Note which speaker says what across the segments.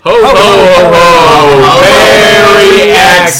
Speaker 1: ho, ho, Merry Xmas!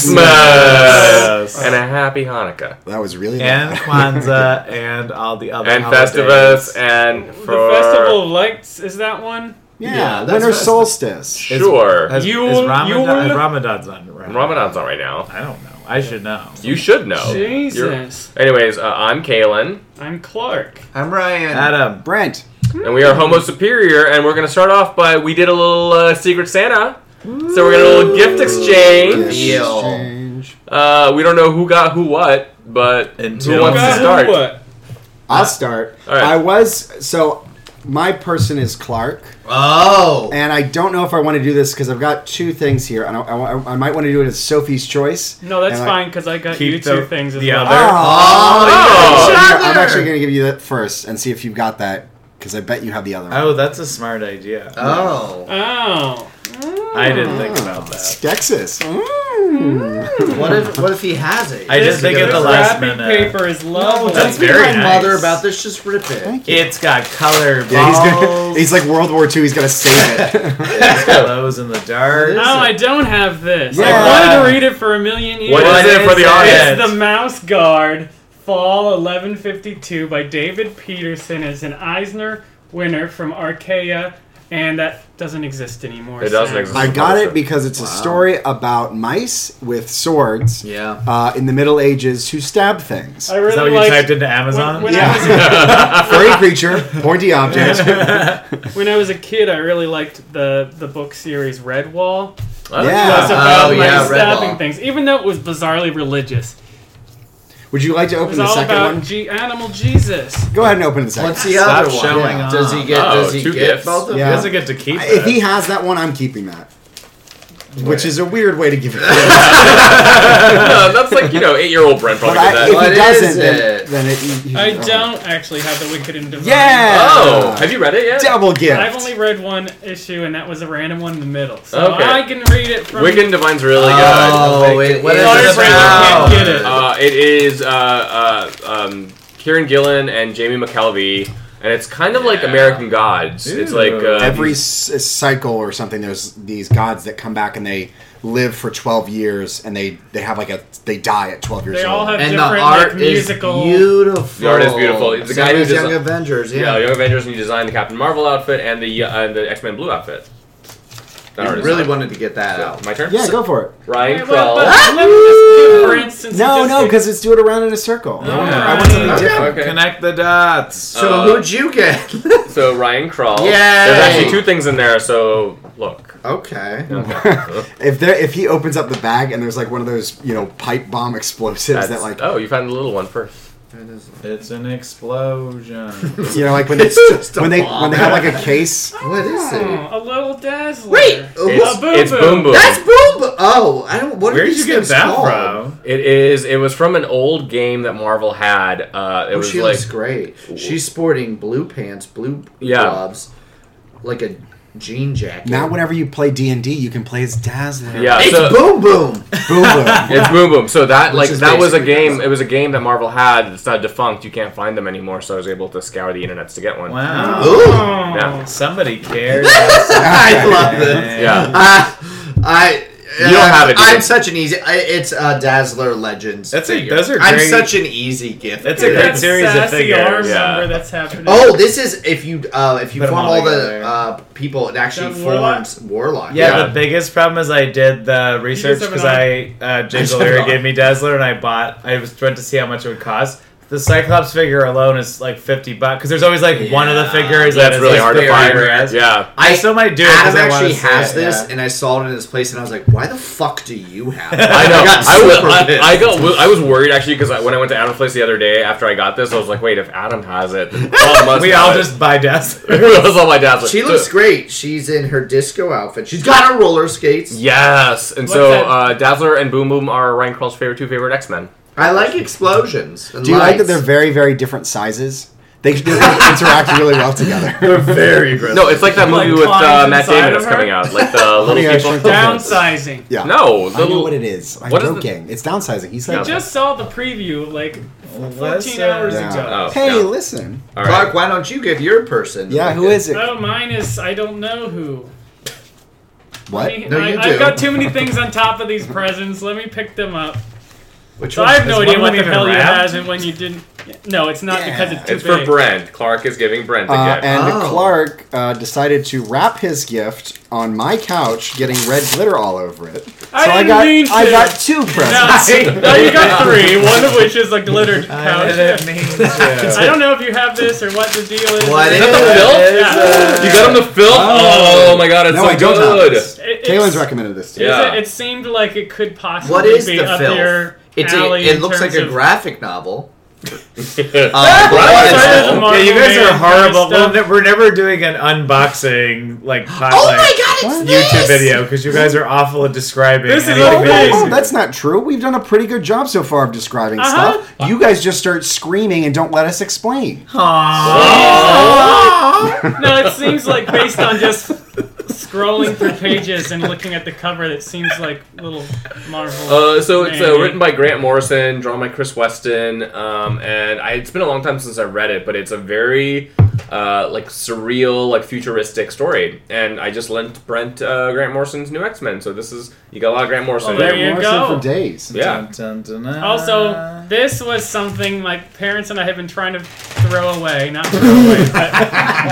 Speaker 2: Xmas.
Speaker 1: And a happy Hanukkah.
Speaker 3: That was really
Speaker 2: and
Speaker 3: loud.
Speaker 2: Kwanzaa and all the other
Speaker 1: And
Speaker 2: holidays.
Speaker 1: Festivus, and for.
Speaker 4: The Festival of Lights is that one?
Speaker 2: Yeah,
Speaker 3: yeah,
Speaker 2: that's
Speaker 3: winter
Speaker 2: what-
Speaker 3: solstice.
Speaker 1: Sure.
Speaker 2: Has,
Speaker 4: Yule-
Speaker 2: is Ramadan,
Speaker 4: Yule-
Speaker 2: is Ramadan's on right?
Speaker 1: Ramadan's on right now.
Speaker 2: I don't know. I should know.
Speaker 1: You should
Speaker 2: Oh,
Speaker 1: know. You're-
Speaker 4: Jesus.
Speaker 1: Anyways, uh, I'm Kalen,
Speaker 4: I'm Clark.
Speaker 5: I'm Ryan.
Speaker 2: Adam,
Speaker 3: Brent.
Speaker 1: and we are Homo Superior, and we're gonna start off by we did a little uh, Secret Santa. So we're gonna do a little gift exchange.
Speaker 5: Deal.
Speaker 3: Exchange.
Speaker 1: Uh, we don't know who got who what, but who
Speaker 2: Until-
Speaker 1: wants to
Speaker 4: God,
Speaker 1: start?
Speaker 4: who what?
Speaker 3: I'll start.
Speaker 1: All right.
Speaker 3: I was so my person is Clark,
Speaker 5: Oh.
Speaker 3: and I don't know if I want to do this because I've got two things here, and I, I- I might want to do it as Sophie's choice.
Speaker 4: No, that's
Speaker 3: And I-
Speaker 4: fine because I got
Speaker 2: Keep
Speaker 4: you two
Speaker 2: the-
Speaker 4: things as
Speaker 2: the
Speaker 4: well.
Speaker 2: other.
Speaker 1: Oh,
Speaker 5: Oh,
Speaker 3: I'm
Speaker 5: each
Speaker 3: gonna- I'm
Speaker 5: other.
Speaker 3: actually going to give you that first and see if you've got that because I bet you have the other one.
Speaker 2: Oh, that's a smart idea.
Speaker 5: Oh.
Speaker 4: Oh,
Speaker 2: I didn't think about
Speaker 3: It's
Speaker 2: that.
Speaker 3: Texas.
Speaker 5: What if what if he has it?
Speaker 2: I just
Speaker 4: this
Speaker 2: think at the
Speaker 4: this
Speaker 2: last
Speaker 4: wrapping
Speaker 2: minute.
Speaker 4: paper is
Speaker 5: No,
Speaker 4: lovely.
Speaker 2: That's
Speaker 5: that's do
Speaker 2: very
Speaker 5: my
Speaker 2: nice.
Speaker 5: mother about this. Just rip it.
Speaker 3: Thank you.
Speaker 2: It's got color balls.
Speaker 3: yeah, he's gonna, he's like World War II. He's gonna save it.
Speaker 2: It's got those in the dark.
Speaker 4: no, Oh, I don't have this.
Speaker 3: Yeah.
Speaker 4: I wanted to read it for a million years.
Speaker 1: What is
Speaker 2: What
Speaker 1: it for
Speaker 2: is
Speaker 1: the
Speaker 2: it?
Speaker 1: audience?
Speaker 4: It's The Mouse Guard, Fall 1152 by David Peterson is an Eisner winner from Arkea, and that doesn't exist anymore.
Speaker 1: It doesn't
Speaker 4: sadly.
Speaker 1: exist.
Speaker 3: I got it because it's a story about mice with swords
Speaker 5: Yeah.
Speaker 3: uh, in the Middle Ages who stab things.
Speaker 4: I
Speaker 2: Is that
Speaker 4: really
Speaker 2: what you typed
Speaker 4: liked
Speaker 2: into Amazon?
Speaker 4: when, when
Speaker 3: Yeah.
Speaker 4: I was
Speaker 3: Furry
Speaker 4: a,
Speaker 3: creature, pointy object.
Speaker 4: when I was a kid. I really liked the the book series Redwall. It was
Speaker 3: Ah, Yeah.
Speaker 4: about
Speaker 5: Oh,
Speaker 4: like
Speaker 5: yeah,
Speaker 4: stabbing
Speaker 5: Redwall.
Speaker 4: things, even though it was bizarrely religious.
Speaker 3: Would you like to
Speaker 4: It
Speaker 3: open
Speaker 4: was
Speaker 3: the
Speaker 4: all
Speaker 3: second
Speaker 4: about
Speaker 3: one?
Speaker 4: G- animal Jesus.
Speaker 3: Go ahead and open the second.
Speaker 5: What's the
Speaker 2: Stop
Speaker 5: other one?
Speaker 2: showing off.
Speaker 5: Does he get?
Speaker 1: Oh,
Speaker 5: does he
Speaker 1: two
Speaker 5: get
Speaker 1: gifts.
Speaker 5: both of
Speaker 2: He
Speaker 3: Yeah.
Speaker 5: them?
Speaker 2: doesn't get to keep
Speaker 3: if he
Speaker 2: it.
Speaker 3: has that one, I'm keeping that. Which is a weird way to give it. away.
Speaker 1: Uh, that's like you know, eight-year-old Brent
Speaker 3: But
Speaker 1: probably
Speaker 3: I, if
Speaker 1: did that.
Speaker 5: What
Speaker 3: he
Speaker 5: is
Speaker 3: doesn't, then,
Speaker 5: it?
Speaker 3: then it. You, you
Speaker 4: I
Speaker 3: should-
Speaker 4: don't actually have the Wicked and Divine.
Speaker 3: Yeah.
Speaker 1: Oh, have you read it yet?
Speaker 3: Double gift.
Speaker 4: I've only read one issue, and that was a random one in the middle. So
Speaker 1: Okay.
Speaker 4: I can read it from.
Speaker 1: Wicked and Divine's really
Speaker 5: Oh,
Speaker 1: good.
Speaker 5: wait, what is
Speaker 4: Sorry,
Speaker 5: it
Speaker 4: Brandon,
Speaker 5: about?
Speaker 4: can't get it.
Speaker 1: Uh, it is uh, uh, um, Kieran Gillen and Jamie McKelvey, and it's kind of like
Speaker 5: Yeah.
Speaker 1: American Gods. It's like uh,
Speaker 3: Every s- uh, cycle or something, there's these gods that come back and they live for 12 years, and they they have like a they die at 12 years
Speaker 4: They all
Speaker 3: old.
Speaker 4: have
Speaker 5: and the
Speaker 4: different
Speaker 5: art
Speaker 4: like,
Speaker 5: is
Speaker 4: musical.
Speaker 5: beautiful.
Speaker 1: The art is beautiful. The
Speaker 5: Same
Speaker 1: guy who
Speaker 5: as Young
Speaker 1: desi-
Speaker 5: Avengers.
Speaker 1: yeah,
Speaker 5: Yeah.
Speaker 1: Young Avengers, and you designed the Captain Marvel outfit and the uh, and the X Men Blue outfit. That
Speaker 5: I
Speaker 1: artist-
Speaker 5: really wanted to get that out.
Speaker 1: my turn.
Speaker 3: yeah, go for it.
Speaker 1: Ryan
Speaker 4: Wait, well, but
Speaker 1: Krell.
Speaker 4: let me just give Brent since
Speaker 3: No,
Speaker 4: he just
Speaker 3: no,
Speaker 4: gave-
Speaker 3: because it's do it around in a circle.
Speaker 4: No.
Speaker 3: I want something
Speaker 1: Okay,
Speaker 3: different.
Speaker 1: okay.
Speaker 2: Connect the dots.
Speaker 5: So
Speaker 1: Uh,
Speaker 5: who'd you get?
Speaker 1: So Ryan Krell.
Speaker 5: Yay!
Speaker 1: There's actually two things in there. So look.
Speaker 5: okay.
Speaker 3: If there, if he opens up the bag and there's like one of those, you know, pipe bomb explosives that
Speaker 1: That's-
Speaker 3: like,
Speaker 1: oh, you found the little one first.
Speaker 2: It's an explosion.
Speaker 3: you know, like when they
Speaker 5: Just a
Speaker 3: when they when
Speaker 5: bomb.
Speaker 3: they have like a case.
Speaker 5: What is it?
Speaker 4: Oh, a little dazzler.
Speaker 5: Wait,
Speaker 1: It's,
Speaker 4: A boo-boo.
Speaker 1: it's Boom Boom.
Speaker 5: That's boom. Oh, I don't. What are
Speaker 2: Where did
Speaker 5: these
Speaker 2: you get
Speaker 5: things
Speaker 2: that
Speaker 5: called?
Speaker 2: from?
Speaker 1: It is. It was from an old game that Marvel had. Uh, it
Speaker 5: Oh,
Speaker 1: was
Speaker 5: she
Speaker 1: like
Speaker 5: looks great. She's sporting blue pants, blue
Speaker 1: Yeah.
Speaker 5: gloves, like a jean jacket.
Speaker 3: Now, whenever you play D and D, you can play as Dazzler.
Speaker 1: yeah.
Speaker 5: it's
Speaker 1: so,
Speaker 5: boom boom.
Speaker 3: Boom boom.
Speaker 1: it's boom boom. So that
Speaker 5: Which
Speaker 1: like
Speaker 5: is
Speaker 1: that was a
Speaker 5: basically
Speaker 1: game.
Speaker 5: Dazzler.
Speaker 1: It was a game that Marvel had. It's not defunct. You can't find them anymore. So I was able to scour the internets to get one.
Speaker 2: Wow.
Speaker 5: Ooh,
Speaker 4: Oh.
Speaker 1: Yeah.
Speaker 2: Somebody cares.
Speaker 5: I love this.
Speaker 1: Yeah.
Speaker 5: Uh, I. uh,
Speaker 1: You don't have it, do you?
Speaker 5: I'm such an easy. I, it's uh, Dazzler Legends.
Speaker 2: That's a,
Speaker 5: figure.
Speaker 2: those are
Speaker 5: I'm
Speaker 2: great.
Speaker 5: such an easy gift.
Speaker 2: That's a
Speaker 1: Yeah.
Speaker 2: great
Speaker 4: That
Speaker 2: series of
Speaker 4: sassy arm
Speaker 2: figures.
Speaker 1: Yeah.
Speaker 4: number that's happening.
Speaker 5: Oh, this is if you uh, if you
Speaker 2: Put 'em
Speaker 5: form
Speaker 2: all
Speaker 5: all
Speaker 2: together.
Speaker 5: the uh, people, it actually
Speaker 4: Is that Warlock?
Speaker 5: forms Warlock.
Speaker 2: Yeah,
Speaker 1: Yeah.
Speaker 2: the biggest problem is I did the research
Speaker 4: have an
Speaker 2: because I
Speaker 4: eye.
Speaker 2: uh, James
Speaker 5: I just have
Speaker 2: O'Leary
Speaker 5: an eye.
Speaker 2: gave me Dazzler and I bought. I was went to see how much it would cost. The Cyclops figure alone is like fifty bucks because there's always like one of the
Speaker 5: Yeah.
Speaker 2: figures that
Speaker 1: That's
Speaker 2: is
Speaker 1: really
Speaker 2: like,
Speaker 1: hard to
Speaker 2: very
Speaker 1: find.
Speaker 2: rare.
Speaker 1: Yeah.
Speaker 2: I still might do it. 'cause
Speaker 5: Adam
Speaker 2: I wanna
Speaker 5: actually
Speaker 2: see
Speaker 5: has
Speaker 2: it,
Speaker 5: this,
Speaker 2: yeah.
Speaker 5: and I saw it in this place, and I was like, "Why the fuck do you have?" It?
Speaker 1: I know.
Speaker 5: got
Speaker 1: I, was,
Speaker 5: super pissed.
Speaker 1: I, I got. wo- I was worried actually because when I went to Adam's place the other day after I got this, I was like, wait, if Adam has it, then all of us
Speaker 2: We
Speaker 1: have
Speaker 2: all
Speaker 1: it.
Speaker 2: just buy Dazzler.
Speaker 1: That's all my dad's like,
Speaker 5: She looks great. She's in her disco outfit. She's got her roller skates.
Speaker 1: Yes, and
Speaker 4: What's
Speaker 1: so
Speaker 4: that?
Speaker 1: uh, Dazzler and Boom Boom are Ryan Krell's favorite two favorite X Men.
Speaker 5: I like explosions. And
Speaker 3: Do you like that
Speaker 5: lights.
Speaker 3: they're very very different sizes? They, they interact really well together.
Speaker 2: They're very aggressive.
Speaker 1: No, it's like that
Speaker 4: Like
Speaker 1: movie with uh,
Speaker 4: climbs
Speaker 1: Matt
Speaker 4: inside
Speaker 1: Damon
Speaker 4: of
Speaker 1: that's
Speaker 4: her?
Speaker 1: coming out, like the little
Speaker 3: Honey, I
Speaker 1: people.
Speaker 3: Shrunk the Kids.
Speaker 4: Downsizing.
Speaker 3: Yeah.
Speaker 1: No,
Speaker 3: I know
Speaker 1: little-
Speaker 3: what it is. I'm
Speaker 1: What is the-
Speaker 3: joking. It's downsizing. He's
Speaker 4: I
Speaker 3: like,
Speaker 4: just saw the preview like 14 hours
Speaker 3: Yeah.
Speaker 4: ago.
Speaker 1: Oh,
Speaker 3: hey,
Speaker 1: yeah.
Speaker 3: listen.
Speaker 1: All
Speaker 5: Clark,
Speaker 1: right.
Speaker 5: why don't you give your person?
Speaker 3: Yeah, who is it?
Speaker 4: Oh, mine is I don't know who.
Speaker 3: What?
Speaker 4: I,
Speaker 5: No, you
Speaker 4: I, have
Speaker 5: do.
Speaker 4: got too many things on top of these presents. Let me pick them up.
Speaker 2: Which
Speaker 4: So I have
Speaker 2: is
Speaker 4: no
Speaker 2: one
Speaker 4: idea what
Speaker 2: one
Speaker 4: the
Speaker 2: even
Speaker 4: hell you
Speaker 2: wrapped?
Speaker 4: have and when you didn't. No, it's not because it's too
Speaker 1: It's for
Speaker 4: big.
Speaker 1: Brent. Clark is giving Brent a
Speaker 3: Uh,
Speaker 1: gift.
Speaker 3: and
Speaker 5: Oh.
Speaker 3: Clark uh, decided to wrap his gift on my couch, getting red glitter all over it. So
Speaker 4: I didn't
Speaker 3: got
Speaker 4: mean
Speaker 3: I
Speaker 4: to.
Speaker 3: got two presents.
Speaker 4: No, no, you got three. One of which is a glittered
Speaker 2: I
Speaker 4: pouch.
Speaker 2: didn't mean to.
Speaker 4: I don't know if you have this or what the deal is.
Speaker 5: What
Speaker 1: is that the film?
Speaker 4: Yeah.
Speaker 1: You got him the film?
Speaker 3: Oh.
Speaker 1: Oh, my god, it's
Speaker 3: No,
Speaker 1: so
Speaker 3: I don't have
Speaker 1: good.
Speaker 3: this.
Speaker 4: It- it's-
Speaker 3: Kaylin's recommended this to me.
Speaker 1: Yeah.
Speaker 4: Is it, it seemed like it could possibly
Speaker 5: What is
Speaker 4: be
Speaker 5: the
Speaker 4: up
Speaker 5: film?
Speaker 4: your
Speaker 5: It's a,
Speaker 4: alley
Speaker 5: it
Speaker 4: in
Speaker 5: looks like
Speaker 4: terms
Speaker 5: a
Speaker 4: of-
Speaker 5: graphic novel.
Speaker 1: yeah,
Speaker 5: Uh, but
Speaker 1: Right,
Speaker 5: it's-
Speaker 4: right, right.
Speaker 2: Yeah, you guys
Speaker 4: Marvel
Speaker 2: are
Speaker 4: Man
Speaker 2: horrible.
Speaker 4: kind
Speaker 2: We'll
Speaker 4: of
Speaker 2: ne- we're never doing an unboxing like pot,
Speaker 5: oh
Speaker 2: like,
Speaker 5: my god,
Speaker 3: What?
Speaker 5: it's
Speaker 2: YouTube
Speaker 5: this!
Speaker 2: video because you guys are awful at describing.
Speaker 4: This is
Speaker 2: anything
Speaker 4: all
Speaker 2: that you
Speaker 4: things.
Speaker 3: Oh,
Speaker 2: do.
Speaker 3: that's not true. We've done a pretty good job so far of describing
Speaker 4: Uh-huh.
Speaker 3: stuff. You guys just start screaming and don't let us explain.
Speaker 4: No, it seems like based on just scrolling through pages and looking at the cover, that seems like little Marvel.
Speaker 1: Uh, so it's uh,
Speaker 4: Maybe.
Speaker 1: written by Grant Morrison, drawn by Chris Weston, um, and I, it's been a long time since I read it, but it's a very uh, like surreal, like futuristic story. And I just lent Brent uh, Grant Morrison's new X Men, so this is you got a lot of Grant Morrison.
Speaker 4: Oh, there
Speaker 1: in
Speaker 4: you
Speaker 1: it.
Speaker 3: Morrison
Speaker 4: go.
Speaker 3: for days.
Speaker 1: yeah.
Speaker 2: Dun, dun, dun, dun.
Speaker 4: also, this was something my parents and I have been trying to throw away. Not throw away, but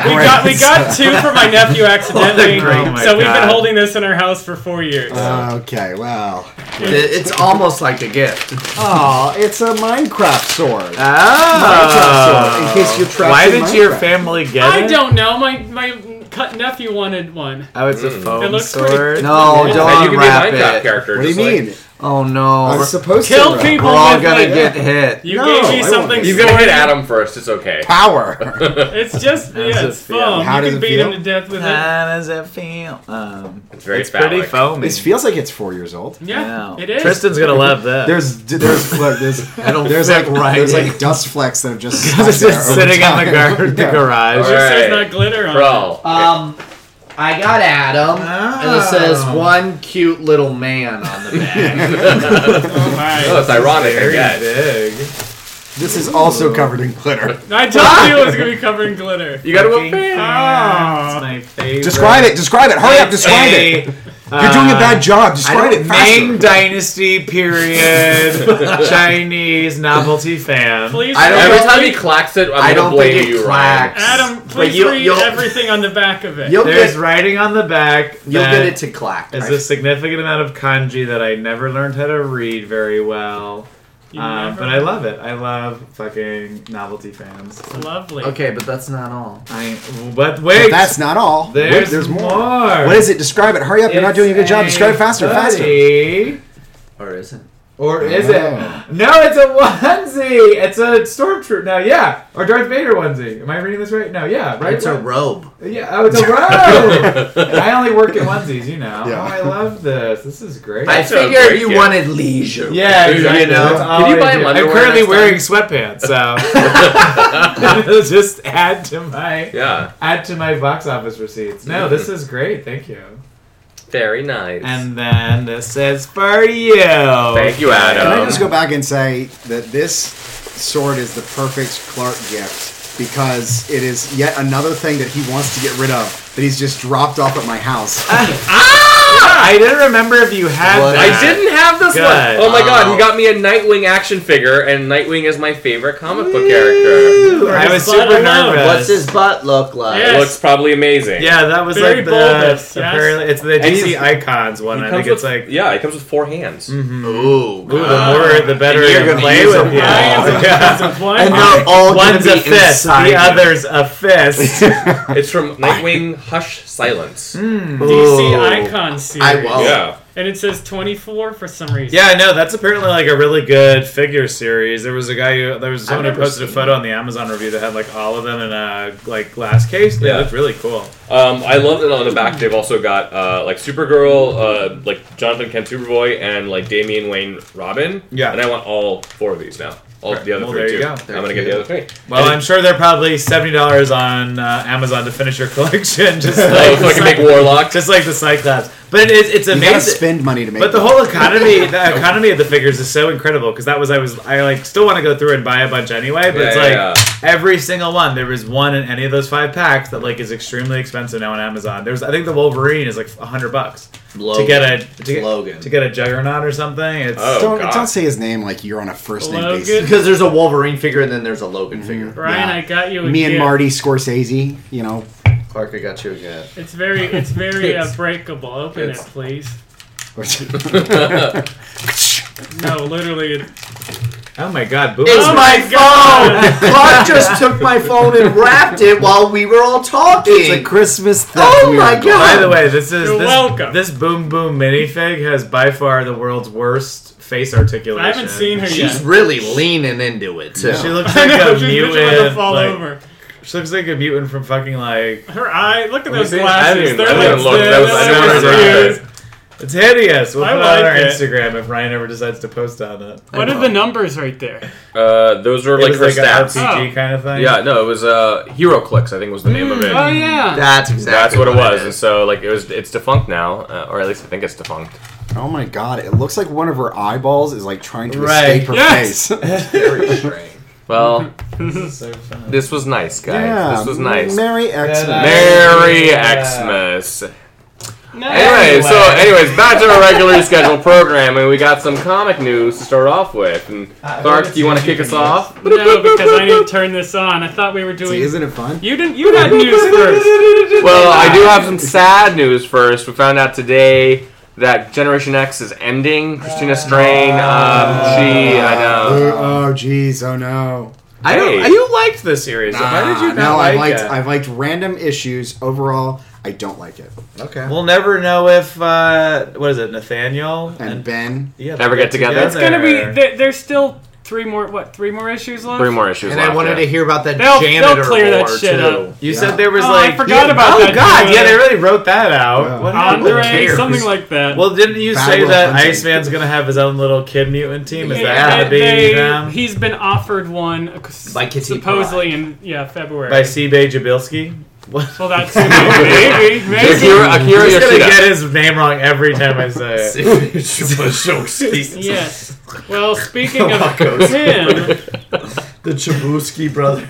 Speaker 4: we got we got two for my nephew accidentally.
Speaker 2: What a great-
Speaker 4: so
Speaker 2: oh my
Speaker 4: we've been
Speaker 2: God.
Speaker 4: holding this in our house for four years.
Speaker 3: Uh, Okay, well.
Speaker 5: It's almost like a gift.
Speaker 3: Oh, it's a Minecraft sword. Minecraft
Speaker 2: Oh.
Speaker 3: sword, in case you're trapped
Speaker 2: Why
Speaker 3: in
Speaker 2: did your
Speaker 3: Minecraft.
Speaker 2: family get it?
Speaker 4: I don't know. My my cut nephew wanted one.
Speaker 2: Oh, it's a foam
Speaker 4: It looks
Speaker 2: sword.
Speaker 4: pretty-
Speaker 5: No,
Speaker 1: And you
Speaker 5: don't
Speaker 1: can be a
Speaker 5: unwrap
Speaker 1: Minecraft
Speaker 5: it.
Speaker 1: character.
Speaker 3: What do you
Speaker 1: just like-
Speaker 3: mean?
Speaker 5: Oh no,
Speaker 3: I'm
Speaker 5: we're,
Speaker 3: supposed
Speaker 4: Kill
Speaker 3: to.
Speaker 4: people.
Speaker 5: we're all
Speaker 4: with
Speaker 5: gonna
Speaker 4: my-
Speaker 5: get hit.
Speaker 4: You
Speaker 3: No,
Speaker 4: gave
Speaker 3: I
Speaker 4: me
Speaker 3: won't.
Speaker 4: something.
Speaker 1: He's gonna hit Adam first. It's okay.
Speaker 3: Power.
Speaker 4: It's just
Speaker 2: does
Speaker 4: yeah,
Speaker 2: it
Speaker 4: it's
Speaker 2: feel?
Speaker 4: foam.
Speaker 3: How
Speaker 4: you
Speaker 3: does
Speaker 4: can
Speaker 3: it
Speaker 4: beat
Speaker 3: feel?
Speaker 4: him to death with it.
Speaker 2: How does it feel? Um,
Speaker 1: It's very
Speaker 2: it's pretty
Speaker 1: phallic.
Speaker 2: foamy.
Speaker 3: this feels like it's four years old.
Speaker 4: Yeah,
Speaker 2: Wow.
Speaker 4: it is.
Speaker 2: Tristan's gonna love this.
Speaker 3: There's there's look, there's
Speaker 5: That'll
Speaker 3: there's
Speaker 5: fit
Speaker 3: like
Speaker 5: right
Speaker 3: there's
Speaker 5: in.
Speaker 3: like dust flecks that have just stuck
Speaker 2: it's just
Speaker 3: there over
Speaker 2: sitting on the,
Speaker 3: time.
Speaker 2: gar- the
Speaker 3: Yeah.
Speaker 2: garage.
Speaker 1: Alright.
Speaker 4: Just says not glitter on
Speaker 1: Bro.
Speaker 2: Uh,
Speaker 1: Oh,
Speaker 5: Um, I got Adam, and it says one cute little man on the back.
Speaker 1: oh,
Speaker 4: it. Oh
Speaker 1: no,
Speaker 4: my.
Speaker 1: it's ironic. I
Speaker 2: Very
Speaker 1: guess.
Speaker 2: big.
Speaker 3: This is also covered in glitter.
Speaker 4: I told you it was gonna be covered in glitter.
Speaker 1: You got
Speaker 2: Fucking
Speaker 1: a
Speaker 2: yeah,
Speaker 4: Oh.
Speaker 2: It's my favorite.
Speaker 3: Describe it. Describe it. Hurry up. Describe it.
Speaker 2: a,
Speaker 3: You're doing a bad job. Describe it
Speaker 2: Ming
Speaker 3: faster.
Speaker 2: Dynasty period Chinese novelty fan.
Speaker 4: Please,
Speaker 5: I don't-
Speaker 4: read
Speaker 1: Every
Speaker 4: it.
Speaker 1: time he clacks it, I'm
Speaker 5: I
Speaker 1: gonna
Speaker 5: don't
Speaker 1: blame
Speaker 5: think it
Speaker 1: you,
Speaker 5: clacks.
Speaker 4: Adam,
Speaker 5: But
Speaker 4: please
Speaker 5: you'll-
Speaker 4: read
Speaker 5: you'll-
Speaker 4: everything on the back of it.
Speaker 5: You'll
Speaker 2: There's
Speaker 5: get,
Speaker 2: writing on the back.
Speaker 5: you'll
Speaker 2: that
Speaker 5: get it to clack.
Speaker 2: is
Speaker 5: I-
Speaker 2: a significant amount of kanji that I never learned how to read very well.
Speaker 4: You
Speaker 2: Uh,
Speaker 4: never-
Speaker 2: but I love it. I love fucking novelty fans.
Speaker 4: Lovely.
Speaker 5: okay, but that's not all.
Speaker 2: I but wait,
Speaker 3: But that's not all. Wait,
Speaker 2: there's, more.
Speaker 3: What is it? Describe it. Hurry up. You're not doing a good job.
Speaker 2: It's
Speaker 3: Describe it faster.
Speaker 2: a
Speaker 3: Faster.
Speaker 2: hoodie.
Speaker 5: Or is it?
Speaker 2: Or is
Speaker 3: Oh.
Speaker 2: it? No, it's a onesie. It's a stormtrooper. No, yeah, or Darth Vader onesie. Am I reading this right? No, yeah, right.
Speaker 5: It's a robe.
Speaker 2: yeah. Oh, it's a robe. I only work at onesies, you know.
Speaker 3: Yeah.
Speaker 2: Oh, I love this. This is great.
Speaker 5: I
Speaker 1: That's a
Speaker 5: figured
Speaker 1: great
Speaker 5: you
Speaker 1: gift.
Speaker 5: wanted leisure.
Speaker 2: yeah, exactly.
Speaker 5: You know?
Speaker 2: That's all
Speaker 1: Can you
Speaker 2: I
Speaker 1: buy
Speaker 2: do.
Speaker 1: him
Speaker 2: I'm
Speaker 1: underwear
Speaker 2: currently
Speaker 1: next time?
Speaker 2: wearing sweatpants, so it'll just add to my
Speaker 1: Yeah,
Speaker 2: add to my box office receipts. No, this is great. Thank you.
Speaker 1: very nice.
Speaker 2: And then this is for you. Thank
Speaker 1: you, Adam.
Speaker 3: Can I
Speaker 1: Um,
Speaker 3: just go back and say that this sword is the perfect Clark gift because it is yet another thing that he wants to get rid of that he's just dropped off at my house.
Speaker 2: I didn't remember if you had.
Speaker 5: What?
Speaker 1: I
Speaker 2: that.
Speaker 1: didn't have this
Speaker 2: Good.
Speaker 1: one. Oh my god,
Speaker 5: Oh.
Speaker 1: he got me a Nightwing action figure, and Nightwing is my favorite comic book character.
Speaker 2: Ooh, I was
Speaker 4: But I
Speaker 2: super
Speaker 4: love-
Speaker 2: nervous.
Speaker 5: What's his butt look like?
Speaker 4: Yeah. Yes.
Speaker 1: Looks probably amazing.
Speaker 2: Yeah, that was
Speaker 4: Very
Speaker 2: like the
Speaker 4: bulbous, yes.
Speaker 2: apparently it's the
Speaker 1: And
Speaker 2: DC
Speaker 1: he's-
Speaker 2: Icons one. I think
Speaker 1: with,
Speaker 2: it's like
Speaker 1: yeah, he comes with four hands.
Speaker 2: Mm.
Speaker 5: Ooh,
Speaker 2: ooh, the
Speaker 5: God.
Speaker 2: more the better
Speaker 1: And
Speaker 2: you
Speaker 1: you're
Speaker 2: can
Speaker 1: gonna
Speaker 2: play
Speaker 1: use
Speaker 2: with.
Speaker 1: them
Speaker 2: it.
Speaker 4: Brian's a-
Speaker 2: Yeah.
Speaker 4: is a blunt.
Speaker 5: And they're all gonna
Speaker 2: One's
Speaker 5: be
Speaker 2: a fist,
Speaker 5: inside.
Speaker 2: the other's a fist.
Speaker 1: It's from Nightwing Hush Silence.
Speaker 2: Mm.
Speaker 4: DC
Speaker 5: Ooh.
Speaker 4: icon series.
Speaker 5: I
Speaker 2: Oh.
Speaker 5: won't.
Speaker 1: Yeah.
Speaker 4: And it says 24 for some reason.
Speaker 2: yeah, I know. That's apparently like a really good figure series. There was a guy who there was someone who
Speaker 1: never
Speaker 2: posted a
Speaker 1: seen
Speaker 2: photo on the Amazon review that had like all of them in a like glass case. They
Speaker 1: Yeah.
Speaker 2: looked really cool.
Speaker 1: Um, I love that on the back they've also got uh, like Supergirl, uh, like Jonathan Kent Superboy, and like Damian Wayne Robin.
Speaker 2: Yeah.
Speaker 1: And I want all four of these now. All the other
Speaker 2: Well,
Speaker 1: three
Speaker 2: there you
Speaker 1: too.
Speaker 2: go.
Speaker 1: I'm
Speaker 5: They're
Speaker 1: gonna get the
Speaker 5: cute.
Speaker 1: other three.
Speaker 2: Well,
Speaker 1: And-
Speaker 2: I'm sure they're probably seventy dollars on uh, Amazon to finish your collection. Just
Speaker 1: Oh,
Speaker 2: like
Speaker 1: so I can make Warlock.
Speaker 2: just like the Cyclops. But it is, it's
Speaker 3: you gotta
Speaker 2: amazing.
Speaker 3: spend money to make
Speaker 2: But the
Speaker 3: them.
Speaker 2: whole economy, the economy of the figures is so incredible because that was I was I like still want to go through and buy a bunch anyway. But
Speaker 1: Yeah,
Speaker 2: it's
Speaker 1: yeah,
Speaker 2: like
Speaker 1: yeah.
Speaker 2: every single one. There was one in any of those five packs that like is extremely expensive now on Amazon. There's I think the Wolverine is like a hundred bucks.
Speaker 5: Logan.
Speaker 2: to get a to get,
Speaker 5: Logan.
Speaker 2: to get a juggernaut or something. It's
Speaker 1: Oh,
Speaker 3: don't
Speaker 1: God.
Speaker 3: don't say his name like you're on a first name
Speaker 4: Logan.
Speaker 3: basis.
Speaker 5: because there's a Wolverine figure and then there's a Logan figure.
Speaker 4: Brian,
Speaker 3: Yeah.
Speaker 4: I got you. A
Speaker 3: Me and
Speaker 4: gift.
Speaker 3: Marty Scorsese, you know,
Speaker 5: Clark, I got you again.
Speaker 4: It's very, it's very uh,
Speaker 1: It's-
Speaker 4: breakable. Open it,
Speaker 1: it's-
Speaker 4: please.
Speaker 1: God.
Speaker 4: No, literally, it-
Speaker 2: oh my god, boo!
Speaker 5: It's
Speaker 4: Oh
Speaker 5: my,
Speaker 4: my God.
Speaker 5: phone. Clark just took my phone and wrapped it while we were all talking.
Speaker 3: it's a Christmas. thing.
Speaker 5: Oh
Speaker 3: we
Speaker 5: my
Speaker 3: are-
Speaker 5: God.
Speaker 2: By the way, this is
Speaker 4: You're
Speaker 2: this,
Speaker 4: welcome.
Speaker 2: this boom boom minifig has by far the world's worst face articulation.
Speaker 4: I haven't seen her
Speaker 5: She's
Speaker 4: yet.
Speaker 5: really leaning into it too.
Speaker 2: She looks
Speaker 4: I
Speaker 2: like
Speaker 4: know,
Speaker 2: a
Speaker 4: she's about to
Speaker 2: mutant.
Speaker 4: fall
Speaker 2: like-
Speaker 4: over.
Speaker 2: She looks like a mutant from fucking like.
Speaker 4: Her eye, look at
Speaker 1: Let me
Speaker 4: those
Speaker 1: see. I haven't even-
Speaker 4: glasses.
Speaker 1: I
Speaker 4: They're
Speaker 1: haven't
Speaker 4: like
Speaker 1: even looked. That was- I
Speaker 2: didn't recognize
Speaker 4: this. They're
Speaker 2: that.
Speaker 4: cute.
Speaker 2: It's hideous. We'll
Speaker 4: I
Speaker 2: put it on
Speaker 4: like
Speaker 2: our
Speaker 4: it.
Speaker 2: Instagram if Ryan ever decides to post on it.
Speaker 4: What are the numbers right there?
Speaker 1: uh, those were
Speaker 2: It
Speaker 1: like
Speaker 2: was
Speaker 1: her
Speaker 2: like an
Speaker 1: stats.
Speaker 2: RPG
Speaker 4: Oh.
Speaker 2: kind of thing.
Speaker 1: Yeah, no, it was uh, Hero Clicks. I think was the name of it.
Speaker 4: Oh yeah.
Speaker 5: That's
Speaker 1: That's
Speaker 5: exactly
Speaker 1: what it was, and
Speaker 5: is.
Speaker 1: so like it was. It's defunct now, uh, or at least I think it's defunct.
Speaker 3: Oh my god! It looks like one of her eyeballs is like trying to
Speaker 2: Right.
Speaker 3: escape her
Speaker 4: Yes.
Speaker 3: face.
Speaker 5: Very strange.
Speaker 1: Well,
Speaker 2: This is so fun.
Speaker 1: this was nice, guys.
Speaker 3: yeah,
Speaker 1: This was nice.
Speaker 3: Merry X
Speaker 2: Yeah,
Speaker 3: Men.
Speaker 1: Merry
Speaker 2: Yeah.
Speaker 1: Xmas.
Speaker 4: No.
Speaker 1: Anyway, so
Speaker 2: Anyway.
Speaker 1: anyways, back to our regularly scheduled program, and we got some comic news to start off with. And
Speaker 2: Uh,
Speaker 1: Clark, do you want to
Speaker 2: let's see
Speaker 1: kick
Speaker 2: if
Speaker 1: us
Speaker 2: you can
Speaker 1: off?
Speaker 4: No, because I didn't turn this on. I thought we were doing.
Speaker 3: Isn't it fun?
Speaker 4: You didn't. You had news first.
Speaker 1: Well, I do have some sad news first. We found out today that Generation X is ending.
Speaker 2: Uh,
Speaker 1: Christina Strain, um, she, I know.
Speaker 3: Uh, Oh, jeez. Oh no.
Speaker 2: I don't,
Speaker 1: Hey.
Speaker 2: you liked the series. so Why did you not
Speaker 3: no,
Speaker 2: like
Speaker 3: I liked
Speaker 2: it?
Speaker 3: I liked random issues overall. I don't like it.
Speaker 5: Okay.
Speaker 2: We'll never know if uh, what is it, Nathaniel
Speaker 3: And Ben,
Speaker 2: yeah,
Speaker 1: Never
Speaker 2: they
Speaker 1: get together.
Speaker 4: It's gonna be. There, there's still three more. What? Three more issues left.
Speaker 1: Three more issues
Speaker 5: and
Speaker 1: left.
Speaker 5: I wanted to
Speaker 1: yeah.
Speaker 5: hear about that
Speaker 4: They'll- they'll
Speaker 5: janitor
Speaker 4: clear that
Speaker 5: war,
Speaker 4: shit
Speaker 5: too.
Speaker 4: up.
Speaker 2: You
Speaker 3: Yeah.
Speaker 2: said there was
Speaker 4: Oh, I
Speaker 2: like
Speaker 4: forgot about
Speaker 2: oh,
Speaker 4: that,
Speaker 2: god,
Speaker 4: too.
Speaker 2: yeah, they really wrote that out.
Speaker 3: Yeah.
Speaker 2: What happened? Who
Speaker 4: Andre,
Speaker 2: cares?
Speaker 4: something like that.
Speaker 2: Well, didn't you
Speaker 3: Bad
Speaker 2: say
Speaker 3: Will
Speaker 2: that
Speaker 3: Hunting.
Speaker 2: Iceman's gonna have his own little kid mutant team? Is
Speaker 4: Yeah,
Speaker 2: that gonna be
Speaker 4: they-
Speaker 2: them?
Speaker 4: he's been offered one uh, s-
Speaker 5: By Kitty
Speaker 4: supposedly in yeah February.
Speaker 2: by Seabay Jabilski? What?
Speaker 4: well, that's maybe maybe.
Speaker 1: Akira, Akira
Speaker 2: I'm just
Speaker 1: Yoshida.
Speaker 2: gonna get his name wrong every time I say it.
Speaker 4: Yes. Well,
Speaker 1: Oh,
Speaker 4: speaking of
Speaker 5: Wackos.
Speaker 4: him,
Speaker 5: The Chabuski brother.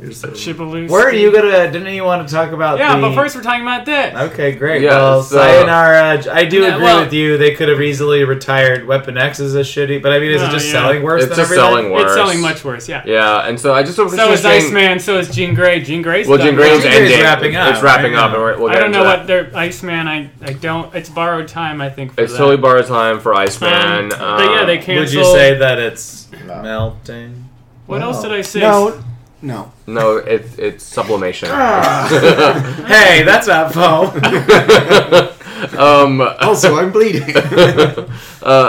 Speaker 5: You're so
Speaker 4: Shibaloo.
Speaker 2: Where are you gonna? Didn't you want to talk about?
Speaker 4: Yeah,
Speaker 2: the-
Speaker 4: but first we're talking about that.
Speaker 2: Okay, great.
Speaker 1: Yeah,
Speaker 2: well,
Speaker 1: so-
Speaker 2: sayonara. I do
Speaker 4: No,
Speaker 2: agree
Speaker 4: well-
Speaker 2: with you. They could have easily retired. Weapon X is a shitty, but I mean, is
Speaker 4: No,
Speaker 2: it just
Speaker 4: yeah.
Speaker 2: selling worse?
Speaker 1: It's
Speaker 2: than
Speaker 1: just
Speaker 2: everything?
Speaker 1: selling worse.
Speaker 4: It's selling much worse. Yeah.
Speaker 1: Yeah, and so I just hope
Speaker 4: So
Speaker 1: Christina
Speaker 4: is
Speaker 1: Strain-
Speaker 4: Iceman. So is Jean Grey. Jean Grey's
Speaker 1: Well,
Speaker 4: done
Speaker 1: Jean Grey's
Speaker 2: Jean
Speaker 4: well.
Speaker 2: Grey's
Speaker 1: ending.
Speaker 2: wrapping up,
Speaker 1: It's wrapping
Speaker 2: right?
Speaker 1: up, and we're, we'll
Speaker 4: I
Speaker 1: get
Speaker 4: don't
Speaker 1: into
Speaker 4: know
Speaker 1: that.
Speaker 4: what they're Iceman. I I don't. It's borrowed time. I think. For
Speaker 1: It's
Speaker 4: that.
Speaker 1: totally borrowed time for Iceman.
Speaker 4: Um, but yeah,
Speaker 1: um,
Speaker 4: they canceled.
Speaker 2: Would you say that it's
Speaker 5: No.
Speaker 2: melting?
Speaker 4: What else did I say?
Speaker 3: no, no.
Speaker 1: No, it, it's sublimation.
Speaker 4: Ah.
Speaker 2: Hey, that's not foul.
Speaker 1: um,
Speaker 2: Oh,
Speaker 3: Also, I'm bleeding.
Speaker 1: uh,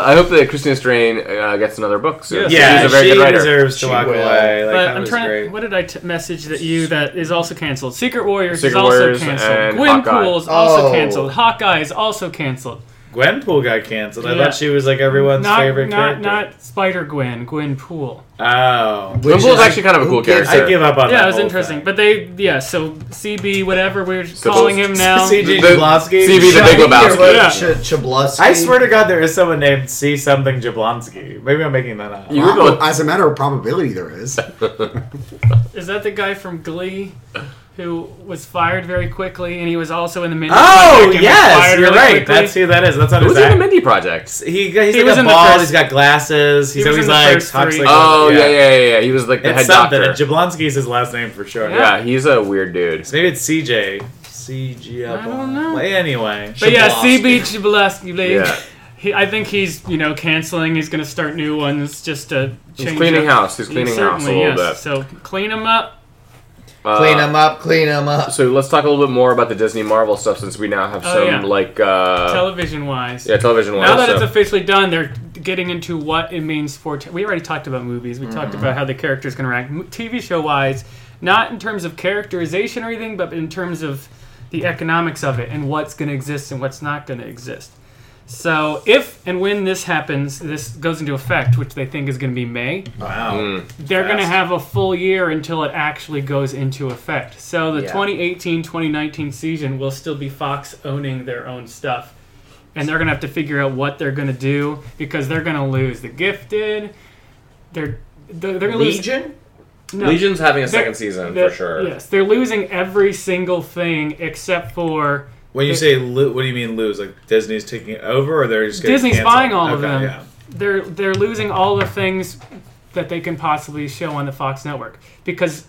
Speaker 1: I hope that Christina Strain uh, gets another book soon.
Speaker 2: yeah,
Speaker 1: she's a very
Speaker 2: she
Speaker 1: good writer.
Speaker 2: deserves to
Speaker 5: She
Speaker 2: walk
Speaker 5: will.
Speaker 2: away. Like,
Speaker 4: But
Speaker 2: that
Speaker 4: I'm
Speaker 2: was
Speaker 4: trying.
Speaker 2: great.
Speaker 4: To, what did I t- message that you that is also canceled? Secret Warriors
Speaker 1: Secret
Speaker 4: is also
Speaker 1: Warriors and
Speaker 4: canceled. Gwen
Speaker 1: Hawkeye.
Speaker 4: Pool is also
Speaker 5: Oh.
Speaker 4: canceled. Hawkeye is also canceled.
Speaker 2: Gwenpool got canceled. I
Speaker 4: Yeah.
Speaker 2: thought she was like everyone's
Speaker 4: Not
Speaker 2: favorite character.
Speaker 4: not, not Spider Gwen. Gwen Pool.
Speaker 2: oh,
Speaker 3: Which
Speaker 1: Wimble is
Speaker 3: like,
Speaker 1: actually kind of a
Speaker 3: who
Speaker 1: cool
Speaker 3: gives-
Speaker 1: character.
Speaker 2: I give up on that.
Speaker 4: Yeah, it was
Speaker 2: whole
Speaker 4: interesting.
Speaker 2: thing.
Speaker 4: But they yeah. So CB whatever we're
Speaker 1: So-
Speaker 4: calling him now.
Speaker 2: CG
Speaker 1: The-
Speaker 2: Jablonski.
Speaker 1: CB the Big Lebowski.
Speaker 4: Yeah.
Speaker 5: Ch- Chablowski.
Speaker 2: I swear to God, there is someone named C something Jablonski. Maybe I'm making that up.
Speaker 1: You were
Speaker 3: Wow,
Speaker 1: going.
Speaker 3: As a matter of probability, there is.
Speaker 4: Is that the guy from Glee who was fired very quickly and he was also in the mini?
Speaker 2: Oh
Speaker 4: contract and was
Speaker 2: yes,
Speaker 4: fired
Speaker 2: you're
Speaker 4: really
Speaker 2: right.
Speaker 4: quickly?
Speaker 2: That's who that is. That's not
Speaker 1: Who's in the
Speaker 2: exact.
Speaker 1: Mindy Project?
Speaker 2: He, he's
Speaker 4: He
Speaker 2: like
Speaker 4: was
Speaker 2: a
Speaker 4: in the
Speaker 2: bald.
Speaker 4: first-
Speaker 2: he's got glasses. He's
Speaker 4: was
Speaker 2: always
Speaker 4: in the
Speaker 2: like
Speaker 4: first
Speaker 2: talks
Speaker 4: three.
Speaker 2: like.
Speaker 1: Oh yeah, yeah, yeah, yeah. He was like the
Speaker 2: It's
Speaker 1: head
Speaker 2: something.
Speaker 1: doctor.
Speaker 2: And Jablonski's his last name for sure.
Speaker 4: Yeah.
Speaker 1: Yeah, he's a weird dude.
Speaker 2: So maybe it's CJ. CG.
Speaker 4: I don't know.
Speaker 2: Well, anyway,
Speaker 4: But yeah,
Speaker 5: Shablasky.
Speaker 4: CB Chablasky.
Speaker 1: Yeah.
Speaker 4: He, I think he's you know canceling. He's going to start new ones just to change.
Speaker 1: He's cleaning
Speaker 4: up.
Speaker 1: house. He's cleaning house a
Speaker 4: Certainly,
Speaker 1: little
Speaker 4: yes.
Speaker 1: bit.
Speaker 4: So clean him up.
Speaker 1: Uh,
Speaker 5: Clean him up, clean him up.
Speaker 1: So let's talk a little bit more about the Disney Marvel stuff since we now have
Speaker 4: Oh,
Speaker 1: some
Speaker 4: yeah.
Speaker 1: like uh,
Speaker 4: television wise.
Speaker 1: yeah television.
Speaker 4: Now
Speaker 1: lines,
Speaker 4: that it's
Speaker 1: so-
Speaker 4: officially done, they're getting into what it means for. T- we already talked about movies. We talked about how the characters can interact. Mo- TV show wise, not in terms of characterization or anything, but in terms of the economics of it and what's going to exist and what's not going to exist. So, if and when this happens, this goes into effect, which they think is going to be May,
Speaker 2: wow.
Speaker 4: they're going to
Speaker 2: Fast.
Speaker 4: have a full year until it actually goes into effect. So, the
Speaker 5: Yeah.
Speaker 4: 2018 2019 season will still be Fox owning their own stuff and they're gonna have to figure out what they're gonna do because they're gonna lose the gifted. They're they're, they're gonna
Speaker 5: Legion?
Speaker 4: lose no,
Speaker 1: Legion's having a
Speaker 4: They're-
Speaker 1: second season
Speaker 4: they're-
Speaker 1: for sure.
Speaker 4: Yes, they're losing every single thing except for
Speaker 2: When you say lo- what do you mean lose? Like Disney's taking it over, or they're just gonna
Speaker 4: Disney's
Speaker 2: cancel?
Speaker 4: buying all of
Speaker 2: Okay,
Speaker 4: them.
Speaker 2: Yeah.
Speaker 4: They're they're losing all the things that they can possibly show on the Fox network because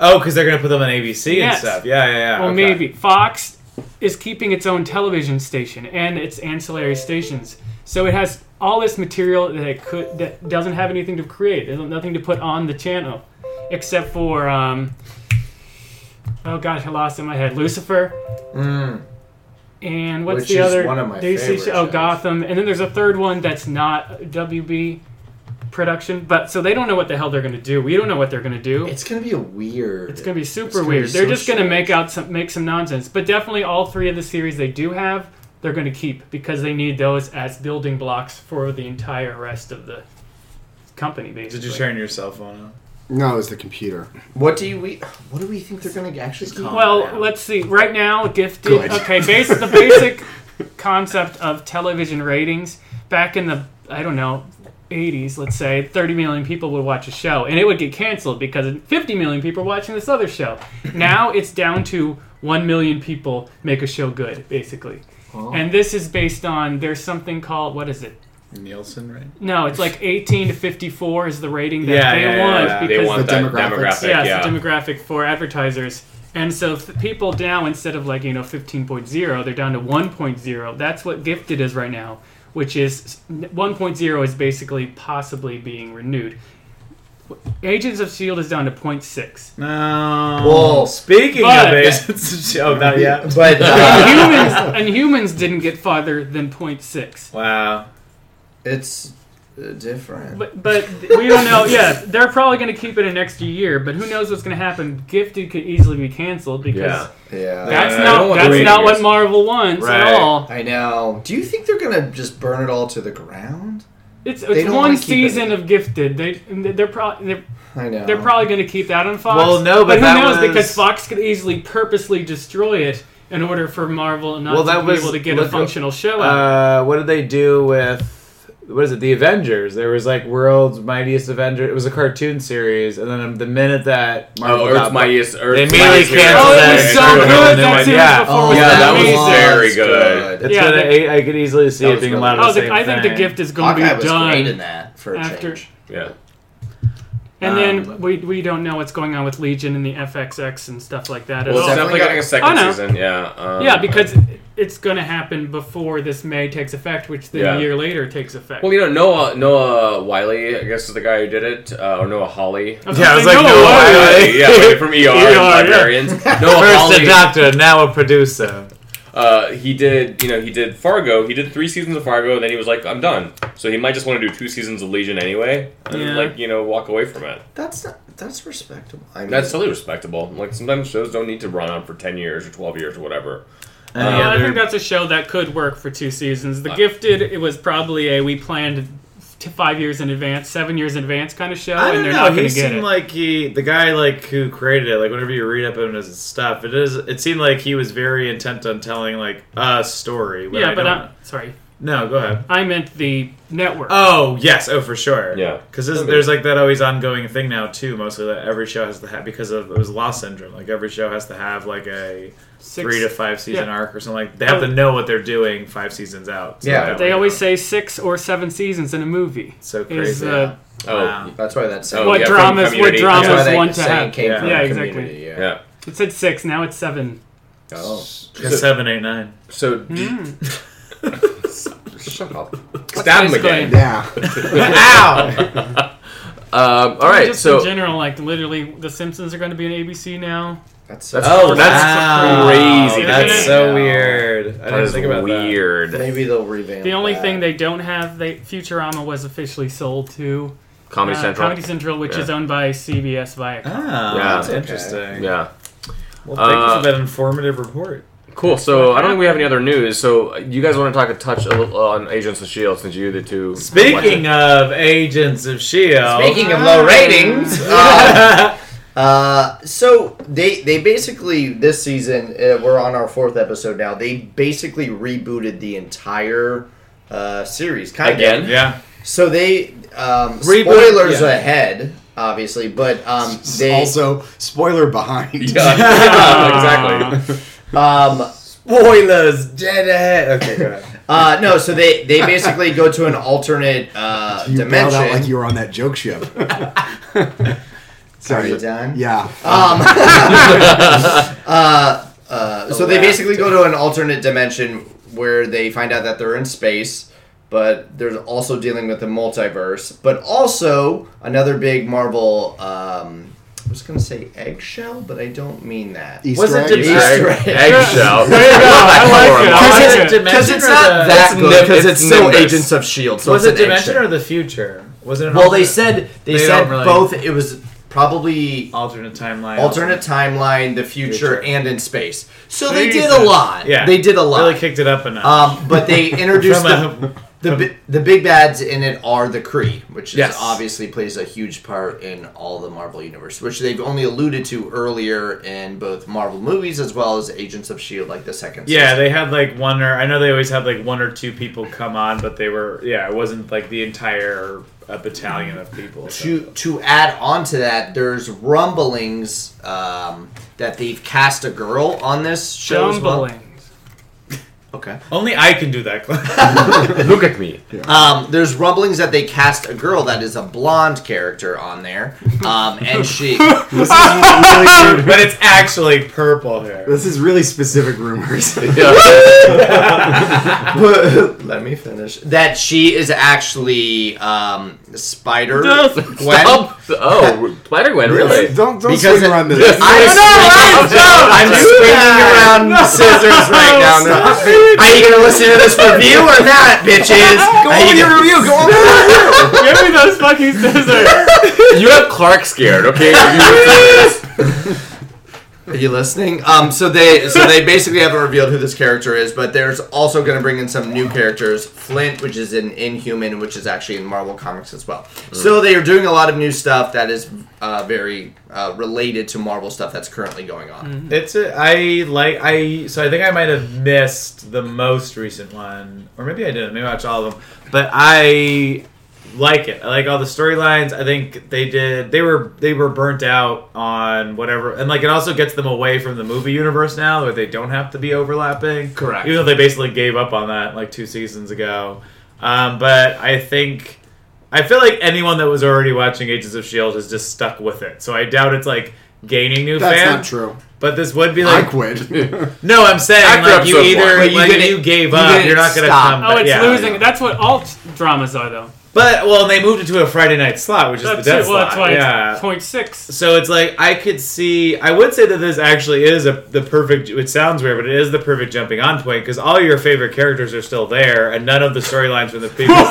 Speaker 2: Oh, because they're gonna put them on ABC
Speaker 4: Yes.
Speaker 2: and stuff. Yeah, yeah, yeah.
Speaker 4: well
Speaker 2: okay.
Speaker 4: maybe Fox is keeping its own television station and its ancillary stations. So it has all this material that it could that doesn't have anything to create. There's nothing to put on the channel except for um Oh gosh, I lost it in my head. Lucifer. And what's
Speaker 5: Hmm. Which
Speaker 4: the
Speaker 5: is
Speaker 4: other
Speaker 5: one of my
Speaker 4: DC
Speaker 5: favorite
Speaker 4: show- Oh,
Speaker 5: shows.
Speaker 4: Gotham. And then there's a third one that's not WB production, but so they don't know what the hell they're going to do. We don't know what they're going to do.
Speaker 5: It's gonna be a weird.
Speaker 4: It's gonna be super
Speaker 5: gonna be
Speaker 4: weird.
Speaker 5: so
Speaker 4: they're just gonna
Speaker 5: strange.
Speaker 4: make out some make some nonsense. But definitely all three of the series they do have, they're gonna keep because they need those as building blocks for the entire rest of the company basically.
Speaker 2: Did you turn your cell phone on?
Speaker 3: No, it's the computer.
Speaker 5: What do you we? What do we think they're gonna actually keep?
Speaker 4: well,
Speaker 2: Yeah.
Speaker 4: let's see. Right now, gifted.
Speaker 3: Good.
Speaker 4: Okay, base the basic concept of television ratings back in the I don't know 80s. Let's say 30 million people would watch a show, and it would get canceled because 50 million people are watching this other show. now it's down to one million people make a show good, basically. And this is based on there's something called what is it?
Speaker 2: Nielsen, right?
Speaker 4: No, it's like 18 to 54 is the rating that
Speaker 2: Yeah,
Speaker 4: they
Speaker 2: yeah, yeah,
Speaker 4: want
Speaker 2: yeah. They
Speaker 4: because
Speaker 1: they want
Speaker 3: The
Speaker 1: that
Speaker 3: demographics.
Speaker 1: demographic.
Speaker 4: yeah,
Speaker 1: yeah.
Speaker 4: it's a demographic for advertisers. And so f- people now, instead of like, you know, 15.0, they're down to 1.0. That's what Gifted is right now, which is 1.0 is basically possibly being renewed. Agents of S.H.I.E.L.D. E is down to 0.6.
Speaker 2: No.
Speaker 5: Well,
Speaker 2: speaking
Speaker 4: but-
Speaker 2: of agents, oh, not yet.
Speaker 5: But uh,
Speaker 4: humans, and humans didn't get farther than 0.6.
Speaker 2: Wow.
Speaker 5: it's uh, different.
Speaker 4: But, but we don't know. Yeah, they're probably going to keep it an extra year, but who knows what's going to happen? Gifted could easily be canceled because
Speaker 1: Yeah. Uh,
Speaker 5: yeah.
Speaker 4: that's
Speaker 2: Yeah,
Speaker 1: don't
Speaker 2: I
Speaker 4: not
Speaker 1: want
Speaker 4: that's
Speaker 1: the
Speaker 4: not
Speaker 1: ratings.
Speaker 4: what Marvel wants
Speaker 2: Right.
Speaker 4: at all.
Speaker 5: I know. Do you think they're gonna just burn it all to the ground?
Speaker 4: It's,
Speaker 5: They
Speaker 4: it's
Speaker 5: don't
Speaker 4: one
Speaker 5: wanna keep
Speaker 4: season of Gifted. They they're probably they're,
Speaker 5: I know.
Speaker 4: they're probably going to keep that on Fox.
Speaker 2: Well, no, but
Speaker 4: who
Speaker 2: that
Speaker 4: knows? Because
Speaker 2: was-
Speaker 4: Fox could easily purposely destroy it in order for Marvel not
Speaker 2: Well,
Speaker 4: to
Speaker 2: that
Speaker 4: be
Speaker 2: was-
Speaker 4: able to get a
Speaker 2: look-
Speaker 4: functional show out.
Speaker 2: Uh, what did they do with? What is it? The Avengers. There was like World's Mightiest Avenger. It was a cartoon series, and then the minute that Marvel
Speaker 1: Oh, Earth's
Speaker 2: got
Speaker 1: Mightiest. Earth's
Speaker 2: They immediately
Speaker 1: Mightiest Heroes.
Speaker 2: canceled
Speaker 4: oh, it
Speaker 2: that. that's true. Then went,
Speaker 4: was so good Oh, that season
Speaker 2: yeah.
Speaker 4: before.
Speaker 1: yeah, that was
Speaker 4: amazing.
Speaker 1: very good.
Speaker 5: good.
Speaker 2: It's
Speaker 4: Yeah,
Speaker 2: gonna,
Speaker 4: they-
Speaker 2: I, I could easily see
Speaker 5: That
Speaker 2: it
Speaker 5: was
Speaker 2: being a
Speaker 5: really
Speaker 2: lot
Speaker 4: I
Speaker 2: of
Speaker 4: was
Speaker 2: the
Speaker 4: like,
Speaker 2: same
Speaker 4: I think the
Speaker 2: thing.
Speaker 4: gift is going
Speaker 5: Hawkeye
Speaker 4: to be
Speaker 5: was great in
Speaker 4: done.
Speaker 5: that for a
Speaker 4: after-
Speaker 5: change.
Speaker 1: Yeah.
Speaker 4: And then
Speaker 2: Um,
Speaker 4: we we don't know what's going on with Legion and the FXX and stuff like that at
Speaker 1: Well, it's
Speaker 4: all.
Speaker 1: definitely
Speaker 5: definitely
Speaker 1: getting a
Speaker 4: I
Speaker 1: second
Speaker 4: know.
Speaker 1: season. Yeah. Um,
Speaker 4: yeah, because it's going to happen before this May takes effect, which then
Speaker 1: Yeah.
Speaker 4: a year later takes effect.
Speaker 1: Well, you know Noah Noah Wiley, I guess is the guy who did it, uh, or Noah Hawley.
Speaker 2: Yeah, I was like,
Speaker 4: No,
Speaker 2: no,
Speaker 4: why?
Speaker 2: why?
Speaker 1: yeah, like from ER, and
Speaker 4: E yeah.
Speaker 1: librarians. Noah
Speaker 2: First a
Speaker 1: Hawley,
Speaker 2: doctor, now a producer.
Speaker 1: uh, he did you know he did Fargo. He did three seasons of Fargo, and then he was like, I'm done. So he might just want to do two seasons of Legion anyway, and
Speaker 4: Yeah.
Speaker 1: like you know walk away from it.
Speaker 5: That's not, that's respectable. I mean,
Speaker 1: That's totally respectable. Like sometimes shows don't need to run on for ten years or twelve years or whatever. Uh,
Speaker 2: Any
Speaker 4: Yeah, I
Speaker 2: other-
Speaker 4: think that's a show that could work for two seasons. The Gifted, it was probably a we planned t- five years in advance, seven years in advance kind of show,
Speaker 2: I don't
Speaker 4: and they're
Speaker 2: know.
Speaker 4: not
Speaker 2: He
Speaker 4: going to get
Speaker 2: seemed
Speaker 4: it.
Speaker 2: like he, the guy like who created it, like whenever you read up on his stuff, it is. It seemed like he was very intent on telling like a story.
Speaker 4: yeah,
Speaker 2: I
Speaker 4: but
Speaker 2: don't-
Speaker 4: i sorry,
Speaker 2: no, go ahead.
Speaker 4: I meant the network.
Speaker 2: Oh yes, oh for sure.
Speaker 1: Yeah.
Speaker 2: because there's like that always ongoing thing now too. Mostly that every show has to have because of it was Lost syndrome. Like every show has to have like a
Speaker 4: Six-
Speaker 2: three to five season
Speaker 4: yeah. Oh.
Speaker 2: arc or something. Like they have to know what they're doing five seasons out. So
Speaker 5: Yeah,
Speaker 2: that
Speaker 4: They
Speaker 2: way-
Speaker 4: always say six or seven seasons in a movie.
Speaker 2: So
Speaker 4: Is uh,
Speaker 2: crazy.
Speaker 4: the
Speaker 1: Oh,
Speaker 2: Wow.
Speaker 5: that's why that's
Speaker 1: Oh,
Speaker 4: what
Speaker 1: yeah, from
Speaker 4: dramas? What
Speaker 1: Community.
Speaker 5: that's why
Speaker 4: dramas
Speaker 5: that
Speaker 4: want to
Speaker 5: saying
Speaker 4: have?
Speaker 5: came from
Speaker 4: Yeah,
Speaker 5: the
Speaker 4: exactly.
Speaker 5: community. Yeah.
Speaker 1: yeah.
Speaker 4: It said six. Now it's seven.
Speaker 5: Oh.
Speaker 2: Because seven, eight, nine.
Speaker 1: So d-
Speaker 4: Hmm.
Speaker 5: Shut up.
Speaker 1: stab him
Speaker 4: basically-
Speaker 1: again.
Speaker 3: Yeah.
Speaker 5: Ow!
Speaker 1: Um, all right,
Speaker 4: Just
Speaker 1: so
Speaker 4: in general, like literally, The Simpsons are going to be on ABC now.
Speaker 5: That's,
Speaker 1: Oh,
Speaker 2: Wow.
Speaker 1: that's crazy.
Speaker 2: That's so
Speaker 5: Yeah.
Speaker 2: weird. I
Speaker 1: that
Speaker 2: didn't
Speaker 1: is
Speaker 2: think about that.
Speaker 1: weird.
Speaker 5: Maybe they'll revamp.
Speaker 4: The only
Speaker 5: that.
Speaker 4: thing they don't have, they Futurama was officially sold to
Speaker 1: Comedy
Speaker 4: uh,
Speaker 1: Central.
Speaker 4: Comedy Central, which
Speaker 1: Yeah.
Speaker 4: is owned by CBS Viacom.
Speaker 2: Ah,
Speaker 1: Yeah.
Speaker 2: that's
Speaker 5: Okay.
Speaker 2: interesting.
Speaker 1: yeah.
Speaker 2: Well, thank
Speaker 1: Uh,
Speaker 2: you for that informative report.
Speaker 1: Cool. So I don't think we have any other news. So uh, you guys want to talk a touch a little uh, on Agents of Shield E since you the two.
Speaker 2: Speaking of Agents of Shield,
Speaker 5: Speaking of low ratings, uh, uh, so they they basically this season uh, we're on our fourth episode now. They basically rebooted the entire uh, series kind
Speaker 1: Again?
Speaker 2: yeah,
Speaker 5: Of. So they um,
Speaker 2: Reboot-
Speaker 5: spoilers
Speaker 2: yeah.
Speaker 5: ahead, obviously, but um,
Speaker 3: S-
Speaker 5: they
Speaker 3: also, spoiler behind.
Speaker 1: yeah, exactly.
Speaker 5: um, Spoilers, dead ahead. Okay, go ahead. Uh, no, so they they basically go to an alternate uh,
Speaker 3: You bailed
Speaker 5: dimension.
Speaker 3: out like you were on that joke ship.
Speaker 5: Are you
Speaker 3: Sorry.
Speaker 5: done?
Speaker 3: Yeah.
Speaker 5: Uh, so they
Speaker 1: Galactic.
Speaker 5: basically go to an alternate dimension where they find out that they're in space, but they're also dealing with the multiverse. But also another big Marvel. Um, I was gonna say eggshell, but I don't mean that.
Speaker 3: Easter
Speaker 2: Was it
Speaker 3: egg?
Speaker 2: Did-
Speaker 1: Easter egg-
Speaker 5: Easter egg.
Speaker 1: Eggshell.
Speaker 4: There you go. I like it. I
Speaker 1: Horrible.
Speaker 4: like
Speaker 5: Because
Speaker 4: it.
Speaker 5: it's, because it's not
Speaker 1: That's
Speaker 5: that good.
Speaker 1: nim-
Speaker 5: Because it's,
Speaker 1: it's
Speaker 5: still
Speaker 1: Nimbus.
Speaker 5: Agents of Shield. E So
Speaker 2: was
Speaker 5: it's
Speaker 2: it
Speaker 5: an
Speaker 2: dimension
Speaker 5: eggshell.
Speaker 2: or the future? Was it? An
Speaker 5: Well,
Speaker 2: alternate-
Speaker 5: they said they,
Speaker 2: They
Speaker 5: said
Speaker 2: don't really-
Speaker 5: both. It was probably
Speaker 2: alternate timeline.
Speaker 5: alternate timeline, the future,
Speaker 2: Future.
Speaker 5: and in space. So they did
Speaker 4: Jesus.
Speaker 5: a lot.
Speaker 2: Yeah,
Speaker 5: they did a lot.
Speaker 2: Really kicked it up a notch.
Speaker 5: Um, but they introduced
Speaker 2: From a-
Speaker 5: the, the bi- the big bads in it are the Kree, which is
Speaker 2: Yes.
Speaker 5: obviously plays a huge part in all the Marvel universe, which they've only alluded to earlier in both Marvel movies as well as Agents of Shield, E like the second.
Speaker 2: yeah,
Speaker 5: season.
Speaker 2: they had like one or I know they always had like one or two people come on, but they were yeah, it wasn't like the entire uh, battalion of people. so-
Speaker 5: to to add on to that, there's rumblings um, that they've cast a girl on this show as well.
Speaker 4: Jumblings.
Speaker 5: Okay.
Speaker 2: Only I can do that. Glenn.
Speaker 1: Look at me.
Speaker 5: Um, there's rumblings that they cast a girl that is a blonde character on there, um, and she.
Speaker 3: This is really weird.
Speaker 2: but it's actually purple hair.
Speaker 3: This is really specific rumors.
Speaker 5: Let me finish. That she is actually um, Spider
Speaker 4: No,
Speaker 5: Gwen.
Speaker 1: Stop. Oh, Spider Gwen, really?
Speaker 3: don't don't
Speaker 5: Because
Speaker 3: swing
Speaker 5: it-
Speaker 3: around this.
Speaker 5: I'm,
Speaker 1: no, no,
Speaker 5: I'm
Speaker 1: don't do
Speaker 5: swinging
Speaker 1: that.
Speaker 5: around scissors right now.
Speaker 3: stop
Speaker 5: Are you gonna listen to this review or not, bitches? Go
Speaker 3: Go on your review. Go on your review.
Speaker 4: Give me those fucking scissors.
Speaker 1: You have Clark scared, okay? You-
Speaker 5: Are you listening? Um, so they so they basically haven't revealed who this character is, but there's also going to bring in some new characters. Flint, which is an Inhuman, which is actually in Marvel Comics as well. So they are doing a lot of new stuff that is uh, very uh, related to Marvel stuff that's currently going on.
Speaker 3: Mm-hmm.
Speaker 2: It's a, I like I so I think I might have missed the most recent one, or maybe I didn't. Maybe I watched all of them, but I like it. I like all the storylines. I think they did. They were they were burnt out on whatever, and like it also gets them away from the movie universe now, where they don't have to be overlapping.
Speaker 1: Correct.
Speaker 2: Even though they basically gave up on that like two seasons ago, um, but I think. I feel like anyone that was already watching Agents of Shield E has just stuck with it, so I doubt it's like gaining new
Speaker 3: That's
Speaker 2: fans.
Speaker 3: not true.
Speaker 2: But this would be
Speaker 3: I
Speaker 2: like
Speaker 3: quit.
Speaker 2: no, I'm saying
Speaker 1: After
Speaker 2: like you
Speaker 1: episode
Speaker 2: either
Speaker 1: one.
Speaker 2: like,
Speaker 5: But
Speaker 2: you,
Speaker 5: you didn't-
Speaker 2: gave
Speaker 5: you
Speaker 2: up,
Speaker 5: didn't
Speaker 2: you're not gonna
Speaker 5: stop.
Speaker 2: come.
Speaker 4: Oh,
Speaker 2: back.
Speaker 4: it's
Speaker 2: yeah.
Speaker 4: losing. That's what alt dramas are, though.
Speaker 2: But well, they moved it to a Friday night slot, which is the
Speaker 4: That's
Speaker 2: dead
Speaker 4: it. Well, that's
Speaker 2: slot.
Speaker 4: why
Speaker 2: yeah.
Speaker 4: it's point six.
Speaker 2: So it's like I could see. I would say that this actually is a the perfect. It sounds weird, but it is the perfect jumping on point because all your favorite characters are still there, and none of the storylines from the previous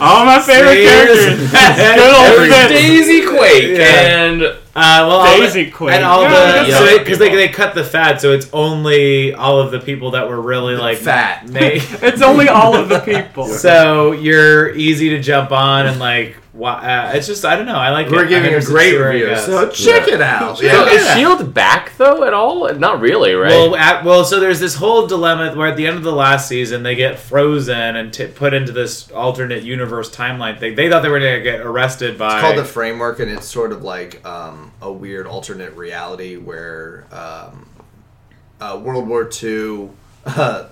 Speaker 4: All my favorite characters. Good old
Speaker 1: Every
Speaker 4: Vince.
Speaker 1: Daisy Quake
Speaker 2: Yeah.
Speaker 1: and
Speaker 2: Uh, well,
Speaker 4: Daisy
Speaker 2: all the,
Speaker 4: Quake.
Speaker 2: and all
Speaker 4: Yeah,
Speaker 2: the
Speaker 1: that's-
Speaker 2: because they, they cut the fat, so it's only all of the people that were really like
Speaker 5: fat.
Speaker 2: Made.
Speaker 4: It's only all of the people.
Speaker 2: So you're easy to jump on and like. Why, uh, it's just I don't know. I like.
Speaker 5: We're
Speaker 2: it.
Speaker 5: giving
Speaker 2: I
Speaker 5: a
Speaker 2: guess
Speaker 5: great
Speaker 2: it's where it
Speaker 5: review,
Speaker 2: goes.
Speaker 5: so check
Speaker 1: Yeah.
Speaker 5: it out.
Speaker 1: So
Speaker 5: Yeah.
Speaker 1: is Shield E back though at all? Not really, right?
Speaker 2: Well, at, well, so there's this whole dilemma where at the end of the last season they get frozen and t- put into this alternate universe timeline thing. They thought they were going to get arrested by.
Speaker 5: It's called the framework, and it's sort of like um, a weird alternate reality where um, uh, World War II. Uh,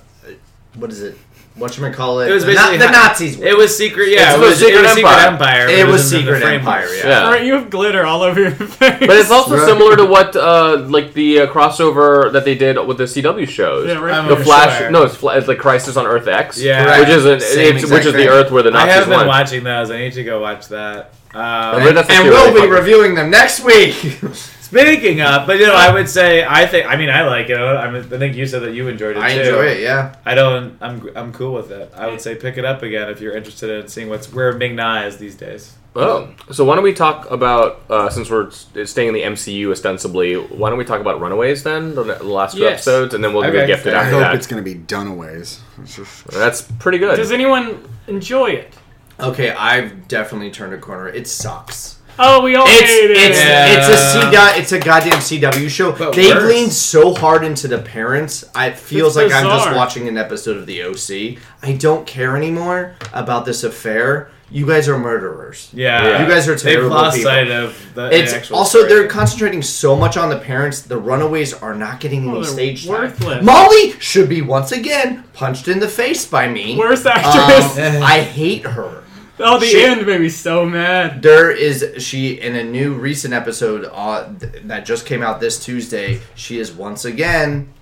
Speaker 5: what is it? What you call it?
Speaker 2: It was
Speaker 5: the,
Speaker 2: basically
Speaker 5: the Nazis.
Speaker 2: it was secret. Yeah,
Speaker 1: It's
Speaker 2: it
Speaker 1: the
Speaker 2: was
Speaker 1: Secret
Speaker 2: it was
Speaker 1: Empire.
Speaker 2: Empire. but
Speaker 5: It was
Speaker 2: in the
Speaker 5: Secret
Speaker 2: framework.
Speaker 5: Empire. Yeah.
Speaker 1: yeah.
Speaker 4: All right, you have glitter all over your face.
Speaker 1: But it's also
Speaker 3: Right.
Speaker 1: similar to what uh, like the uh, crossover that they did with the CW shows.
Speaker 4: Yeah, right.
Speaker 2: I'm
Speaker 1: The
Speaker 2: Oh, For
Speaker 1: Flash,
Speaker 2: sure.
Speaker 1: no, it's, Fla- it's like Crisis on Earth X,
Speaker 2: Yeah.
Speaker 1: which is an,
Speaker 5: Same
Speaker 1: it's,
Speaker 5: exact
Speaker 1: which is
Speaker 5: thing.
Speaker 1: the Earth where the
Speaker 2: I
Speaker 1: Nazis
Speaker 2: have been
Speaker 1: won.
Speaker 2: watching those. I need to go watch that. Um,
Speaker 1: But that's a
Speaker 5: And
Speaker 1: theory,
Speaker 5: we'll be
Speaker 1: like-
Speaker 5: reviewing them next week.
Speaker 2: Speaking of, but you know, I would say I think I mean I like it. I, mean, I think you said that you enjoyed it
Speaker 5: I
Speaker 2: too.
Speaker 5: enjoy it. Yeah.
Speaker 2: I don't. I'm I'm cool with it. I would say pick it up again if you're interested in seeing what's where Ming Na is these days.
Speaker 1: Oh, so why don't we talk about uh, since we're st- staying in the MCU ostensibly? Why don't we talk about Runaways then, the the last two
Speaker 4: Yes.
Speaker 1: episodes, and then we'll
Speaker 2: Okay.
Speaker 1: do Gifted
Speaker 3: I
Speaker 1: after
Speaker 3: hope
Speaker 1: that.
Speaker 3: it's going to be Dunaways. It's just-
Speaker 1: That's pretty good.
Speaker 4: Does anyone enjoy it?
Speaker 5: Okay, I've definitely turned a corner. It sucks.
Speaker 4: Oh, we all
Speaker 5: It's
Speaker 4: hate it.
Speaker 5: it's
Speaker 2: Yeah.
Speaker 5: it's a C dot. It's a goddamn CW show.
Speaker 2: But
Speaker 5: They've
Speaker 2: worse.
Speaker 5: leaned so hard into the parents. I, it feels
Speaker 4: It's
Speaker 5: like I'm just
Speaker 4: bizarre.
Speaker 5: watching an episode of The OC. I don't care anymore about this affair. you guys are murderers.
Speaker 2: Yeah.
Speaker 1: Yeah.
Speaker 5: You guys are
Speaker 2: They've
Speaker 5: terrible
Speaker 2: lost
Speaker 5: people.
Speaker 2: sight of the, the
Speaker 5: It's
Speaker 2: actual
Speaker 5: also
Speaker 2: story.
Speaker 5: they're concentrating so much on the parents. The Runaways are not getting any
Speaker 4: Well, Oh, they're
Speaker 5: stage
Speaker 4: worthless.
Speaker 5: time. Molly should be once again punched in the face by me.
Speaker 4: Worst actress.
Speaker 5: Um, I hate her.
Speaker 4: oh, the
Speaker 5: shit.
Speaker 4: end made me so mad.
Speaker 5: There is she in a new recent episode uh, th- that just came out this Tuesday. She is once again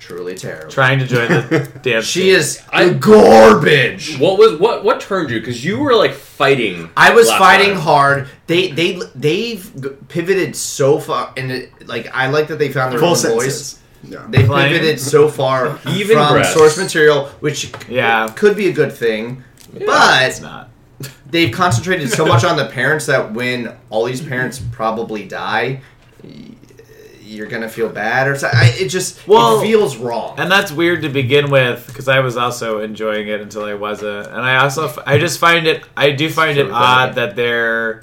Speaker 5: truly terrible.
Speaker 2: trying to join the dance.
Speaker 5: She
Speaker 2: team.
Speaker 5: is
Speaker 1: I-
Speaker 5: garbage.
Speaker 1: What was what what turned you? Because you were like fighting.
Speaker 5: I was
Speaker 1: last
Speaker 5: fighting
Speaker 1: time.
Speaker 5: hard. They they they've g- pivoted so far, and it, like I like that they found their
Speaker 3: Full
Speaker 5: own
Speaker 3: sentences.
Speaker 5: voice.
Speaker 3: Yeah.
Speaker 5: They
Speaker 2: Playing.
Speaker 5: pivoted so far
Speaker 1: Even
Speaker 5: from
Speaker 1: breaths.
Speaker 5: source material, which
Speaker 2: Yeah.
Speaker 5: could be a good thing.
Speaker 2: It's
Speaker 5: But
Speaker 2: not.
Speaker 5: they've concentrated so much on the parents that when all these parents probably die, y- you're gonna feel bad or so. I, it just
Speaker 2: Well,
Speaker 5: it feels wrong.
Speaker 2: And that's weird to begin with because I was also enjoying it until I wasn't. And I also, f- I just find it, I do find it
Speaker 1: Sure,
Speaker 2: odd
Speaker 1: right.
Speaker 2: that they're,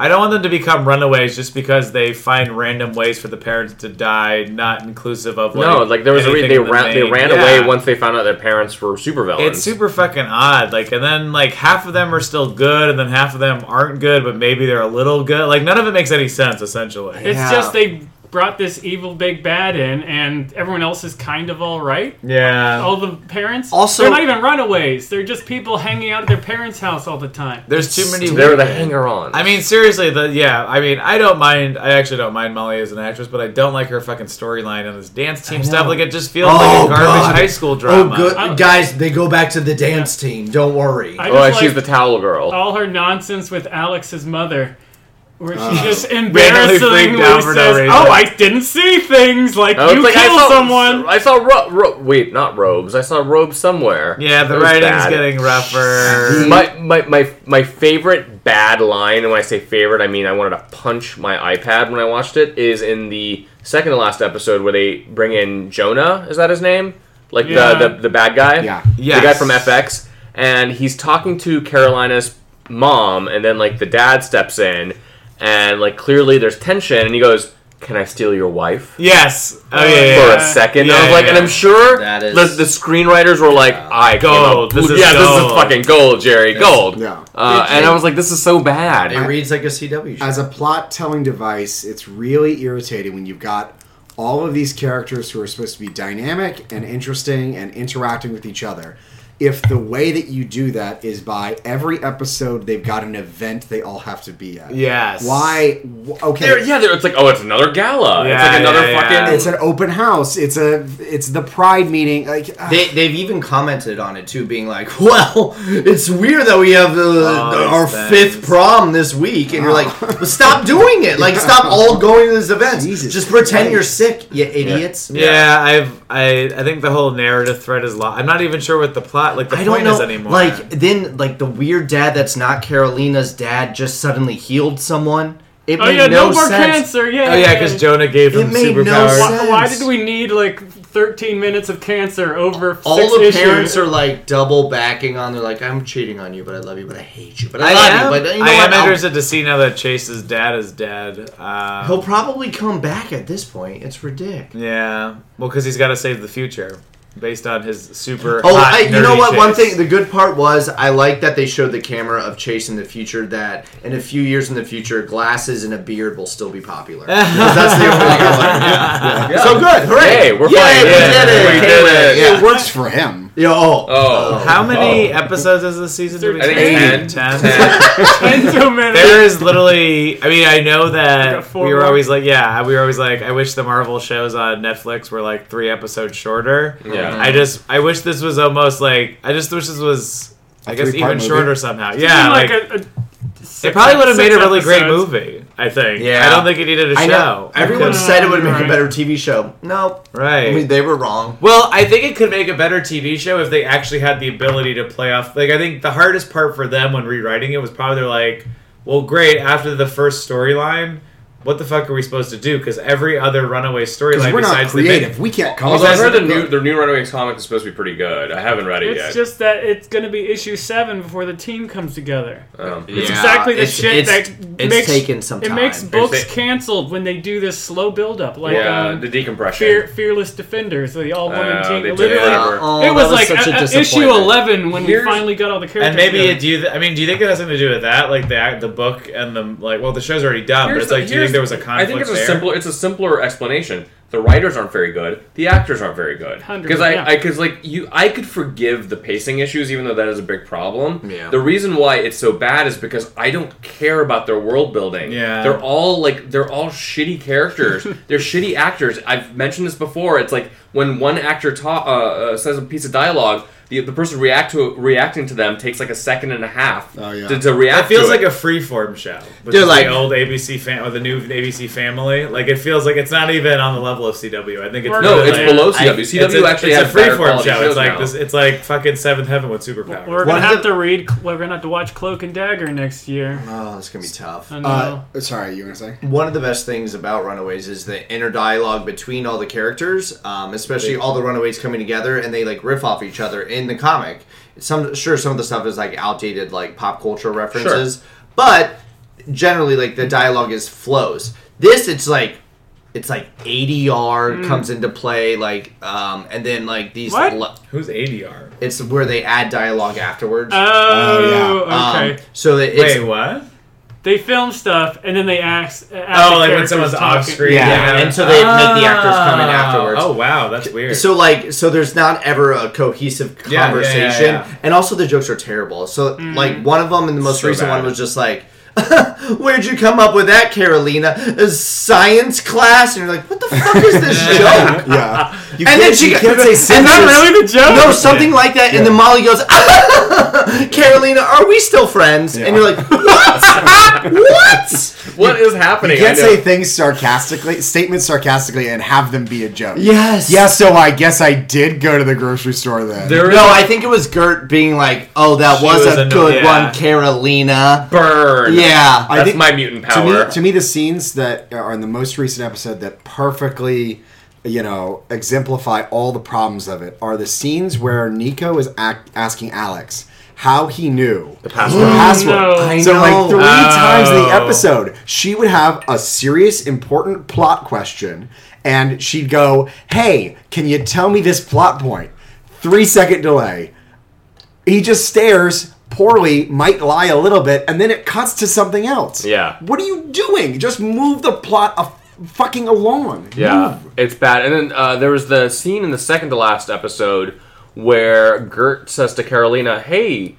Speaker 2: I don't want them to become runaways just because they find random ways for the parents to die, not inclusive of like.
Speaker 1: No, like there was a reason they
Speaker 2: anything in the
Speaker 1: ran they
Speaker 2: main-
Speaker 1: ran
Speaker 2: Yeah.
Speaker 1: away once they found out their parents were supervillains.
Speaker 2: It's super fucking odd. Like, and then like half of them are still good, and then half of them aren't good, but maybe they're a little good. Like, none of it makes any sense. Essentially,
Speaker 4: It's
Speaker 5: Yeah.
Speaker 4: just they brought this evil big bad in, and everyone else is kind of all right.
Speaker 2: yeah.
Speaker 4: All the parents.
Speaker 5: Also-
Speaker 4: they're not even runaways. They're just people hanging out at their parents' house all the time.
Speaker 2: There's too many.
Speaker 1: They were the hanger on.
Speaker 2: I mean, seriously, the yeah. I mean, I don't mind. I actually don't mind Molly as an actress, but I don't like her fucking storyline and this dance team stuff. Like it just feels like
Speaker 5: Oh,
Speaker 2: a garbage
Speaker 5: God.
Speaker 2: high school drama.
Speaker 5: Oh, good
Speaker 4: I-
Speaker 5: guys, they go back to the dance team. Don't worry.
Speaker 4: I
Speaker 1: oh, and
Speaker 4: just
Speaker 1: she's the
Speaker 4: like Oh,
Speaker 1: towel girl.
Speaker 4: all her nonsense with Alex's mother. Where she just
Speaker 2: Randomly
Speaker 4: embarrassingly
Speaker 2: freaked out for no
Speaker 4: says,
Speaker 2: reason.
Speaker 4: "Oh, I didn't see things like
Speaker 1: I was
Speaker 4: you
Speaker 1: Oh, like, I
Speaker 4: kill
Speaker 1: saw,
Speaker 4: someone."
Speaker 1: I saw ro- ro- wait, not robes. I saw robes somewhere.
Speaker 2: Yeah, the
Speaker 1: It was
Speaker 2: writing's
Speaker 1: bad.
Speaker 2: getting rougher.
Speaker 1: My, my, my, my favorite bad line, and when I say favorite, I mean I wanted to punch my iPad when I watched it, is in the second to last episode where they bring in Jonah, is that his name? Like
Speaker 4: Yeah.
Speaker 1: the, the, the bad guy?
Speaker 3: Yeah.
Speaker 1: The guy
Speaker 2: Yes.
Speaker 1: from FX. And he's talking to Carolina's mom, and then like the dad steps in, and like clearly there's tension, and he goes, Can I steal your wife?
Speaker 2: yes. Oh yeah.
Speaker 1: for
Speaker 2: yeah,
Speaker 1: a second.
Speaker 2: Yeah,
Speaker 1: I was like,
Speaker 2: yeah.
Speaker 1: and I'm sure
Speaker 5: That is-
Speaker 1: the, the screenwriters were like, "I came up-
Speaker 2: Gold. This is
Speaker 1: yeah, this
Speaker 2: gold."
Speaker 1: is fucking gold, Jerry, gold."
Speaker 3: Yeah.
Speaker 1: Uh, and I was like, "This is so bad."
Speaker 5: it reads like a CW show.
Speaker 3: as a plot telling device, it's really irritating when you've got all of these characters who are supposed to be dynamic and interesting and interacting with each other. If the way that you do that is by every episode they've got an event they all have to be at.
Speaker 2: Yes.
Speaker 3: Why? wh- Okay.
Speaker 1: There- yeah, there, it's like, oh, it's another gala.
Speaker 2: Yeah,
Speaker 1: it's like another
Speaker 2: yeah, yeah.
Speaker 1: fucking.
Speaker 3: It's an open house. It's a. It's the pride meeting. Like ah,
Speaker 5: They, they've even commented on it too, being like, "Well, it's weird that we have the,
Speaker 2: Oh,
Speaker 5: the- our
Speaker 2: these
Speaker 5: fifth
Speaker 2: things.
Speaker 5: prom this week," and you're like, well, "Stop doing it! Like, stop all going to this event.
Speaker 3: Jesus
Speaker 5: Just pretend
Speaker 3: Christ.
Speaker 5: you're sick, you idiots."
Speaker 2: Yeah, I've I I think the whole narrative thread is lost. I'm not even sure what the plot like the
Speaker 5: I
Speaker 2: point
Speaker 5: don't know.
Speaker 2: is anymore.
Speaker 5: Like then, like the weird dad that's not Carolina's dad just suddenly healed someone. It
Speaker 4: Oh
Speaker 5: made
Speaker 4: yeah, no,
Speaker 5: no,
Speaker 4: more
Speaker 5: sense.
Speaker 4: cancer. Yeah.
Speaker 2: oh yeah, because Jonah gave him
Speaker 5: It made no
Speaker 2: superpowers.
Speaker 5: sense.
Speaker 4: Why, why did we need like 13 minutes of cancer over
Speaker 5: All
Speaker 4: six
Speaker 5: the
Speaker 4: issues?
Speaker 5: parents are like double backing on. They're like, "I'm cheating on you, but I love you, but I hate you, but I,
Speaker 2: I
Speaker 5: love
Speaker 2: am,
Speaker 5: you." But you know
Speaker 2: I
Speaker 5: what?
Speaker 2: am
Speaker 5: I'll-
Speaker 2: interested to see now that Chase's dad is dead. Um,
Speaker 5: He'll probably come back at this point. It's ridiculous.
Speaker 2: Yeah, well, because he's got to save the future based on his super.
Speaker 5: Oh,
Speaker 2: hot,
Speaker 5: I, you know
Speaker 2: nerdy
Speaker 5: what? One
Speaker 2: chase.
Speaker 5: thing, the good part was I like that they showed the camera of Chase in the future. That in a few years in the future, glasses and a beard will still be popular. 'Cause that's the only thing I was like, yeah. So good, hooray!
Speaker 1: Hey, we're
Speaker 5: Yay,
Speaker 1: fine.
Speaker 5: we
Speaker 2: Yeah,
Speaker 5: did it.
Speaker 1: we
Speaker 5: Okay,
Speaker 1: did it.
Speaker 5: yeah.
Speaker 3: it works for him.
Speaker 5: Yo, oh,
Speaker 1: Oh.
Speaker 2: How many
Speaker 1: Oh.
Speaker 2: episodes is this season? Did we
Speaker 1: I think
Speaker 2: say?
Speaker 1: it's
Speaker 2: Ten.
Speaker 4: And so many.
Speaker 2: There is literally. I mean, I know
Speaker 4: We
Speaker 2: that
Speaker 4: got four
Speaker 2: we were
Speaker 4: more.
Speaker 2: always like, yeah, we were always like, I wish the Marvel shows on Netflix were like three episodes shorter.
Speaker 1: Yeah.
Speaker 2: I just, I wish this was almost like, I just wish this was, I
Speaker 3: A
Speaker 2: guess,
Speaker 3: three-part
Speaker 2: even
Speaker 3: movie?
Speaker 2: shorter somehow.
Speaker 4: Even,
Speaker 2: Yeah, like,
Speaker 4: like, a, a
Speaker 2: it
Speaker 4: six-
Speaker 2: probably would have made a
Speaker 4: six
Speaker 2: really great
Speaker 4: episodes.
Speaker 2: movie. I think.
Speaker 5: Yeah.
Speaker 2: I don't think it needed a
Speaker 5: I
Speaker 2: show.
Speaker 5: know. Everyone
Speaker 4: Okay.
Speaker 5: said it would make
Speaker 4: Right.
Speaker 5: a better TV show. No,
Speaker 2: right.
Speaker 5: I mean they were wrong.
Speaker 2: Well, I think it could make a better TV show if they actually had the ability to play off. Like, I think the hardest part for them when rewriting it was probably they're like, well, great, after the first storyline, what the fuck are we supposed to do? Because every other runaway
Speaker 3: Because
Speaker 2: storyline
Speaker 3: we're not
Speaker 2: besides the
Speaker 3: creative.
Speaker 2: big,
Speaker 3: We can't come
Speaker 1: Although
Speaker 3: up
Speaker 1: I've heard
Speaker 3: with
Speaker 1: the
Speaker 3: something.
Speaker 1: new, the new Runaways comic is supposed to be pretty good. I haven't read it
Speaker 4: It's
Speaker 1: yet.
Speaker 4: just that it's going to be issue seven before the team comes together.
Speaker 1: Um,
Speaker 4: It's exactly the shit that
Speaker 5: it's
Speaker 4: makes
Speaker 5: taken some time.
Speaker 4: It makes books
Speaker 1: It's ta-
Speaker 4: canceled when they do this slow build up, like
Speaker 1: yeah,
Speaker 4: um,
Speaker 1: the decompression.
Speaker 4: Fear, Fearless Defenders, the all woman
Speaker 1: Uh,
Speaker 4: team.
Speaker 1: they did
Speaker 4: Literally,
Speaker 1: that.
Speaker 5: Oh,
Speaker 4: it was,
Speaker 5: that
Speaker 4: like
Speaker 5: such
Speaker 4: a-
Speaker 5: a
Speaker 4: a- issue
Speaker 5: disappointment.
Speaker 4: eleven when
Speaker 1: Here's-
Speaker 4: we finally got all the characters.
Speaker 2: and maybe
Speaker 4: together.
Speaker 2: it, do you? Th- I mean, do you think it has something to do with that? Like the act- the book and the like. Well, the show's already done, but
Speaker 1: Here's
Speaker 2: it's
Speaker 1: the-
Speaker 2: like, do you
Speaker 1: here's-
Speaker 2: think there was a conflict
Speaker 1: I think it's a
Speaker 2: there?
Speaker 1: simpler. It's a simpler explanation. The writers aren't very good. The actors aren't very good.
Speaker 4: Hundred
Speaker 1: Because I,
Speaker 4: percent.
Speaker 1: I, because like you, I could forgive the pacing issues, even though that is a big problem.
Speaker 5: Yeah.
Speaker 1: The reason why it's so bad is because I don't care about their world building.
Speaker 2: Yeah.
Speaker 1: They're all like they're all shitty characters. they're shitty actors. I've mentioned this before. It's like when one actor ta- uh, uh, says a piece of dialogue. The, the person react to reacting to them takes like a second and a half
Speaker 3: Oh, yeah.
Speaker 1: to, to react.
Speaker 2: It feels
Speaker 1: to
Speaker 2: like
Speaker 1: it.
Speaker 2: a freeform show. Which
Speaker 5: They're
Speaker 2: is
Speaker 5: like-
Speaker 2: the old ABC fam or the new ABC Family. Like it feels like it's not even on the level of CW. I think it's
Speaker 1: no,
Speaker 4: Like,
Speaker 1: it's
Speaker 4: I-
Speaker 1: below
Speaker 2: I-
Speaker 1: CW. CW
Speaker 2: it's a,
Speaker 1: actually
Speaker 2: it's
Speaker 1: has
Speaker 2: a freeform
Speaker 1: better
Speaker 2: show. It's like
Speaker 1: now.
Speaker 2: this. It's like fucking Seventh Heaven with superpowers.
Speaker 4: we're
Speaker 5: One
Speaker 4: gonna
Speaker 5: of
Speaker 4: have
Speaker 5: the-
Speaker 4: to read. We're gonna have to watch Cloak and Dagger next year.
Speaker 5: Oh, that's gonna be tough.
Speaker 4: I know.
Speaker 3: Uh, sorry, you were gonna say?
Speaker 5: One of the best things about Runaways is the inner dialogue between all the characters, um, especially all the Runaways coming together, and they like riff off each other in the comic. Some sure some of the stuff is like outdated, like pop culture references, but generally like the dialogue is flows. This it's like it's like ADR comes into play, like um, and then like these
Speaker 4: Mm. What?
Speaker 5: le-
Speaker 2: Who's ADR?
Speaker 5: it's where they add dialogue afterwards.
Speaker 4: oh,
Speaker 5: Um,
Speaker 4: okay.
Speaker 5: So that it's
Speaker 2: Wait, what?
Speaker 4: they film stuff and then they ask. uh, ask
Speaker 2: Oh,
Speaker 4: the
Speaker 2: like when
Speaker 4: characters
Speaker 2: someone's
Speaker 4: talking.
Speaker 2: off screen.
Speaker 5: Yeah, and so they make the actors come in
Speaker 2: Oh.
Speaker 5: afterwards.
Speaker 2: Oh wow, that's weird.
Speaker 5: So like, so there's not ever a cohesive
Speaker 2: Yeah, yeah,
Speaker 5: conversation,
Speaker 2: yeah, yeah.
Speaker 5: and also the jokes are terrible. So like, one of them in the most
Speaker 1: So
Speaker 5: recent
Speaker 1: bad.
Speaker 5: one was just like, "Where'd you come up with that, Carolina? A science class?" And you're like, "What the fuck is this joke?"
Speaker 3: Yeah. You
Speaker 5: And then
Speaker 3: can't,
Speaker 5: she
Speaker 3: you
Speaker 5: got-
Speaker 3: can't say
Speaker 5: and
Speaker 3: sentence.
Speaker 5: then
Speaker 4: Really, the joke?
Speaker 5: No, something like that, and then Molly goes, "Carolina, are we still friends?" And you're like, "What? what?
Speaker 1: What is happening?
Speaker 3: You can't
Speaker 1: I know.
Speaker 3: say things sarcastically, statements sarcastically, and have them be a joke.
Speaker 5: Yes,
Speaker 3: Yeah, so I guess I did go to the grocery store then.
Speaker 1: There is
Speaker 5: No,
Speaker 1: a
Speaker 5: I think it was Gert being like, "Oh, that
Speaker 2: She
Speaker 5: was,
Speaker 2: was
Speaker 5: a
Speaker 2: anno-
Speaker 5: good
Speaker 2: yeah.
Speaker 5: one, Carolina."
Speaker 1: burn.
Speaker 5: Yeah,
Speaker 3: I
Speaker 1: That's
Speaker 3: think-
Speaker 1: my mutant
Speaker 3: to
Speaker 1: power.
Speaker 3: me, to me, the scenes that are in the most recent episode that perfectly, you know, exemplify all the problems of it are the scenes where Nico is act- asking Alex how he knew the password.
Speaker 4: No. I
Speaker 3: So
Speaker 5: know.
Speaker 3: like three times in the
Speaker 2: Oh.
Speaker 3: episode, she would have a serious, important plot question, and she'd go, "Hey, can you tell me this plot point?" Three second delay. He just stares poorly, might lie a little bit, and then it cuts to something else.
Speaker 1: Yeah.
Speaker 3: What are you doing? Just move the plot a- fucking along.
Speaker 1: Yeah, it's bad. And then uh, there was the scene in the second to last episode where Gert says to Carolina, "Hey,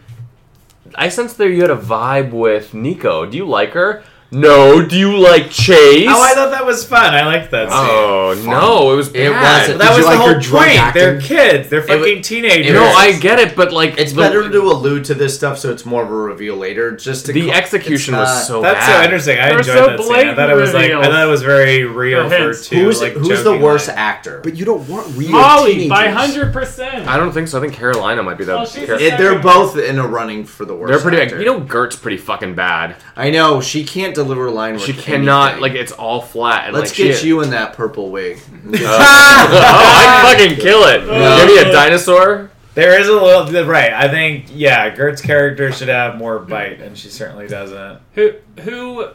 Speaker 1: I sense there you had a vibe with Nico. Do you like her? No. Do you like Chase?
Speaker 2: oh, I thought that was fun. I liked that. Scene.
Speaker 1: Oh, no, it was bad.
Speaker 5: It wasn't.
Speaker 2: that
Speaker 3: Did you
Speaker 2: was
Speaker 3: like
Speaker 2: the whole
Speaker 3: her drug
Speaker 2: point.
Speaker 3: acting?
Speaker 2: They're kids. They're
Speaker 5: wa-
Speaker 2: fucking teenagers.
Speaker 1: No, I get it, but like
Speaker 5: It's
Speaker 1: the,
Speaker 5: better to allude to this stuff so it's more of a reveal later. Just to
Speaker 1: the
Speaker 5: co-
Speaker 1: execution
Speaker 5: it's, uh,
Speaker 1: was so
Speaker 2: That's
Speaker 1: bad.
Speaker 2: so interesting. I
Speaker 4: They're
Speaker 2: enjoyed
Speaker 4: so
Speaker 2: that scene. I thought it was like I
Speaker 4: blatant
Speaker 2: thought it was very real
Speaker 4: Or
Speaker 2: for
Speaker 4: hints.
Speaker 2: two.
Speaker 5: Who's
Speaker 2: like,
Speaker 5: who's the
Speaker 2: joking
Speaker 5: worst
Speaker 2: lines.
Speaker 5: actor?
Speaker 3: But you don't want real
Speaker 4: Molly by
Speaker 3: teenagers.
Speaker 4: hundred percent.
Speaker 1: I don't think so. I think Carolina might be the.
Speaker 4: Well, Oh, she's a
Speaker 1: Car-
Speaker 5: It- they're both in a running for the worst.
Speaker 1: they're pretty.
Speaker 5: actor.
Speaker 1: You know, Gert's pretty fucking bad.
Speaker 5: I know she can't deliver a line.
Speaker 1: She
Speaker 5: worth
Speaker 1: cannot
Speaker 5: anything.
Speaker 1: like it's all flat. And,
Speaker 5: Let's
Speaker 1: like,
Speaker 5: get
Speaker 1: she,
Speaker 5: you in that purple wig.
Speaker 1: oh, I'd fucking kill it.
Speaker 4: Yeah.
Speaker 1: Give me a dinosaur.
Speaker 2: There is a little right. I think yeah, Gert's character should have more bite, and she certainly doesn't.
Speaker 4: Who who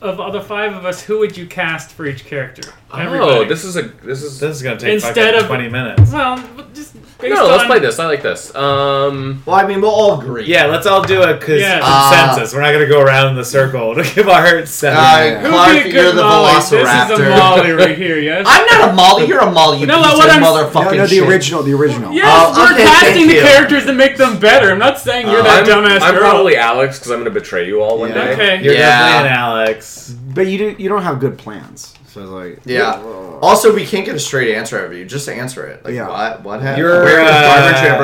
Speaker 4: of of the five of us? Who would you cast for each character?
Speaker 1: Oh,
Speaker 4: Everybody.
Speaker 1: this is a this is
Speaker 2: This is gonna take
Speaker 4: Instead
Speaker 2: fucking
Speaker 4: of-
Speaker 2: twenty minutes.
Speaker 4: Well, just based
Speaker 1: no. Let's
Speaker 4: on-
Speaker 1: play this. I like this. Um,
Speaker 5: Well, I mean, we'll all agree.
Speaker 2: Yeah, let's all do a cons-
Speaker 4: Yeah.
Speaker 2: consensus. We're not gonna go around in the circle to give our
Speaker 5: Uh,
Speaker 2: seven.
Speaker 3: Who'd
Speaker 4: Who'd
Speaker 5: Clark,
Speaker 4: be a good
Speaker 5: you're the
Speaker 4: Molly?
Speaker 5: Velociraptor.
Speaker 4: This is a Molly right here. Yes.
Speaker 5: I'm not a Molly. You're a Molly. You
Speaker 4: No,
Speaker 5: piece
Speaker 4: what I'm-
Speaker 5: of motherfucking
Speaker 3: No, no, the
Speaker 5: shit.
Speaker 3: original, the original.
Speaker 4: Yes,
Speaker 5: Oh,
Speaker 4: we're
Speaker 5: okay,
Speaker 4: casting
Speaker 5: thank
Speaker 4: the
Speaker 5: you.
Speaker 4: characters to make them better. I'm not saying you're
Speaker 5: Uh,
Speaker 4: that
Speaker 1: I'm,
Speaker 4: dumbass
Speaker 1: I'm
Speaker 4: girl.
Speaker 1: probably Alex because I'm gonna betray you all one
Speaker 3: Yeah.
Speaker 1: day.
Speaker 4: okay.
Speaker 2: You're
Speaker 5: Yeah.
Speaker 2: definitely an Alex.
Speaker 3: But you do, you don't have good plans. So like,
Speaker 5: Yeah.
Speaker 3: Whoa.
Speaker 5: Also, we can't get a straight answer out of you. Just answer it. Like,
Speaker 3: Yeah.
Speaker 5: what? What happened?
Speaker 2: You're,
Speaker 5: Where was
Speaker 2: uh,
Speaker 5: Barbara Tree at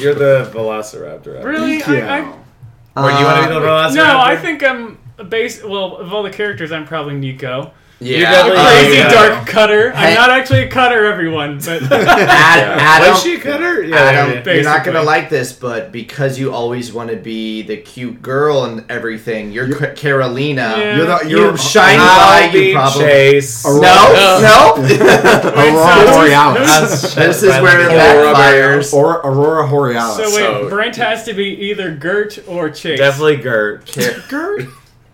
Speaker 5: brunch?
Speaker 2: You're the Velociraptor.
Speaker 4: Really?
Speaker 3: Thank you.
Speaker 4: I, I,
Speaker 2: Or do you want to be the
Speaker 5: Uh,
Speaker 2: Velociraptor?
Speaker 4: no, I think I'm a base. Well, of all the characters, I'm probably Nico.
Speaker 2: got
Speaker 4: A
Speaker 2: the-
Speaker 5: Oh,
Speaker 4: crazy
Speaker 2: yeah.
Speaker 4: dark cutter.
Speaker 5: Hey.
Speaker 4: I'm not actually a cutter, everyone, but
Speaker 5: Ad- Adam,
Speaker 2: Was she a cutter? Yeah.
Speaker 5: Adam,
Speaker 2: yeah, yeah.
Speaker 5: you're not gonna
Speaker 4: Basically.
Speaker 5: like this, but because you always want to be the cute girl and everything, you're, Ca- Carolina.
Speaker 4: Yeah.
Speaker 3: You're the you're
Speaker 5: You shine
Speaker 2: I'll
Speaker 5: by. You
Speaker 2: be
Speaker 5: probably
Speaker 2: Chase.
Speaker 3: Aurora-
Speaker 5: no, no.
Speaker 3: Aurora
Speaker 4: so-
Speaker 3: Borealis.
Speaker 2: That's-
Speaker 5: this is
Speaker 2: that's
Speaker 5: where it
Speaker 2: my-
Speaker 1: Aurora
Speaker 5: backfires.
Speaker 3: Or Aurora
Speaker 5: Oh,
Speaker 3: Borealis.
Speaker 4: so wait,
Speaker 1: So-
Speaker 4: Brent has to be either Gert or Chase.
Speaker 2: Definitely Gert.
Speaker 3: Gert?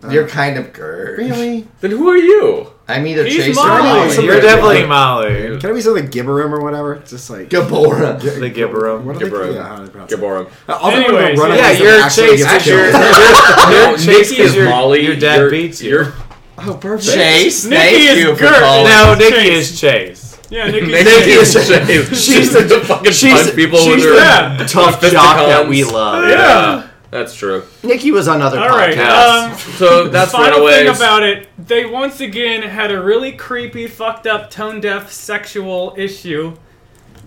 Speaker 5: You're kind of girl.
Speaker 3: Really?
Speaker 1: Then who are you?
Speaker 5: I'm either
Speaker 4: He's
Speaker 5: Chase
Speaker 4: Molly.
Speaker 5: or
Speaker 3: Molly.
Speaker 5: Molly.
Speaker 2: You're definitely Molly.
Speaker 3: Can it be something Gibberim or whatever? It's just like.
Speaker 5: Gabora.
Speaker 2: The Gibberum.
Speaker 3: What are they
Speaker 1: Gibberim.
Speaker 3: Yeah, how do they pronounce it?
Speaker 1: Gaborum.
Speaker 3: All they wanna
Speaker 4: Anyways,
Speaker 3: run up
Speaker 4: yeah,
Speaker 3: is them actually get
Speaker 2: Your,
Speaker 3: killed.
Speaker 1: No,
Speaker 2: Chase
Speaker 1: Nikki is
Speaker 2: your,
Speaker 1: Molly.
Speaker 2: Your dad
Speaker 1: you're-
Speaker 2: beats you.
Speaker 1: You're
Speaker 3: Oh, perfect.
Speaker 5: Chase.
Speaker 4: Nikki
Speaker 5: thank
Speaker 4: is
Speaker 5: you for
Speaker 4: Gert.
Speaker 5: calling.
Speaker 2: no,
Speaker 4: Chase.
Speaker 2: Nikki is Chase.
Speaker 4: Yeah, Nikki.
Speaker 5: Nikki is-
Speaker 1: she's the fucking
Speaker 5: she's-
Speaker 1: she's, people
Speaker 5: she's
Speaker 1: with her
Speaker 4: yeah.
Speaker 5: tough
Speaker 1: Fisticuffs.
Speaker 5: jock that we love.
Speaker 1: Yeah, that's true.
Speaker 5: Nikki was on other
Speaker 4: All
Speaker 5: podcasts.
Speaker 4: right. Um,
Speaker 1: So that's
Speaker 4: final
Speaker 1: Runaways.
Speaker 4: thing about it. They once again had a really creepy, fucked up, tone deaf sexual issue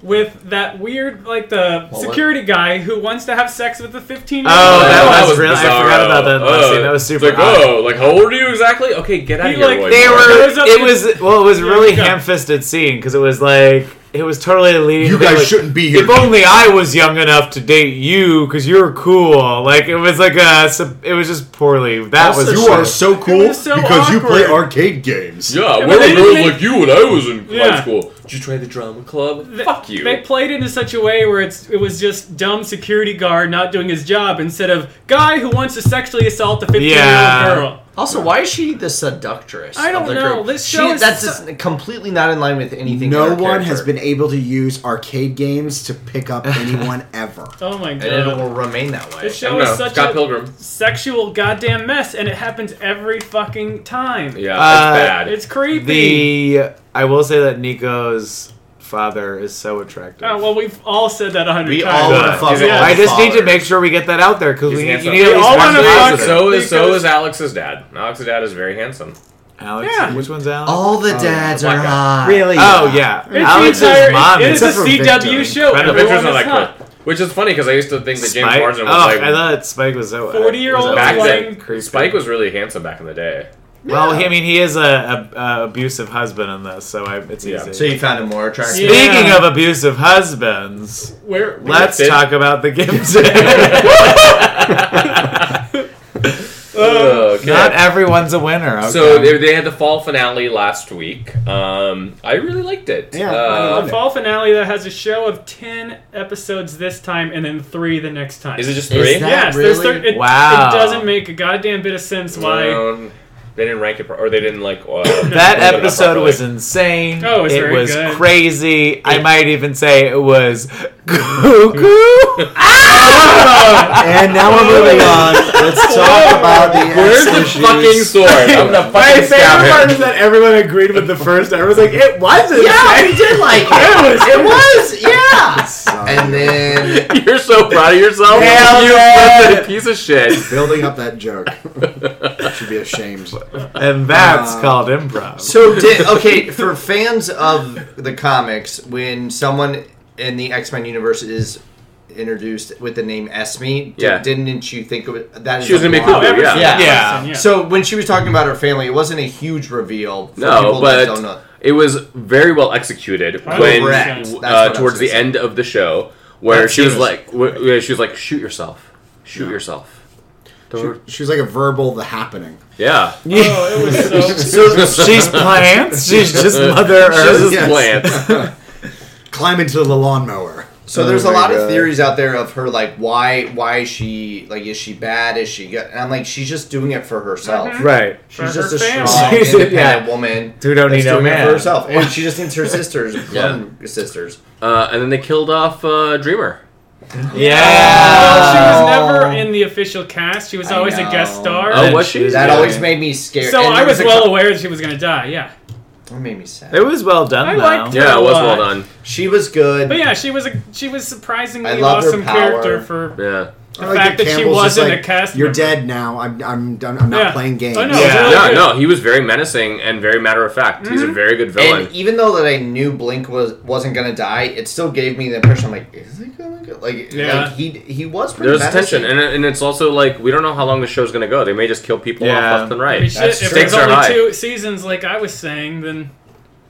Speaker 4: with that weird, like the
Speaker 5: What?
Speaker 4: security guy who wants to have sex with the fifteen. year
Speaker 2: Oh,
Speaker 4: old.
Speaker 2: that was really- I forgot about that last
Speaker 1: Oh,
Speaker 2: scene. That was super
Speaker 1: It's like,
Speaker 2: odd.
Speaker 1: oh, like how old are you exactly? Okay, get out
Speaker 4: He,
Speaker 1: of here.
Speaker 4: like,
Speaker 1: boy.
Speaker 2: They
Speaker 4: Yeah.
Speaker 2: were.
Speaker 4: It was up
Speaker 2: It
Speaker 4: to-
Speaker 2: was. Well, it was a
Speaker 4: Yeah,
Speaker 2: really
Speaker 4: you got-
Speaker 2: ham-fisted scene because it was like it was totally leading.
Speaker 3: You
Speaker 2: they were
Speaker 3: guys
Speaker 2: like,
Speaker 3: shouldn't be here.
Speaker 2: If only I was young enough to date you, because you're cool. Like it was like a. sub- It was just poorly. That
Speaker 3: Also,
Speaker 2: was.
Speaker 3: you are so cool
Speaker 4: was so
Speaker 3: because you play
Speaker 4: awkward.
Speaker 3: arcade games.
Speaker 1: Yeah,
Speaker 4: Yeah,
Speaker 1: we
Speaker 4: but
Speaker 1: were
Speaker 4: they
Speaker 1: girls
Speaker 4: didn't
Speaker 1: like you when I was in high
Speaker 4: Yeah.
Speaker 1: school. Did you try the drama club?
Speaker 4: They-
Speaker 1: Fuck you.
Speaker 4: They played it in such a way where it's it was just dumb security guard not doing his job instead of guy who wants to sexually assault a fifteen
Speaker 2: Yeah.
Speaker 4: year old girl.
Speaker 5: Also, why is she the seductress?
Speaker 4: I don't
Speaker 5: of the
Speaker 4: know.
Speaker 5: Group?
Speaker 4: This
Speaker 5: She-
Speaker 4: show is
Speaker 5: that's
Speaker 4: so-
Speaker 5: just completely not in line with anything.
Speaker 3: No
Speaker 5: her
Speaker 3: one has
Speaker 5: character.
Speaker 3: been able to use arcade games to pick up anyone ever.
Speaker 4: Oh my god.
Speaker 5: and it will remain that way.
Speaker 4: This
Speaker 1: I
Speaker 4: show
Speaker 1: don't
Speaker 4: is
Speaker 1: know.
Speaker 4: such
Speaker 1: Scott
Speaker 4: a
Speaker 1: Pilgrim.
Speaker 4: sexual goddamn mess, and it happens every fucking time.
Speaker 1: Yeah,
Speaker 2: Uh,
Speaker 1: it's bad.
Speaker 4: It's creepy.
Speaker 2: The I will say that Nico's father is so attractive.
Speaker 4: Oh, well, we've all said that a hundred
Speaker 5: We
Speaker 4: times.
Speaker 5: all wanna
Speaker 2: Good.
Speaker 5: fuck
Speaker 1: Is it-
Speaker 5: all
Speaker 2: I
Speaker 5: the
Speaker 2: just need to
Speaker 5: fathers.
Speaker 2: make sure we get that out there because
Speaker 1: He's
Speaker 2: we,
Speaker 1: handsome.
Speaker 2: you need at
Speaker 1: We
Speaker 2: least
Speaker 4: all
Speaker 2: one
Speaker 4: wanna fuck
Speaker 2: positive.
Speaker 1: so is so
Speaker 4: because-
Speaker 1: is Alex's dad. Alex's dad is very handsome.
Speaker 2: Alex,
Speaker 4: Yeah.
Speaker 2: which one's Alex?
Speaker 5: All the
Speaker 3: Oh,
Speaker 5: dads
Speaker 1: yeah.
Speaker 5: are
Speaker 1: Black guy.
Speaker 5: hot.
Speaker 2: Oh yeah,
Speaker 4: It's
Speaker 2: Alex's
Speaker 4: the entire,
Speaker 2: mom
Speaker 4: it
Speaker 2: is
Speaker 4: is
Speaker 3: except
Speaker 4: a
Speaker 3: for
Speaker 4: CW
Speaker 3: Victor.
Speaker 4: show.
Speaker 2: Incredible.
Speaker 1: Pictures
Speaker 4: Everyone
Speaker 1: are
Speaker 4: is
Speaker 1: like
Speaker 4: hot.
Speaker 1: cool. Which is funny because I used to think that James
Speaker 2: Spike?
Speaker 1: Marsden
Speaker 2: oh,
Speaker 1: was
Speaker 2: I
Speaker 1: like
Speaker 2: thought Spike was so
Speaker 4: 40-year-old
Speaker 2: was
Speaker 1: back
Speaker 2: actually
Speaker 1: then.
Speaker 4: like-
Speaker 2: creepy.
Speaker 1: Spike was really handsome back in the day.
Speaker 2: Well, he- I mean, he is a, a, a abusive husband in this, so I, it's
Speaker 1: Yeah.
Speaker 2: easy.
Speaker 5: So you found him more attractive.
Speaker 4: Yeah.
Speaker 2: Speaking of abusive husbands,
Speaker 4: Where?
Speaker 2: let's
Speaker 1: Gifted.
Speaker 2: talk about the Gibson.
Speaker 4: Uh,
Speaker 1: Okay.
Speaker 2: Not everyone's a winner. Okay.
Speaker 1: So they, they had the fall finale last week. Um, I really liked it.
Speaker 3: Yeah, I
Speaker 1: Uh,
Speaker 3: loved
Speaker 4: The fall finale that has a show of ten episodes this time, and then three the next time.
Speaker 1: is it just three?
Speaker 5: Is that-
Speaker 4: Yes, there's
Speaker 5: really?
Speaker 4: thir- it,
Speaker 2: Wow.
Speaker 4: It doesn't make a goddamn bit of sense why.
Speaker 1: Um, they didn't rank it, pro- or they didn't like. Uh,
Speaker 2: that
Speaker 1: put it up
Speaker 2: episode
Speaker 1: properly.
Speaker 2: was insane.
Speaker 4: Oh, it was
Speaker 2: it
Speaker 4: very
Speaker 2: was
Speaker 4: good.
Speaker 2: crazy. I might even say it was cuckoo. Ah!
Speaker 3: And now we're moving on. Let's talk about the
Speaker 1: Where's
Speaker 3: ex
Speaker 1: the
Speaker 3: issues.
Speaker 1: fucking sword? I'm gonna
Speaker 2: My
Speaker 1: fucking
Speaker 2: favorite
Speaker 1: stab
Speaker 2: part
Speaker 1: him.
Speaker 2: is that everyone agreed with the first. Everyone's like, it wasn't.
Speaker 5: Yeah, we did like it.
Speaker 2: was-
Speaker 5: It was, yeah.
Speaker 3: So,
Speaker 5: And then
Speaker 1: You're so proud of yourself.
Speaker 2: Nailed
Speaker 1: you
Speaker 2: it.
Speaker 1: fucking piece of shit.
Speaker 3: building up that joke. should be ashamed.
Speaker 2: And that's
Speaker 3: Uh,
Speaker 2: called improv.
Speaker 5: So did okay for fans of the comics when someone in the X Men universe is introduced with the name Esme, di-
Speaker 1: Yeah.
Speaker 5: didn't you think it was, that is
Speaker 1: She was gonna be
Speaker 5: lie?
Speaker 1: cuckoo,
Speaker 4: every
Speaker 1: Oh, yeah.
Speaker 4: single
Speaker 2: Yeah.
Speaker 4: person,
Speaker 2: Yeah.
Speaker 5: So when she was talking about her family, it wasn't a huge reveal. For
Speaker 1: No,
Speaker 5: people that don't know.
Speaker 1: but it was very well executed
Speaker 4: Correct.
Speaker 1: when
Speaker 5: That's what I
Speaker 1: uh,
Speaker 5: was
Speaker 1: towards the
Speaker 5: gonna say.
Speaker 1: end of the show, where
Speaker 5: That
Speaker 1: she was
Speaker 5: scene was
Speaker 1: like, wh- yeah, she was like, shoot yourself, shoot yourself. Don't-
Speaker 3: She, she was like a verbal the happening.
Speaker 1: yeah,
Speaker 4: Oh, it was so.
Speaker 2: She's plants. She's just Mother Earth.
Speaker 1: This is plants.
Speaker 3: Climb into the lawnmower.
Speaker 5: So
Speaker 3: Oh
Speaker 5: there's a
Speaker 3: my
Speaker 5: lot
Speaker 3: God.
Speaker 5: of theories out there of her like why why is she like is she bad is she good and I'm like she's just doing it for herself.
Speaker 2: Right.
Speaker 5: She's
Speaker 4: Mm-hmm. For
Speaker 5: just
Speaker 4: her
Speaker 5: a strong,
Speaker 4: family.
Speaker 2: She's-
Speaker 5: independent
Speaker 2: yeah.
Speaker 5: woman
Speaker 2: Who don't
Speaker 5: that's
Speaker 2: need no
Speaker 5: doing it
Speaker 2: man.
Speaker 5: for herself, and she just needs her sisters, clone sisters.
Speaker 1: uh, and then they killed off uh, Dreamer.
Speaker 4: Well,
Speaker 2: Yeah.
Speaker 4: she was never in the official cast. She was
Speaker 5: I
Speaker 4: always a
Speaker 5: know.
Speaker 4: guest star.
Speaker 1: Oh,
Speaker 2: And
Speaker 1: was she?
Speaker 2: she's
Speaker 5: That
Speaker 2: Yeah.
Speaker 5: always made me scared.
Speaker 4: so
Speaker 5: And
Speaker 4: I
Speaker 5: there
Speaker 4: was
Speaker 5: a
Speaker 4: well
Speaker 5: cou-
Speaker 4: aware that she was going to die. Yeah.
Speaker 5: That made me sad.
Speaker 2: It was well done
Speaker 4: I
Speaker 2: though.
Speaker 4: liked
Speaker 1: Yeah, it was well
Speaker 4: What?
Speaker 1: done.
Speaker 5: She was good.
Speaker 4: But yeah, she was a she was surprisingly
Speaker 5: I loved her
Speaker 4: awesome
Speaker 5: power.
Speaker 4: character for
Speaker 1: Yeah,
Speaker 4: The fact that she
Speaker 3: Campbell's just
Speaker 4: wasn't
Speaker 3: like,
Speaker 4: a cast
Speaker 3: You're
Speaker 4: member.
Speaker 3: dead now. I'm I'm done. I'm not
Speaker 4: Yeah.
Speaker 3: playing games.
Speaker 4: I know.
Speaker 2: Yeah.
Speaker 4: it's really
Speaker 1: Yeah, Mm-hmm.
Speaker 4: good.
Speaker 1: no, he was very menacing and very matter of fact. He's a very good villain.
Speaker 5: And even though that I knew Blink was wasn't gonna die, it still gave me the impression I'm like, is he gonna go? like,
Speaker 4: Yeah.
Speaker 5: like he he was pretty.
Speaker 1: There's
Speaker 5: menacing.
Speaker 1: tension, and, and it's also like we don't know how long the show's gonna go. They may just kill people
Speaker 2: Yeah.
Speaker 1: off left and
Speaker 4: I mean,
Speaker 1: right.
Speaker 4: shit, if
Speaker 5: Stakes
Speaker 4: there's
Speaker 1: are
Speaker 4: only
Speaker 1: high.
Speaker 4: two seasons, like I was saying, then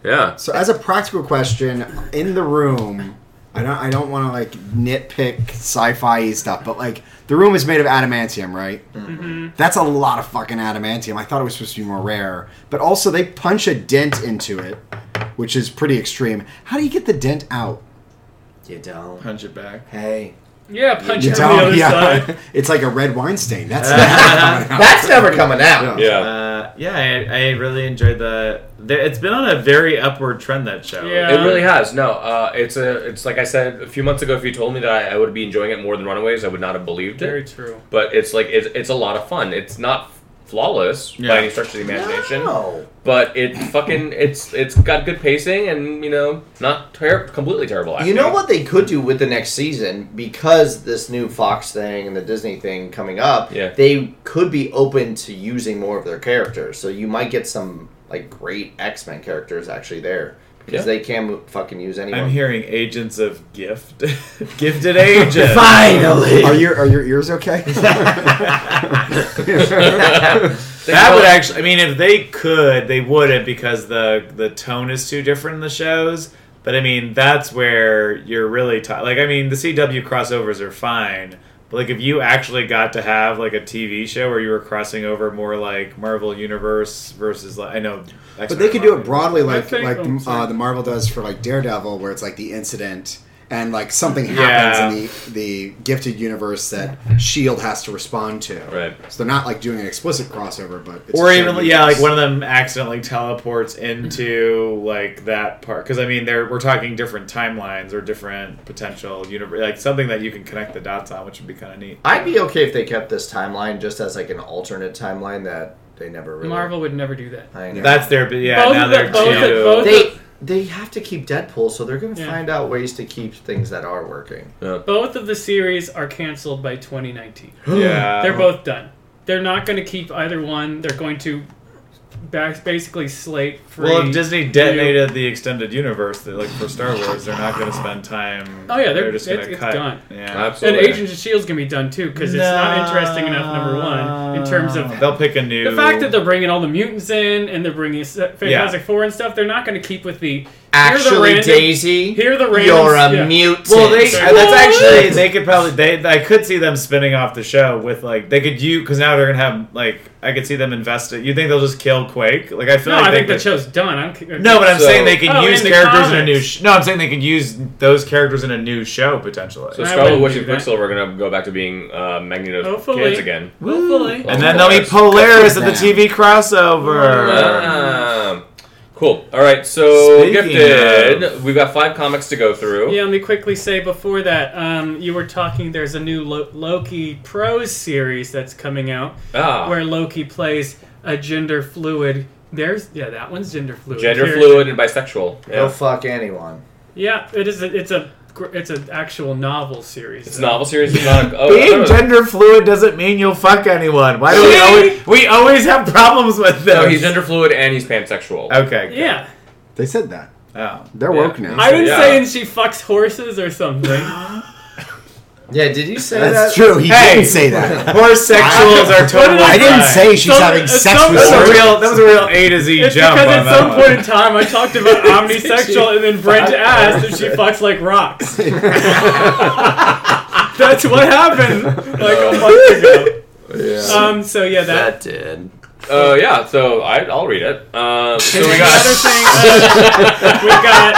Speaker 1: Yeah,
Speaker 3: So as a practical question, in the room, I don't I don't want to like nitpick sci-fi stuff, but like the room is made of adamantium, right?
Speaker 4: Mm-hmm.
Speaker 3: That's a lot of fucking adamantium. I thought it was supposed to be more rare, but also they punch a dent into it, which is pretty extreme. How do you get the dent out?
Speaker 5: You don't.
Speaker 2: Punch it back.
Speaker 5: Hey,
Speaker 4: yeah, punch
Speaker 3: You
Speaker 4: it from the
Speaker 3: don't.
Speaker 4: other side.
Speaker 3: Yeah, it's like a red wine stain. That's not coming out.
Speaker 5: that's never coming out.
Speaker 3: Yeah.
Speaker 2: Uh, yeah, I, I really enjoyed the, the. It's been on a very upward trend that show.
Speaker 4: Yeah.
Speaker 1: It really has. No, uh, it's a. It's like I said a few months ago. If you told me that I, I would be enjoying it more than Runaways, I would not have believed
Speaker 4: Very
Speaker 1: it.
Speaker 4: true.
Speaker 1: But it's like it's, it's a lot of fun. It's not flawless
Speaker 2: Yeah.
Speaker 1: by any stretch of the imagination,
Speaker 5: No.
Speaker 1: but it fucking it's it's got good pacing and you know not ter- completely terrible. Acting.
Speaker 5: You know what they could do with the next season because this new Fox thing and the Disney thing coming up,
Speaker 1: Yeah.
Speaker 5: they could be open to using more of their characters. So you might get some like great X Men characters actually there because
Speaker 1: Yeah.
Speaker 5: they can mo- fucking use anyone.
Speaker 2: I'm hearing agents of gift, gifted agents.
Speaker 5: Finally,
Speaker 3: Are your are your ears okay?
Speaker 2: That would actually. I mean, if they could, they wouldn't because the the tone is too different in the shows. But I mean, that's where you're really ti like. I mean, the CW crossovers are fine, but like if you actually got to have like a TV show where you were crossing over more like Marvel Universe versus like I know,
Speaker 3: But they could do it broadly, like
Speaker 4: think-
Speaker 3: like
Speaker 4: oh,
Speaker 3: uh,
Speaker 4: sorry.
Speaker 3: the Marvel does for like Daredevil, where it's like the incident and like something
Speaker 2: Yeah.
Speaker 3: happens in the the gifted universe that Shield E has to respond to.
Speaker 1: Right.
Speaker 3: So they're not like doing an explicit crossover, but it's
Speaker 2: Or
Speaker 3: a
Speaker 2: even
Speaker 3: shared
Speaker 2: yeah, like
Speaker 3: universe.
Speaker 2: one of them accidentally teleports into like that part because I mean, they're we're talking different timelines or different potential universe, like something that you can connect the dots on, which would be kind of neat.
Speaker 5: I'd be okay if they kept this timeline just as like an alternate timeline that they never really.
Speaker 4: Marvel would never do that.
Speaker 5: I know.
Speaker 2: That's their, but yeah,
Speaker 4: Both
Speaker 2: now
Speaker 4: of
Speaker 2: they're
Speaker 4: the- both of-
Speaker 2: two.
Speaker 4: both of-
Speaker 5: they they have to keep Deadpool, so they're gonna
Speaker 4: Yeah.
Speaker 5: find out ways to keep things that are working.
Speaker 4: Both of the series are canceled by 2019.
Speaker 2: yeah,
Speaker 4: They're both done. They're not going to keep either one. They're going to ba- basically slate free.
Speaker 2: Well, if Disney detonated the extended universe, that, like for Star Wars, they're not going to spend time.
Speaker 4: Oh, yeah, they're-
Speaker 2: just
Speaker 4: it's-
Speaker 2: going to
Speaker 4: it's
Speaker 2: cut.
Speaker 4: done.
Speaker 2: Yeah,
Speaker 4: and
Speaker 1: Absolutely.
Speaker 4: Agents of Shield's gonna be done too because it's not interesting enough. Number one, in terms of
Speaker 2: they'll pick a new.
Speaker 4: the fact that they're bringing all the mutants in and they're bringing S- uh, Fantastic Four and stuff, they're not going to keep with the here are the
Speaker 5: Actually,
Speaker 4: random,
Speaker 5: Daisy,
Speaker 4: here are the randoms-
Speaker 5: you're a
Speaker 4: yeah.
Speaker 5: mutant.
Speaker 2: well, they
Speaker 4: Sorry.
Speaker 2: that's actually they could probably they I could see them spinning off the show with like they could you because now they're gonna have like I could see them invest it. You think they'll just kill Quake? Like I feel
Speaker 4: No,
Speaker 2: like
Speaker 4: I
Speaker 2: they
Speaker 4: think
Speaker 2: could,
Speaker 4: the show's done. I don't, ca-
Speaker 2: No, but I'm
Speaker 1: So-
Speaker 2: saying they can
Speaker 4: Oh,
Speaker 2: use
Speaker 4: in the
Speaker 2: characters in a
Speaker 4: comics.
Speaker 2: new. Sh- no, I'm saying they can use those characters in a new show potentially.
Speaker 1: So
Speaker 4: I
Speaker 1: Scarlet
Speaker 4: wouldn't
Speaker 1: Witch
Speaker 4: do
Speaker 1: and
Speaker 4: that.
Speaker 1: Quicksilver are gonna go back to being uh, Magneto's
Speaker 4: Hopefully.
Speaker 1: kids again.
Speaker 4: hopefully.
Speaker 1: Well,
Speaker 2: And then there'll be Polaris at the TV crossover.
Speaker 1: Um, cool. All right. So
Speaker 2: Speaking
Speaker 1: gifted. We've got five comics to go through.
Speaker 4: Yeah, let me quickly say before that, um, you were talking. There's a new Lo- Loki Pros series that's coming out
Speaker 1: Ah,
Speaker 4: where Loki plays a gender fluid. There's yeah, that one's gender fluid.
Speaker 1: gender
Speaker 4: Here-
Speaker 1: fluid and bisexual.
Speaker 2: Oh,
Speaker 5: Go
Speaker 1: Yeah.
Speaker 5: fuck anyone.
Speaker 4: Yeah, it is. A, it's a gr- it's an actual novel series.
Speaker 1: It's a novel series. It's not. A, oh, I thought it
Speaker 2: Being
Speaker 1: was-
Speaker 2: gender fluid doesn't mean you'll fuck anyone. Why do we
Speaker 4: See?
Speaker 2: always we always have problems with this?
Speaker 1: No, he's gender fluid and he's pansexual.
Speaker 2: Okay. good.
Speaker 4: Yeah,
Speaker 3: They said that
Speaker 2: Oh.
Speaker 3: they're woke now.
Speaker 4: I was
Speaker 1: Yeah.
Speaker 4: saying she fucks horses or something.
Speaker 5: Yeah, did you say
Speaker 3: That's
Speaker 5: that?
Speaker 3: true. He
Speaker 2: Hey!
Speaker 3: didn't say that.
Speaker 2: Horse sexuals Oh. are totally.
Speaker 3: I didn't
Speaker 2: fine.
Speaker 3: say she's
Speaker 4: So-
Speaker 3: having
Speaker 4: it's
Speaker 3: sex
Speaker 4: so-
Speaker 3: with
Speaker 2: That was a
Speaker 3: someone.
Speaker 2: real. That was a real A to Z
Speaker 4: It's
Speaker 2: jump.
Speaker 4: because
Speaker 2: on
Speaker 4: at
Speaker 2: that
Speaker 4: some
Speaker 2: one.
Speaker 4: point in time I talked about omnisexual, and then Brent asked if she fucks like rocks. That's what happened like a month ago. Um. So yeah, that.
Speaker 5: That did.
Speaker 1: Uh, yeah. So I, I'll read it. Uh, so we
Speaker 4: Another
Speaker 1: got.
Speaker 4: thing. uh, we got.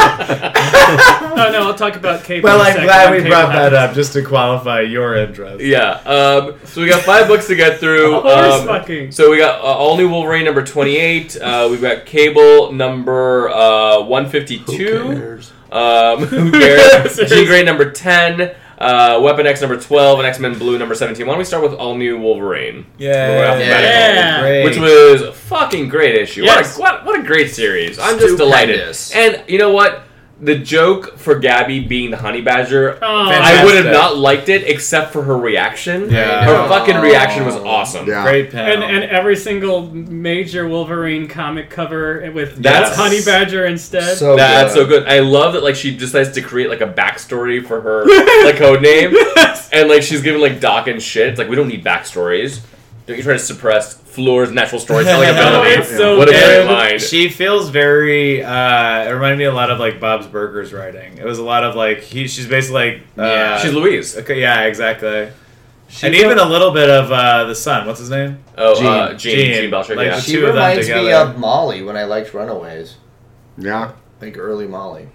Speaker 4: Oh no, I'll talk about cable.
Speaker 2: Well,
Speaker 4: in a
Speaker 2: I'm
Speaker 4: second,
Speaker 2: glad we
Speaker 4: when cable
Speaker 2: brought that
Speaker 4: happens.
Speaker 2: up just to qualify your interest.
Speaker 1: Yeah. Um, so we got five books to get through.
Speaker 4: Horse
Speaker 1: Um,
Speaker 4: fucking.
Speaker 1: So we got uh, all new Wolverine number twenty eight. Uh, we've got Cable number uh, one fifty two. Um, who cares? G grade number ten. Uh, Weapon X number twelve and X Men Blue number seventeen. Why don't we start with all new Wolverine? We're
Speaker 2: Yeah.
Speaker 1: alphabetical.
Speaker 4: Yeah.
Speaker 2: Great.
Speaker 1: Which was a fucking great issue.
Speaker 4: Yes.
Speaker 1: What, a, what, what a great series. I'm just
Speaker 5: Stupendous.
Speaker 1: delighted. And you know what? the joke for Gabby being the honey badger,
Speaker 4: Oh.
Speaker 1: I would have
Speaker 2: Fantastic.
Speaker 1: not liked it except for her reaction.
Speaker 2: Yeah.
Speaker 1: Her
Speaker 5: Oh.
Speaker 1: fucking reaction was
Speaker 5: Aww.
Speaker 1: awesome.
Speaker 3: Yeah.
Speaker 2: Great panel.
Speaker 4: And, and every single major Wolverine comic cover with
Speaker 1: That's-
Speaker 4: that's Honey Badger instead.
Speaker 2: Oh,
Speaker 5: So
Speaker 1: That's
Speaker 5: good.
Speaker 1: so good. I love that like she decides to create like a backstory for her like code name. And like she's giving like Doc and shit. It's like we don't need backstories. Don't you try to suppress Fleur's natural storytelling
Speaker 2: Oh,
Speaker 1: ability?
Speaker 2: it's
Speaker 4: so
Speaker 1: what a great
Speaker 4: good.
Speaker 1: line.
Speaker 2: She feels very. Uh, it reminded me a lot of like Bob's Burgers writing. It was a lot of like he. She's basically like. Uh,
Speaker 5: Yeah.
Speaker 1: She's Louise.
Speaker 2: Okay, yeah, exactly.
Speaker 5: She
Speaker 2: and
Speaker 5: felt-
Speaker 2: even a little bit of uh, the son. What's his name?
Speaker 1: Oh, uh, Gene.
Speaker 2: Gene.
Speaker 1: Gene, Belcher.
Speaker 2: Like,
Speaker 1: yeah.
Speaker 2: she-
Speaker 5: She
Speaker 2: two of them
Speaker 5: reminds me
Speaker 2: together.
Speaker 5: of Molly when I liked Runaways,
Speaker 3: Yeah.
Speaker 5: like early Molly.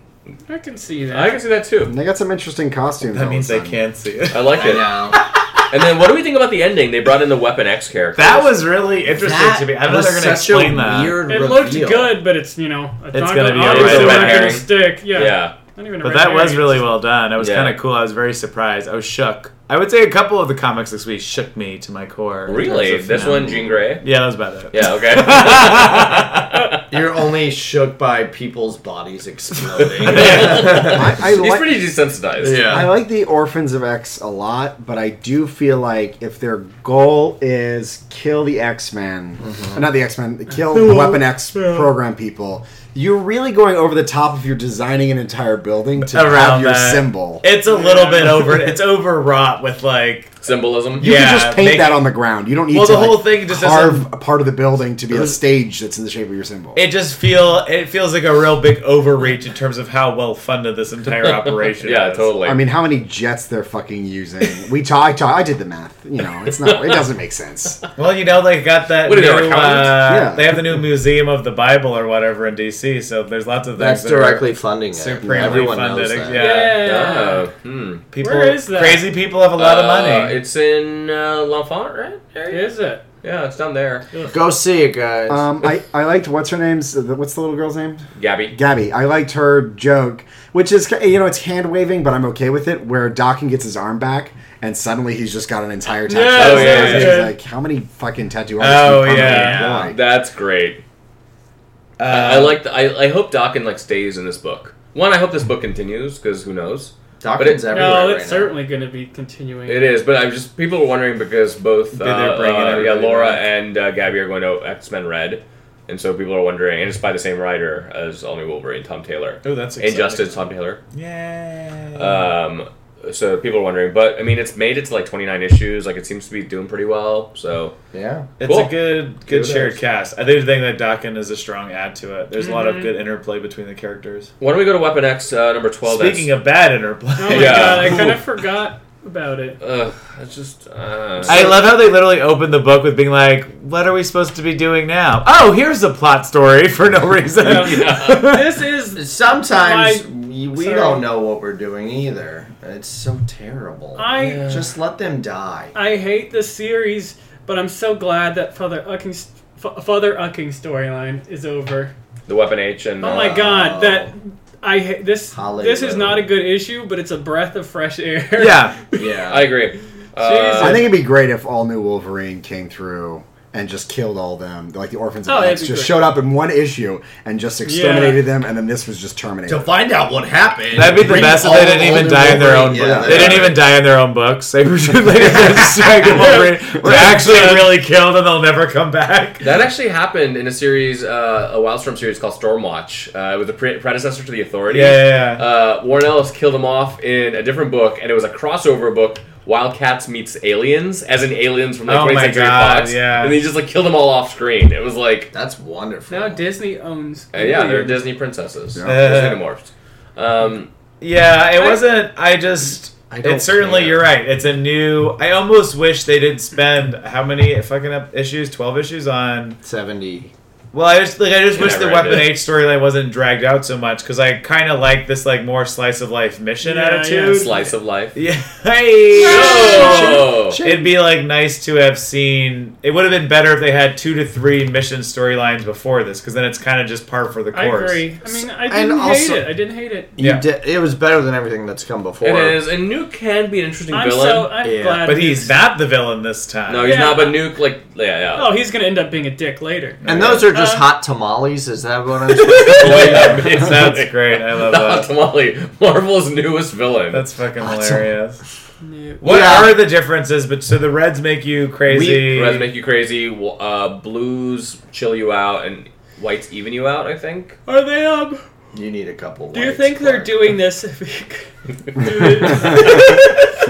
Speaker 4: I can see
Speaker 1: Oh, I
Speaker 4: that.
Speaker 1: can see that too.
Speaker 3: And they got some interesting costumes.
Speaker 2: That
Speaker 3: all
Speaker 2: means
Speaker 3: of a
Speaker 2: they
Speaker 3: sudden.
Speaker 2: can't see it.
Speaker 1: I like
Speaker 5: I
Speaker 1: it.
Speaker 5: know.
Speaker 1: And then what do we think about the ending? They brought in the Weapon X character.
Speaker 2: That was really interesting
Speaker 5: That
Speaker 2: to me. I don't know if
Speaker 5: was
Speaker 2: they're gonna
Speaker 5: such a
Speaker 2: explain that.
Speaker 5: Weird
Speaker 4: it
Speaker 5: reveal.
Speaker 4: looked good, but it's you know it's not
Speaker 2: gonna
Speaker 4: gonna,
Speaker 2: be a
Speaker 4: obviously
Speaker 2: red
Speaker 4: not gonna
Speaker 1: herring.
Speaker 4: stick. Yeah,
Speaker 1: yeah.
Speaker 4: Not even a
Speaker 2: But
Speaker 4: red
Speaker 2: that was
Speaker 4: herring.
Speaker 2: really well done. It was
Speaker 1: Yeah.
Speaker 2: kind of cool. I was very surprised. I was shook. I would say a couple of the comics this week shook me to my core. in terms
Speaker 1: Really?
Speaker 2: of,
Speaker 1: This
Speaker 2: you know-
Speaker 1: one, Jean Grey?
Speaker 2: Yeah, that was about it.
Speaker 1: Yeah, okay.
Speaker 5: You're only shook by people's bodies exploding.
Speaker 3: I, I
Speaker 1: He's
Speaker 3: like-
Speaker 1: pretty desensitized.
Speaker 5: Yeah.
Speaker 3: I like the Orphans of X a lot, but I do feel like if their goal is kill the X Men,
Speaker 2: Mm-hmm.
Speaker 3: not the X Men, kill the Weapon X program people, you're really going over the top if you're designing an entire building to have
Speaker 2: Around
Speaker 3: your
Speaker 2: that.
Speaker 3: symbol.
Speaker 2: It's a little bit over. It's overwrought with like
Speaker 1: Symbolism.
Speaker 3: you
Speaker 2: yeah,
Speaker 3: can just paint
Speaker 2: make-
Speaker 3: that on the ground. You don't need
Speaker 2: Well,
Speaker 3: to
Speaker 2: the whole
Speaker 3: like,
Speaker 2: thing just
Speaker 3: carve
Speaker 2: doesn't-
Speaker 3: a part of the building to be a stage that's in the shape of your symbol.
Speaker 2: it just feel it feels like a real big overreach in terms of how well funded this entire operation
Speaker 1: Yeah,
Speaker 2: is.
Speaker 1: totally.
Speaker 3: I mean, how many jets they're fucking using? We talk, I, ta- I did the math. You know, it's not. It doesn't make sense.
Speaker 2: Well, you know, they got that
Speaker 1: What are
Speaker 2: new,
Speaker 1: they,
Speaker 2: uh,
Speaker 1: our accountants?
Speaker 3: Yeah.
Speaker 2: they have the new museum of the Bible or whatever in DC, so there's lots of things
Speaker 5: That's
Speaker 2: that are
Speaker 5: directly funding it.
Speaker 2: supremely
Speaker 5: Everyone
Speaker 2: funded.
Speaker 5: knows that.
Speaker 2: Yeah.
Speaker 4: Yeah.
Speaker 1: Uh, hmm.
Speaker 2: People
Speaker 4: Where is that?
Speaker 2: crazy people have a lot of
Speaker 1: Uh,
Speaker 2: money.
Speaker 1: It's in uh, L'Enfant, right? Area?
Speaker 4: Is it?
Speaker 1: Yeah, it's down there.
Speaker 5: Go see it, guys.
Speaker 3: Um, I, I liked what's her name's. the- What's the little girl's name?
Speaker 1: Gabby.
Speaker 3: Gabby, I liked her joke, which is you know it's hand waving, but I'm okay with it. Where Dawkins gets his arm back, and suddenly he's just got an entire tattoo.
Speaker 4: Yeah,
Speaker 1: Oh, yeah,
Speaker 3: He's
Speaker 4: yeah.
Speaker 3: like, how many fucking tattoo artists?
Speaker 2: Oh,
Speaker 3: do you permanently
Speaker 2: yeah.
Speaker 3: employ?
Speaker 1: That's great.
Speaker 2: Uh,
Speaker 1: I like. The, I I hope Dawkins like stays in this book. One, I hope this book continues because who knows?
Speaker 5: Doctrines
Speaker 1: it-
Speaker 5: everywhere
Speaker 4: No,
Speaker 5: right
Speaker 4: it's
Speaker 5: now.
Speaker 4: certainly going to be continuing.
Speaker 1: It is, but I'm just people are wondering because both uh,
Speaker 2: They're bringing
Speaker 1: uh, yeah
Speaker 2: everybody
Speaker 1: Laura
Speaker 2: back.
Speaker 1: and uh, Gabby are going to X Men Red, and so people are wondering, and it's by the same writer as All New Wolverine, Tom Taylor.
Speaker 2: oh, that's exciting. Mm-hmm.
Speaker 1: Injustice, Tom Taylor.
Speaker 2: Yay.
Speaker 1: Um, so people are wondering, but I mean, it's made it to like 29 issues. Like it seems to be doing pretty well. So
Speaker 5: Yeah.
Speaker 2: It's
Speaker 1: Cool.
Speaker 2: a good good
Speaker 5: Kudos.
Speaker 2: shared cast. I do think that Dokken is a strong add to it. There's a
Speaker 4: Mm-hmm.
Speaker 2: lot of good interplay between the characters.
Speaker 1: why don't we go to Weapon X uh, number 12?
Speaker 2: Speaking of bad interplay,
Speaker 4: Oh my
Speaker 1: Yeah.
Speaker 4: god, I kind of forgot about it.
Speaker 1: of, uh, it's just uh,
Speaker 2: I love how they literally opened the book with being like, "What are we supposed to be doing now?" Oh, here's the plot story for no reason.
Speaker 1: Yeah.
Speaker 4: Um, This is.
Speaker 5: Sometimes
Speaker 4: My-
Speaker 5: we we
Speaker 4: Sorry.
Speaker 5: don't know what we're doing either. It's so terrible.
Speaker 4: I
Speaker 1: Yeah.
Speaker 5: Just let them die.
Speaker 4: I hate this series, but I'm so glad that Father Ucking's F- Father Ucking storyline is over.
Speaker 1: the Weapon H and
Speaker 4: Oh my
Speaker 1: uh,
Speaker 4: god, that I ha- this
Speaker 5: Hollywood.
Speaker 4: this is not a good issue, but it's a breath of fresh air.
Speaker 2: yeah,
Speaker 5: Yeah.
Speaker 1: I agree. Uh,
Speaker 3: I think it'd be great if all new Wolverine came through and just killed all them, like the orphans
Speaker 4: Oh,
Speaker 3: of
Speaker 4: that'd
Speaker 3: X,
Speaker 4: be
Speaker 3: just
Speaker 4: great.
Speaker 3: showed up in one issue and just exterminated them, and then this was just terminated.
Speaker 5: find out what happened.
Speaker 2: that'd be the
Speaker 5: bring
Speaker 2: best if
Speaker 5: all
Speaker 2: they
Speaker 5: the
Speaker 2: didn't even
Speaker 5: Alden
Speaker 2: die in their own.
Speaker 5: Wolverine. Yeah,
Speaker 2: book. They didn't even die in their own books. They were just like, they're just like, Wolverine. We're actually really killed, and they'll never come back.
Speaker 1: That actually happened in a series, uh, a Wildstorm series called Stormwatch. Uh, it was the pre- predecessor to the Authority.
Speaker 2: Yeah, yeah, yeah.
Speaker 1: Uh, Warren Ellis killed him off in a different book, and it was a crossover book. Wildcats meets aliens, as in aliens from like
Speaker 2: Oh my
Speaker 1: 20th Century
Speaker 2: God,
Speaker 1: Fox,
Speaker 2: yeah.
Speaker 1: and they just like killed them all off screen. It was like,
Speaker 5: That's wonderful.
Speaker 4: Now Disney owns.
Speaker 1: uh, yeah, they're
Speaker 4: Hulu.
Speaker 1: Disney princesses,
Speaker 2: Yeah.
Speaker 1: Disney morphs. Um,
Speaker 2: Yeah, it
Speaker 4: I-
Speaker 2: wasn't. I just.
Speaker 5: I don't
Speaker 2: it's certainly.
Speaker 5: care.
Speaker 2: You're right. It's a new. I almost wish they did spend how many fucking up issues? Twelve issues on.
Speaker 5: 70.
Speaker 2: Well, I just like I just wish
Speaker 1: Yeah,
Speaker 2: the
Speaker 1: right,
Speaker 2: Weapon
Speaker 1: yeah.
Speaker 2: H storyline wasn't dragged out so much because I kind of like this like more slice of life mission
Speaker 4: Yeah,
Speaker 2: attitude.
Speaker 1: slice of life.
Speaker 2: Yeah. Hey.
Speaker 1: Oh! Oh.
Speaker 3: Shit.
Speaker 2: It'd be like nice to have seen. It would have been better if they had two to three mission storylines before this, because then it's kind of just par for the
Speaker 4: I
Speaker 2: course.
Speaker 4: agree. I mean, I didn't
Speaker 5: also-
Speaker 4: hate it. I didn't hate it.
Speaker 5: You
Speaker 2: Yeah.
Speaker 5: di- it was better than everything that's come before.
Speaker 1: It is, and Nuke can be an interesting
Speaker 4: I'm
Speaker 1: villain.
Speaker 4: so I'm
Speaker 5: Yeah,
Speaker 4: glad.
Speaker 2: But he's not the villain this time.
Speaker 1: no, he's
Speaker 4: Yeah.
Speaker 1: not. But Nuke, like, yeah, yeah.
Speaker 4: Oh, he's gonna end up being a dick later.
Speaker 5: And those are just
Speaker 4: Uh,
Speaker 5: hot tamales. Is that what I'm? supposed to-
Speaker 1: Boy, that
Speaker 2: It
Speaker 1: means-
Speaker 2: sounds great. I
Speaker 4: Oh.
Speaker 2: love
Speaker 1: Not
Speaker 2: that.
Speaker 1: Tamale, Marvel's newest villain.
Speaker 2: That's fucking hilarious.
Speaker 4: No.
Speaker 2: What
Speaker 5: Yeah.
Speaker 2: are the differences? But so the Reds make you crazy.
Speaker 1: We- Reds make you crazy. w- Uh, blues chill you out, and whites even you out. I think.
Speaker 4: Are they um?
Speaker 5: you need a couple.
Speaker 4: Do you
Speaker 5: whites,
Speaker 4: think they're
Speaker 5: Clark.
Speaker 4: doing this? if we-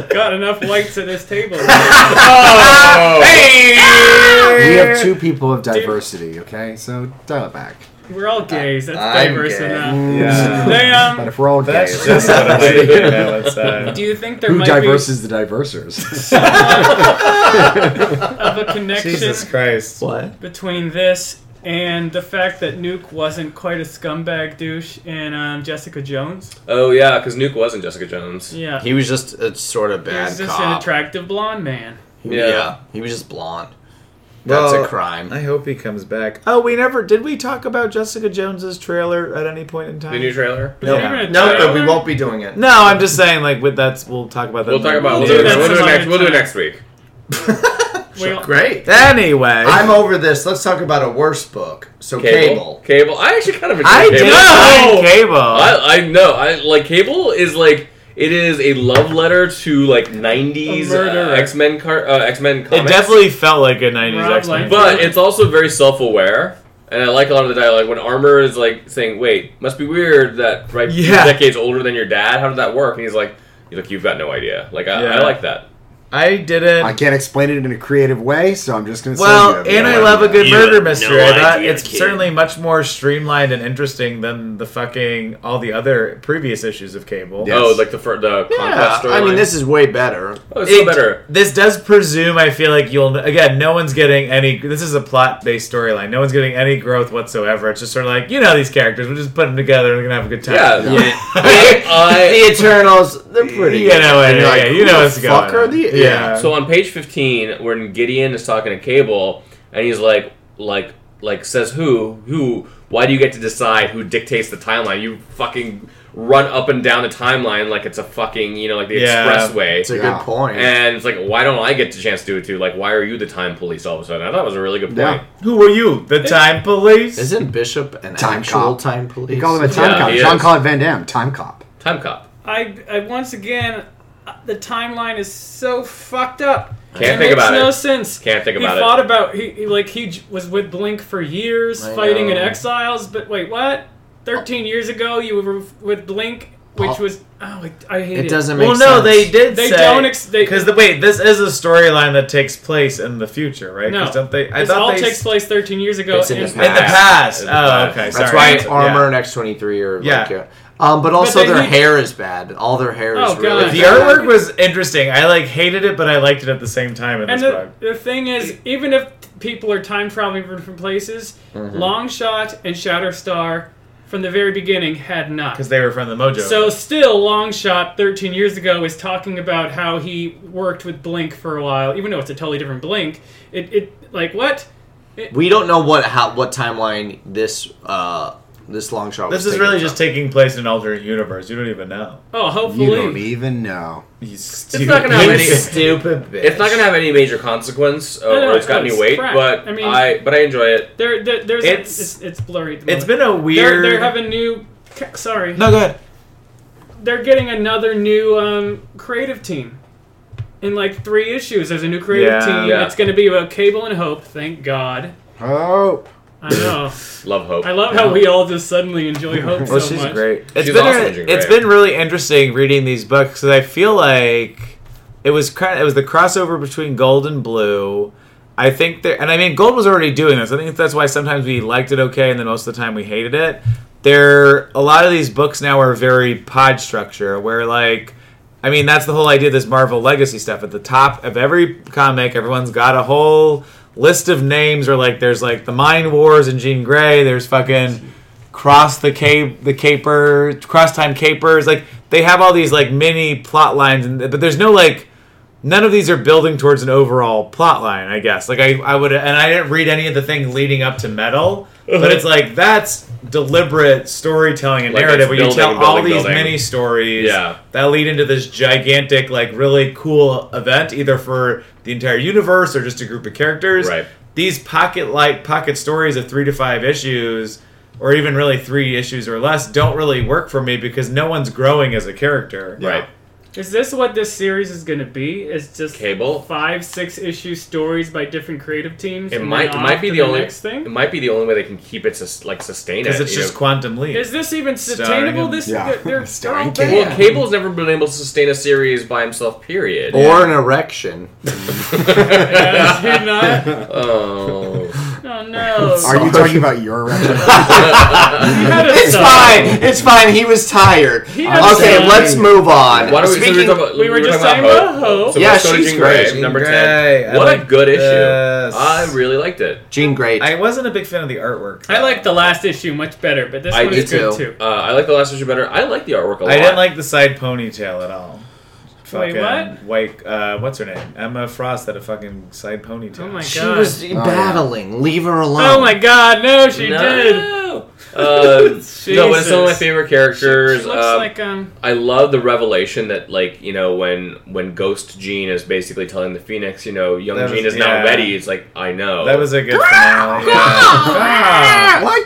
Speaker 4: Got enough whites at this table.
Speaker 1: Oh,
Speaker 3: We have two people of diversity, okay? So dial it back.
Speaker 4: We're all gays. That's
Speaker 5: I'm
Speaker 4: diverse
Speaker 5: gay.
Speaker 4: enough.
Speaker 2: Yeah.
Speaker 4: They
Speaker 3: But
Speaker 4: um.
Speaker 3: if we're all gay,
Speaker 2: That's just what I'm waiting for now. It's, uh,
Speaker 4: Do you think there
Speaker 3: who
Speaker 4: might
Speaker 3: diverse is the diversers?
Speaker 4: be of a connection
Speaker 2: Jesus Christ.
Speaker 5: What?
Speaker 4: between this and the fact that Nuke wasn't quite a scumbag douche in um, Jessica Jones?
Speaker 1: oh yeah, because Nuke wasn't Jessica Jones.
Speaker 4: Yeah.
Speaker 5: He was just a sort of
Speaker 4: He
Speaker 5: bad
Speaker 4: was just an
Speaker 5: cop.
Speaker 4: attractive blonde man.
Speaker 1: Yeah.
Speaker 5: yeah. he was just blonde. That's
Speaker 2: Well,
Speaker 5: a crime.
Speaker 2: I hope he comes back. Oh, we never did. We talk about Jessica Jones's trailer at any point in time.
Speaker 1: The new trailer.
Speaker 4: No.
Speaker 5: No, no, we won't be doing it.
Speaker 2: no, I'm just saying. Like with that's, we'll talk about that.
Speaker 1: We'll talk about. We'll do
Speaker 4: We'll
Speaker 1: it,
Speaker 4: do that
Speaker 1: we'll do it
Speaker 4: some
Speaker 1: next.
Speaker 4: other
Speaker 1: We'll do it
Speaker 4: time.
Speaker 1: next week.
Speaker 4: We'll-
Speaker 5: Great.
Speaker 2: Anyway,
Speaker 5: I'm over this. Let's talk about a worse book. So
Speaker 1: Cable.
Speaker 5: Cable.
Speaker 1: Cable. I actually kind of enjoy
Speaker 2: I do
Speaker 1: Cable.
Speaker 2: like cable.
Speaker 1: I, I know. I like Cable is like it is a love letter to like '90s
Speaker 4: murderer.
Speaker 1: uh, X-Men car, uh, X-Men
Speaker 2: it
Speaker 1: comics.
Speaker 2: definitely felt like a '90s
Speaker 4: Rob
Speaker 2: X Men.
Speaker 4: Liefeld.
Speaker 1: But it's also very self-aware, and I like a lot of the dialogue. When Armor is like saying, "Wait, must be weird that right two
Speaker 2: Yeah.
Speaker 1: decades older than your dad. How did that work?" And he's like, "Look, you've got no idea. Like I,
Speaker 2: Yeah.
Speaker 1: I like that.
Speaker 2: I didn't.
Speaker 3: I can't explain it in a creative way, so I'm just going to
Speaker 2: well,
Speaker 3: say. you
Speaker 2: and
Speaker 3: have
Speaker 2: I
Speaker 3: no
Speaker 2: love a
Speaker 3: idea.
Speaker 2: good
Speaker 1: You
Speaker 2: murder
Speaker 1: have
Speaker 2: mystery.
Speaker 1: no
Speaker 2: I thought
Speaker 1: idea,
Speaker 2: it's
Speaker 1: kid.
Speaker 2: certainly much more streamlined and interesting than the fucking all the other previous issues of Cable.
Speaker 3: Yes.
Speaker 1: Oh, like the fir- the
Speaker 5: Yeah,
Speaker 1: conquest storyline.
Speaker 5: I mean, this is way better.
Speaker 1: oh, it's still
Speaker 2: It-
Speaker 1: better.
Speaker 2: This does presume I feel like you'll again. No one's getting any. This is a plot-based storyline. No one's getting any growth whatsoever. It's just sort of like you know these characters. We'll just put them together and we're gonna have a good time.
Speaker 1: Yeah, I-
Speaker 5: the Eternals, they're pretty.
Speaker 2: You know,
Speaker 5: good.
Speaker 2: yeah,
Speaker 5: You're like,
Speaker 2: yeah, you
Speaker 5: who
Speaker 2: know
Speaker 5: the
Speaker 2: what's going
Speaker 5: fuck Are
Speaker 2: on.
Speaker 5: the-
Speaker 2: Yeah.
Speaker 1: So on page fifteen, when Gideon is talking to Cable, and he's like, like, like, says who, who? Why do you get to decide who dictates the timeline? You fucking run up and down the timeline like it's a fucking, you know, like the
Speaker 2: Yeah.
Speaker 1: expressway.
Speaker 5: It's a
Speaker 3: Yeah.
Speaker 5: good point.
Speaker 1: and it's like, why don't I get the chance to do it too? Like, why are you the time police all of a sudden? I thought it was a really good point.
Speaker 3: Yeah.
Speaker 2: Who are you? The time police?
Speaker 5: Isn't Bishop an
Speaker 3: Time
Speaker 5: actual
Speaker 3: cop.
Speaker 5: time police?
Speaker 3: They call him a
Speaker 1: Yeah,
Speaker 3: time cop.
Speaker 1: he
Speaker 3: John
Speaker 1: is.
Speaker 3: Claude Van Damme, time cop.
Speaker 1: Time cop.
Speaker 4: I, I once again, uh, the timeline is so fucked up.
Speaker 1: Can't
Speaker 4: it
Speaker 1: think
Speaker 4: makes
Speaker 1: about
Speaker 4: no
Speaker 1: it.
Speaker 4: sense.
Speaker 1: Can't think about
Speaker 4: he
Speaker 1: it.
Speaker 4: thought about he, he- like he j- was with Blink for years,
Speaker 5: I
Speaker 4: fighting in
Speaker 5: know.
Speaker 4: exiles. But wait, what? Thirteen years ago, you were with Blink, which
Speaker 5: Paul-
Speaker 4: was oh, I, I hate it.
Speaker 5: It doesn't make
Speaker 2: well,
Speaker 5: sense.
Speaker 2: no, they did.
Speaker 4: They
Speaker 2: say,
Speaker 4: don't ex- they-
Speaker 2: because the wait, this is a storyline that takes place in the future, right? 'Cause
Speaker 4: No.
Speaker 2: don't they? I
Speaker 4: This
Speaker 2: thought
Speaker 4: all
Speaker 2: they
Speaker 4: takes
Speaker 2: s-
Speaker 4: place thirteen years ago.
Speaker 5: It's in
Speaker 4: and-
Speaker 5: the
Speaker 2: in the past.
Speaker 1: In the
Speaker 2: Oh,
Speaker 1: past.
Speaker 2: okay.
Speaker 5: That's
Speaker 2: sorry.
Speaker 5: why it's armor
Speaker 2: Yeah.
Speaker 5: and X twenty E three or
Speaker 2: Yeah.
Speaker 5: like. Yeah. Um, but also
Speaker 4: they
Speaker 5: their
Speaker 4: need-
Speaker 5: hair is bad. All their hair is
Speaker 4: Oh,
Speaker 5: really.
Speaker 4: God.
Speaker 2: The
Speaker 5: bad.
Speaker 2: artwork was interesting. I like hated it, but I liked it at the same time in
Speaker 4: And
Speaker 2: this
Speaker 4: the,
Speaker 2: book.
Speaker 4: the thing is, even if people are time traveling from different places,
Speaker 5: Mm-hmm.
Speaker 4: Longshot and Shatterstar from the very beginning had not.
Speaker 2: Because they were from the Mojo.
Speaker 4: So still, Longshot 13 years ago is talking about how he worked with Blink for a while, even though it's a totally different Blink. It, it like what?
Speaker 5: We don't know what how what timeline this uh this long shot.
Speaker 2: this
Speaker 5: was
Speaker 2: is
Speaker 5: taken
Speaker 2: really
Speaker 5: from.
Speaker 2: just taking place in an alternate universe. You don't even know.
Speaker 4: Oh,
Speaker 3: You don't
Speaker 4: hopefully.
Speaker 3: even know.
Speaker 2: You
Speaker 1: not gonna have
Speaker 2: stupid-
Speaker 1: any-
Speaker 5: You stupid bitch.
Speaker 1: It's not gonna have any major consequence, uh,
Speaker 4: No, no,
Speaker 1: or it's got
Speaker 4: no,
Speaker 1: any
Speaker 4: it's
Speaker 1: weight.
Speaker 4: crap.
Speaker 1: But
Speaker 4: I
Speaker 1: I,
Speaker 4: mean-
Speaker 1: but I enjoy it.
Speaker 4: There, there, there's
Speaker 2: It's-
Speaker 4: it's, it's, blurry. At the
Speaker 2: It's
Speaker 4: moment.
Speaker 2: been a
Speaker 4: They're,
Speaker 2: weird.
Speaker 4: they're having new. Sorry,
Speaker 2: no good.
Speaker 4: they're getting another new um, creative team. In like three issues, there's a new creative
Speaker 2: Yeah.
Speaker 4: team.
Speaker 1: Yeah.
Speaker 4: It's going to be about Cable and Hope. Thank God.
Speaker 3: Oh,
Speaker 4: I know.
Speaker 1: Love hope.
Speaker 4: I love how we all just suddenly enjoy Hope
Speaker 2: Well,
Speaker 4: so
Speaker 2: Oh, she's
Speaker 4: much.
Speaker 2: great. It's
Speaker 1: She's
Speaker 2: been
Speaker 1: awesome
Speaker 2: a-
Speaker 1: and she's
Speaker 2: it's
Speaker 1: great.
Speaker 2: been really interesting reading these books because I feel like it was kind it was the crossover between Gold and Blue. I think there, and I mean, Gold was already doing this. I think that's why sometimes we liked it okay, and then most of the time we hated it. There, a lot of these books now are very pod structure, where like, I mean, that's the whole idea of this Marvel Legacy stuff. At the top of every comic, everyone's got a whole list of names, or like, there's like the Mind Wars and Jean Grey. There's fucking cross the cape the caper cross time capers like they have all these like mini plot lines and but there's no like none of these are building towards an overall plot line, I guess. Like I, I would and I didn't read any of the thing leading up to metal. But it's like that's deliberate storytelling and
Speaker 1: Like, it's
Speaker 2: narrative where you
Speaker 1: building,
Speaker 2: tell all
Speaker 1: building,
Speaker 2: these
Speaker 1: building.
Speaker 2: mini stories
Speaker 1: Yeah.
Speaker 2: that lead into this gigantic, like really cool event, either for the entire universe or just a group of characters.
Speaker 1: Right.
Speaker 2: These pocket like pocket stories of three to five issues, or even really three issues or less, don't really work for me because no one's growing as a character.
Speaker 1: Right.
Speaker 4: Is this what this series is going to be? It's just
Speaker 1: Cable?
Speaker 4: five, six issue stories by different creative teams.
Speaker 1: It
Speaker 4: and
Speaker 1: might. It
Speaker 4: then off
Speaker 1: might be
Speaker 4: to
Speaker 1: the, only.
Speaker 4: next
Speaker 1: It
Speaker 4: thing.
Speaker 1: might be the only way they can keep it sus- like sustain
Speaker 2: Because
Speaker 1: it.
Speaker 2: it's
Speaker 1: you
Speaker 2: just
Speaker 1: know?
Speaker 2: Quantum Leap.
Speaker 4: Is this even
Speaker 2: Starring
Speaker 4: sustainable?
Speaker 2: him.
Speaker 4: This
Speaker 3: Yeah.
Speaker 4: they're- they're all
Speaker 3: Starring
Speaker 4: bad.
Speaker 3: Cable.
Speaker 1: well, Cable's never been able to sustain a series by himself. Period.
Speaker 6: Or an erection.
Speaker 4: Yeah, is he not?
Speaker 1: oh.
Speaker 4: Oh no!
Speaker 3: Are you
Speaker 6: Sorry.
Speaker 3: talking about your record?
Speaker 4: He had a
Speaker 6: It's
Speaker 4: son.
Speaker 6: fine. It's fine. He was tired.
Speaker 4: He had a
Speaker 6: okay,
Speaker 4: son.
Speaker 6: let's move on.
Speaker 1: Why do we? so
Speaker 6: Speaking,
Speaker 1: we, were talking about,
Speaker 4: we were just
Speaker 1: talking
Speaker 4: saying
Speaker 1: about
Speaker 4: about Hope.
Speaker 1: So
Speaker 6: Yeah,
Speaker 1: let's go to
Speaker 6: she's
Speaker 1: Jean Grey,
Speaker 6: great.
Speaker 1: number
Speaker 2: Jean Grey,
Speaker 1: ten.
Speaker 2: I
Speaker 1: What a
Speaker 2: like
Speaker 1: good
Speaker 2: this.
Speaker 1: issue. I really liked it.
Speaker 6: Jean Great.
Speaker 2: I wasn't a big fan of the artwork.
Speaker 4: I like the last issue much better, but this
Speaker 1: I
Speaker 4: one
Speaker 1: do
Speaker 4: is good
Speaker 6: too.
Speaker 1: Uh,
Speaker 4: too.
Speaker 1: I like the last issue better. I like the artwork a lot.
Speaker 2: I didn't like the side ponytail at all.
Speaker 4: Wait,
Speaker 2: Fucking
Speaker 4: what?
Speaker 2: White, uh, what's her name? Emma Frost had a fucking side ponytail.
Speaker 4: Oh my
Speaker 6: she
Speaker 4: God.
Speaker 6: was
Speaker 3: yeah.
Speaker 6: battling. Leave her alone.
Speaker 4: Oh my god, no, she
Speaker 1: no.
Speaker 4: did.
Speaker 1: Uh, no, but it's one of my
Speaker 4: Jesus.
Speaker 1: favorite
Speaker 4: She
Speaker 1: characters.
Speaker 4: looks
Speaker 1: Um,
Speaker 4: like um.
Speaker 1: I love the revelation that like you know when when Ghost Gene is basically telling the Phoenix you know young
Speaker 2: That was-
Speaker 1: Gene is
Speaker 2: yeah.
Speaker 1: not ready. It's like I know
Speaker 2: That was a good finale. Yeah.
Speaker 3: Ah, like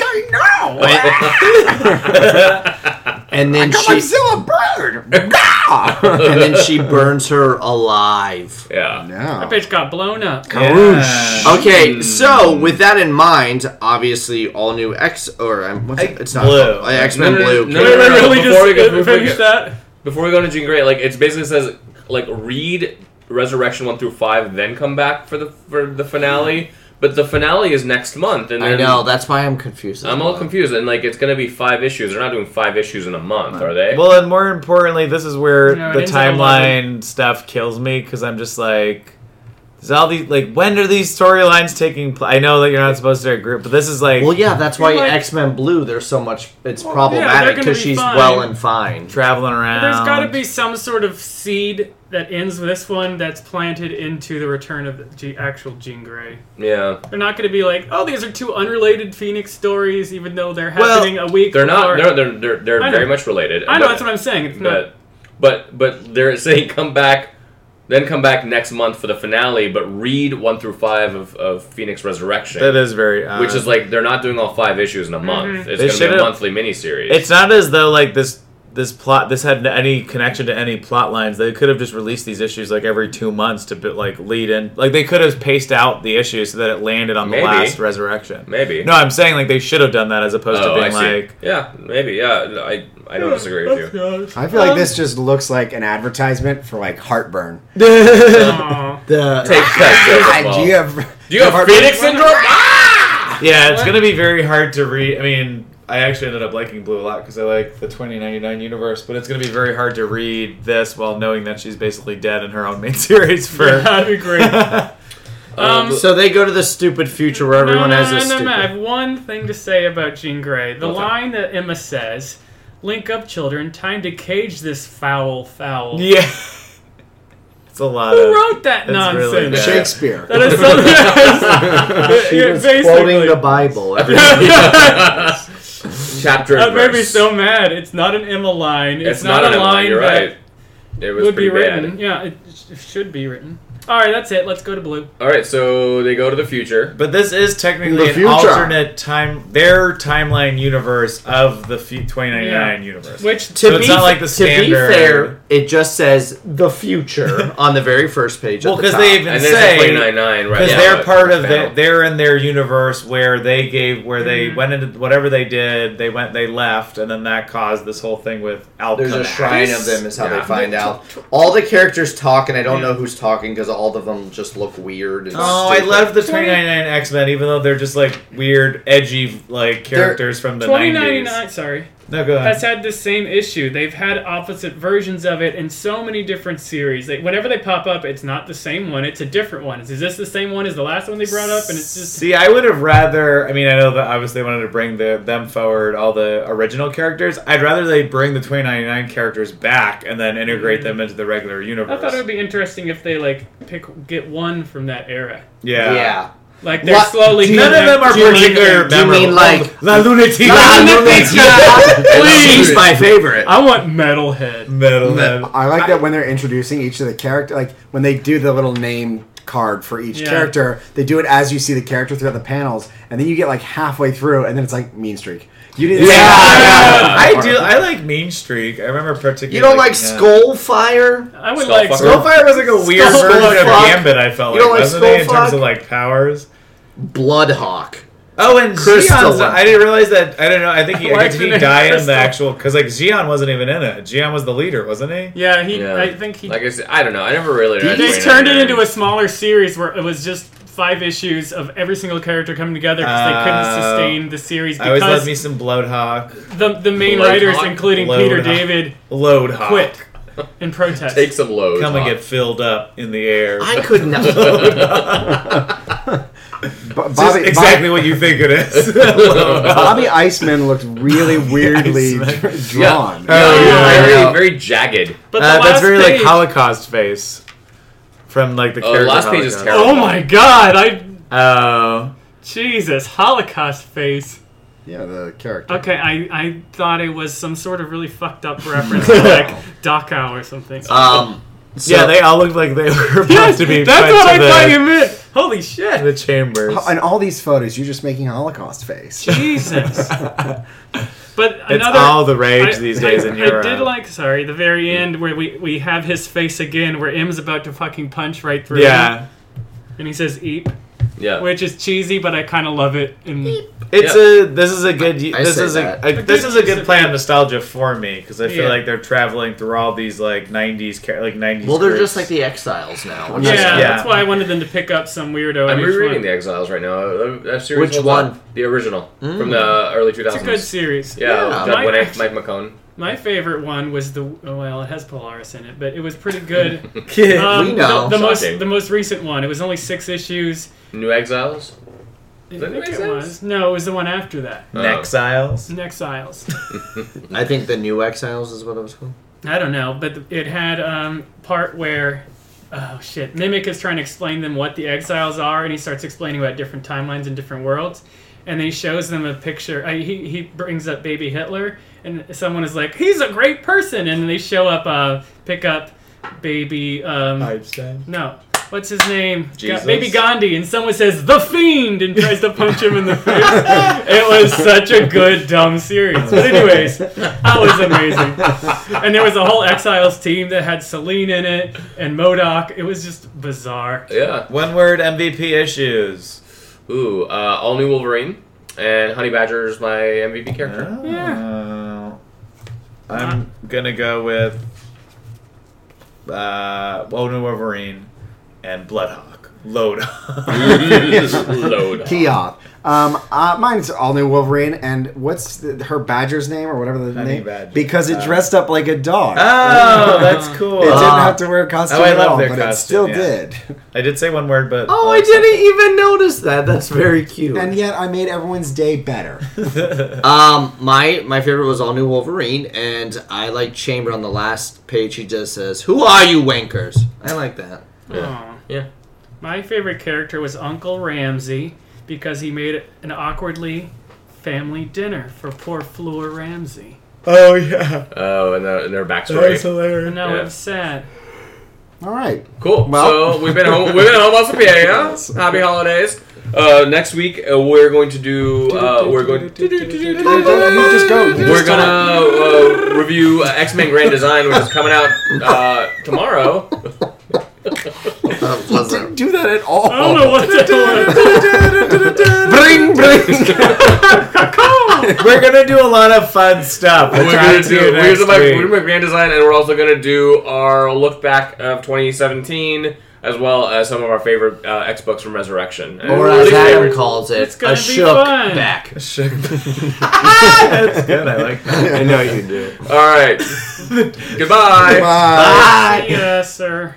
Speaker 3: I know.
Speaker 6: And then she
Speaker 3: still a bird.
Speaker 6: and then she burns her alive.
Speaker 1: yeah.
Speaker 3: no.
Speaker 4: That bitch got blown up.
Speaker 2: Yeah.
Speaker 6: Okay, so with that in mind, obviously all new X or um, what's it? it's not
Speaker 2: Blue.
Speaker 6: X Men
Speaker 1: No, no,
Speaker 6: Blue.
Speaker 1: no, no, no, no, no.
Speaker 4: Really
Speaker 1: before
Speaker 4: just
Speaker 1: we go- before we
Speaker 4: finish
Speaker 1: go-
Speaker 4: that.
Speaker 1: Before we go into Jean Grey, like it's basically says like read Resurrection one through five, then come back for the for the finale. But the finale is next month, and
Speaker 6: I
Speaker 1: then-
Speaker 6: know that's why I'm confused. as
Speaker 1: I'm all
Speaker 6: well.
Speaker 1: confused, and like it's gonna be five issues. They're not doing five issues in a month, are they?
Speaker 2: Well, and more importantly, this is where
Speaker 4: No, it
Speaker 2: the
Speaker 4: ends at
Speaker 2: timeline stuff kills me because I'm just like, is all these like when are these storylines taking place? I know that you're not supposed to group, but this is like
Speaker 6: Well, yeah, that's why
Speaker 4: You're like-
Speaker 6: X Men Blue. There's so much. It's
Speaker 4: Well, yeah, they're
Speaker 6: problematic
Speaker 4: gonna
Speaker 6: because
Speaker 4: be
Speaker 6: she's
Speaker 4: fine.
Speaker 6: well and fine.
Speaker 2: traveling around.
Speaker 4: There's got to be some sort of seed that ends with this one that's planted into the return of the G- actual Jean Grey.
Speaker 1: yeah,
Speaker 4: They're not going to be like, oh, these are two unrelated Phoenix stories, even though they're
Speaker 2: Well,
Speaker 4: happening a week.
Speaker 1: they're not.
Speaker 4: apart.
Speaker 1: They're they're they're, they're
Speaker 4: I know.
Speaker 1: very much related.
Speaker 4: I know
Speaker 1: but-
Speaker 4: that's what I'm saying. It's not.
Speaker 1: But but but they're saying come back, then come back next month for the finale. But read one through five of, of Phoenix Resurrection,
Speaker 2: That is very uh, odd.
Speaker 1: which is like they're not doing all five issues in a
Speaker 4: Mm-hmm.
Speaker 1: month.
Speaker 2: They
Speaker 1: It's gonna be
Speaker 2: should've-
Speaker 1: a monthly miniseries.
Speaker 2: It's not as though like this this plot this had any connection to any plot lines. They could have just released these issues like every two months to be, like lead in. Like they could have paced out the issue so that it landed on the
Speaker 1: Maybe.
Speaker 2: last resurrection.
Speaker 1: Maybe.
Speaker 2: No, I'm saying like they should have done that as opposed
Speaker 1: Oh,
Speaker 2: to
Speaker 1: I
Speaker 2: being
Speaker 1: see.
Speaker 2: like.
Speaker 1: yeah, maybe. Yeah, no, I I don't disagree with you.
Speaker 3: I feel
Speaker 4: Um,
Speaker 3: like this just looks like an advertisement for like heartburn.
Speaker 4: Aw.
Speaker 3: The
Speaker 1: Take that. Joseph
Speaker 3: do you
Speaker 1: Ball.
Speaker 3: have
Speaker 1: Do you have Phoenix syndrome? Ah!
Speaker 2: Yeah, it's gonna be very hard to read. I mean, I actually ended up liking Blue a lot because I like the 2099 universe, but it's gonna be very hard to read this while knowing that she's basically dead in her own main series for.
Speaker 4: That'd be great. Um,
Speaker 6: So they go to the stupid future where everyone
Speaker 4: no, no,
Speaker 6: has
Speaker 4: no,
Speaker 6: a
Speaker 4: no,
Speaker 6: stupid.
Speaker 4: no. I have one thing to say about Jean Grey. The
Speaker 1: What's that?
Speaker 4: line that Emma says, "Link up, children. Time to cage this foul, foul."
Speaker 2: Yeah, it's a lot.
Speaker 4: Who
Speaker 2: of,
Speaker 4: wrote that
Speaker 2: That's
Speaker 4: nonsense?
Speaker 2: really bad.
Speaker 3: Shakespeare?
Speaker 4: That is something that is,
Speaker 6: She was
Speaker 4: basically-
Speaker 6: quoting the Bible. Every-
Speaker 1: Chapter. and
Speaker 4: That made me
Speaker 1: verse.
Speaker 4: so mad. It's not an Emma line. It's,
Speaker 1: It's not,
Speaker 4: a
Speaker 1: an
Speaker 4: line
Speaker 1: You're
Speaker 4: that
Speaker 1: right. It was
Speaker 4: would be
Speaker 1: pretty bad.
Speaker 4: written. Yeah, it sh- should be written. All right, that's it. Let's go to blue.
Speaker 1: All right, so they go to the future.
Speaker 2: But this is
Speaker 3: The
Speaker 2: technically an
Speaker 3: future.
Speaker 2: alternate time, their timeline universe of the fe- 2099 universe.
Speaker 4: Which
Speaker 2: So it's not like the standard-
Speaker 6: To be fair, it just says the future on the very first page.
Speaker 2: Well,
Speaker 6: because
Speaker 2: because they even
Speaker 1: And then it's
Speaker 2: say
Speaker 1: a 9 right?
Speaker 2: because
Speaker 1: now,
Speaker 2: they're
Speaker 1: but-
Speaker 2: part of the,
Speaker 1: panel.
Speaker 2: they're in their universe where they gave where they
Speaker 4: Mm-hmm.
Speaker 2: went into whatever they did, they went, they left, and then that caused this whole thing with Alchemy.
Speaker 6: There's a shrine of them is how
Speaker 1: Yeah.
Speaker 6: they find out. All the characters talk, and I don't know who's talking because all of them just look weird. And
Speaker 2: Oh, I
Speaker 6: stupid.
Speaker 2: love the 2099 X Men, even though they're just like weird, edgy like characters from the
Speaker 4: 2099.
Speaker 2: 90s.
Speaker 4: Sorry,
Speaker 2: No,
Speaker 6: Uh.
Speaker 2: go
Speaker 4: has
Speaker 2: ahead.
Speaker 4: had the same issue. They've had opposite versions of it in so many different series. Like whenever they pop up, it's not the same one; it's a different one. Is this the same one as the last one they brought up? And it's just
Speaker 2: See, I would have rather. I mean, I know that obviously they wanted to bring the them forward, all the original characters. I'd rather they bring the 2099 characters back and then integrate them into the regular
Speaker 4: Mm-hmm. I
Speaker 2: universe.
Speaker 4: thought it would be interesting if they like pick get one from that era.
Speaker 2: yeah.
Speaker 4: Like they're
Speaker 6: What?
Speaker 4: slowly
Speaker 2: None of them are
Speaker 6: Do you mean-
Speaker 2: particular
Speaker 6: do you mean
Speaker 2: memorable.
Speaker 6: like-
Speaker 2: La Lunatica?
Speaker 6: La Lunatica. She's
Speaker 4: Please,
Speaker 6: my favorite.
Speaker 4: I want Metalhead.
Speaker 2: Metal Man.
Speaker 3: I like that when they're introducing each of the character, like when they do the little name card for each
Speaker 4: Yeah.
Speaker 3: character, they do it as you see the character throughout the panels, and then you get like halfway through, and then it's like Mean Streak. You didn't.
Speaker 2: Yeah,
Speaker 3: say that.
Speaker 2: yeah. I do. I like Mean Streak. I remember particularly.
Speaker 6: You don't like
Speaker 2: yeah.
Speaker 6: Skullfire?
Speaker 4: I would
Speaker 1: Skull
Speaker 4: like.
Speaker 1: fucker.
Speaker 2: Skullfire was like a weird
Speaker 6: Skull
Speaker 2: version
Speaker 6: fuck.
Speaker 2: of Gambit. I felt
Speaker 6: You
Speaker 2: like,
Speaker 6: don't like
Speaker 2: wasn't it in
Speaker 6: Skull
Speaker 2: terms of
Speaker 6: fuck?
Speaker 2: like powers?
Speaker 6: Bloodhawk.
Speaker 2: Oh, and
Speaker 6: Crystal.
Speaker 2: Xeon's, I didn't realize that. I don't know. I think he,
Speaker 4: I
Speaker 2: I
Speaker 4: like
Speaker 2: guess
Speaker 4: the
Speaker 2: he
Speaker 4: name
Speaker 2: died in
Speaker 4: Crystal.
Speaker 2: the actual because like Xeon wasn't even in it. Xeon was the leader, wasn't he?
Speaker 4: Yeah, he.
Speaker 1: Yeah.
Speaker 4: I think he.
Speaker 1: Like I said, I don't know. I never really. read
Speaker 4: they
Speaker 1: 29.
Speaker 4: turned it into a smaller series where it was just five issues of every single character coming together because they couldn't
Speaker 2: Oh.
Speaker 4: sustain the series
Speaker 2: I always
Speaker 4: because
Speaker 2: love me some Bloodhawk.
Speaker 4: the, the main
Speaker 1: Blood
Speaker 4: writers,
Speaker 1: Hawk.
Speaker 4: including
Speaker 2: Blood
Speaker 4: Peter
Speaker 2: Hawk.
Speaker 4: David,
Speaker 2: Loadhawk.
Speaker 4: quit in protest.
Speaker 1: Take some loads.
Speaker 2: Come and
Speaker 1: Hawk.
Speaker 2: get filled up in the air.
Speaker 6: I could
Speaker 2: Oh,
Speaker 6: not.
Speaker 3: B-
Speaker 2: This
Speaker 3: Bobby,
Speaker 2: is exactly what you think it is. Loadhawk.
Speaker 3: Bobby, Bobby Iceman looked really weirdly
Speaker 2: Iceman.
Speaker 3: drawn.
Speaker 2: Oh, yeah.
Speaker 1: very,
Speaker 2: Yeah.
Speaker 1: very jagged.
Speaker 4: but the
Speaker 2: Uh,
Speaker 4: last
Speaker 2: that's very
Speaker 4: page,
Speaker 2: like Holocaust face from like the
Speaker 1: Oh,
Speaker 2: character
Speaker 1: last page is
Speaker 2: Holocaust.
Speaker 1: terrible.
Speaker 4: Oh my god! I
Speaker 2: Oh,
Speaker 4: Jesus Holocaust face.
Speaker 3: Yeah, the character.
Speaker 4: Okay, I, I thought it was some sort of really fucked up reference to like Dachau or something.
Speaker 6: Um, so-
Speaker 2: yeah, they all looked like they were about
Speaker 4: yes,
Speaker 2: to be.
Speaker 4: that's
Speaker 2: put
Speaker 4: what
Speaker 2: to
Speaker 4: I
Speaker 2: the,
Speaker 4: thought you meant. Oh, Holy shit!
Speaker 2: The chambers.
Speaker 3: And all these photos, you're just making a Holocaust face.
Speaker 4: Jesus. But
Speaker 2: It's
Speaker 4: another,
Speaker 2: all the rage these days
Speaker 4: I,
Speaker 2: in uh, Europe.
Speaker 4: I did like, sorry, the very end where we, we have his face again, where M's about to fucking punch right through.
Speaker 2: Yeah,
Speaker 4: him, and he says "eep,"
Speaker 1: Yeah.
Speaker 4: which is cheesy, but I kind of love it. And
Speaker 2: it's
Speaker 1: Yeah.
Speaker 2: a. This is a good.
Speaker 6: I
Speaker 2: this
Speaker 6: say
Speaker 2: is a,
Speaker 6: that.
Speaker 2: a. This is a good play on nostalgia for me because I feel
Speaker 4: Yeah.
Speaker 2: like they're traveling through all these like '90s, char- like '90s.
Speaker 6: well, they're
Speaker 2: groups.
Speaker 6: just like the Exiles now.
Speaker 4: yeah,
Speaker 2: Yeah.
Speaker 4: that's why I wanted them to pick up some weirdo.
Speaker 1: I'm
Speaker 4: and
Speaker 1: rereading The Exiles right now. Uh, That series
Speaker 6: Which
Speaker 1: holds
Speaker 6: one?
Speaker 1: up. The original from the early 2000s.
Speaker 4: It's a good series.
Speaker 1: yeah,
Speaker 6: Yeah.
Speaker 1: done
Speaker 4: My-
Speaker 1: when I- Mike McCone.
Speaker 4: My favorite one was the oh, well, it has Polaris in it, but it was pretty good.
Speaker 6: We
Speaker 4: Um,
Speaker 6: know.
Speaker 4: the, the most
Speaker 1: Shocking.
Speaker 4: the most recent one. It was only six issues.
Speaker 1: New Exiles.
Speaker 4: I
Speaker 1: that
Speaker 4: think
Speaker 1: make
Speaker 4: it
Speaker 1: sense?
Speaker 4: was. No, it was the one after that.
Speaker 1: Oh.
Speaker 2: Exiles.
Speaker 4: Exiles.
Speaker 6: I think the new Exiles is what it was called.
Speaker 4: I don't know, but it had um part where oh shit, Mimic is trying to explain them what the exiles are, and he starts explaining about different timelines and different worlds. And then he shows them a picture. I, he, he brings up baby Hitler, and someone is like, "He's a great person." And they show up, uh, pick up baby. Um,
Speaker 2: Einstein.
Speaker 4: no, what's his name?
Speaker 2: Jesus.
Speaker 4: baby Gandhi. And someone says "the fiend" and tries to punch him in the face. it was such a good dumb series. But anyways, that was amazing. And there was a whole Exiles team that had Celine in it and Modoc. It was just bizarre.
Speaker 1: Yeah.
Speaker 2: One word MVP issues.
Speaker 1: Ooh. Uh, all new Wolverine and Honey Badger is my MVP character.
Speaker 2: Oh.
Speaker 4: Yeah.
Speaker 2: I'm gonna go with uh, Wonder Wolverine and Bloodhawk. Loadhawk.
Speaker 1: Load.
Speaker 3: Keoth. Um, uh, mine's all new Wolverine, and what's the, her badger's name or whatever the
Speaker 2: Honey
Speaker 3: name?
Speaker 2: badger.
Speaker 3: Because it
Speaker 2: Uh,
Speaker 3: dressed up like a dog.
Speaker 2: oh, that's cool.
Speaker 3: it didn't
Speaker 6: Ah.
Speaker 3: have to wear a costume
Speaker 2: Oh, I
Speaker 3: at
Speaker 2: love
Speaker 3: all,
Speaker 2: their
Speaker 3: but
Speaker 2: costume,
Speaker 3: it still
Speaker 2: yeah.
Speaker 3: did.
Speaker 2: I did say one word, but
Speaker 6: Oh, I didn't even notice that. That's very cute.
Speaker 3: And yet, I made everyone's day better.
Speaker 2: didn't.
Speaker 6: Um, my my favorite was all new Wolverine, and I like Chamber on the last page. He just says, "Who are you, wankers?" I like that.
Speaker 4: Aw.
Speaker 1: Yeah.
Speaker 4: My favorite character was Uncle Ramsey because he made an awkwardly family dinner for poor Fleur Ramsey.
Speaker 2: oh yeah,
Speaker 1: Oh, and, the, and their backstory.
Speaker 4: And
Speaker 2: hilarious.
Speaker 4: now
Speaker 1: Yeah.
Speaker 4: I'm sad.
Speaker 3: all right.
Speaker 1: Cool.
Speaker 3: Well-
Speaker 1: so we've been home. We've been home on PA. Yeah? Happy holidays. Uh, next week uh, we're going to do. Uh, we're going.
Speaker 3: You just go. You
Speaker 1: We're
Speaker 3: just go.
Speaker 1: gonna uh, review uh, X Men Grand Design, which is coming out uh, tomorrow.
Speaker 6: That wasn't-
Speaker 3: do that at all.
Speaker 4: I
Speaker 1: Oh.
Speaker 4: don't know what to do.
Speaker 3: Bring, bring.
Speaker 2: We're gonna do a lot of fun stuff. We'll
Speaker 1: We're
Speaker 2: try
Speaker 1: gonna
Speaker 2: to
Speaker 1: do
Speaker 2: do
Speaker 1: we're
Speaker 2: next
Speaker 1: gonna, do
Speaker 2: week.
Speaker 1: we're gonna do Grand Design, and we're also gonna do our look back of 2017. as well as some of our favorite uh, X books from Resurrection. And
Speaker 6: Or
Speaker 1: I
Speaker 6: as
Speaker 1: think they
Speaker 6: Adam
Speaker 1: were-
Speaker 6: calls it,
Speaker 4: It's gonna
Speaker 6: a
Speaker 4: be
Speaker 6: shook
Speaker 4: fun.
Speaker 6: back.
Speaker 2: That's good. I like that.
Speaker 6: I know you do.
Speaker 1: All right. Goodbye.
Speaker 3: Bye.
Speaker 4: Yes, sir.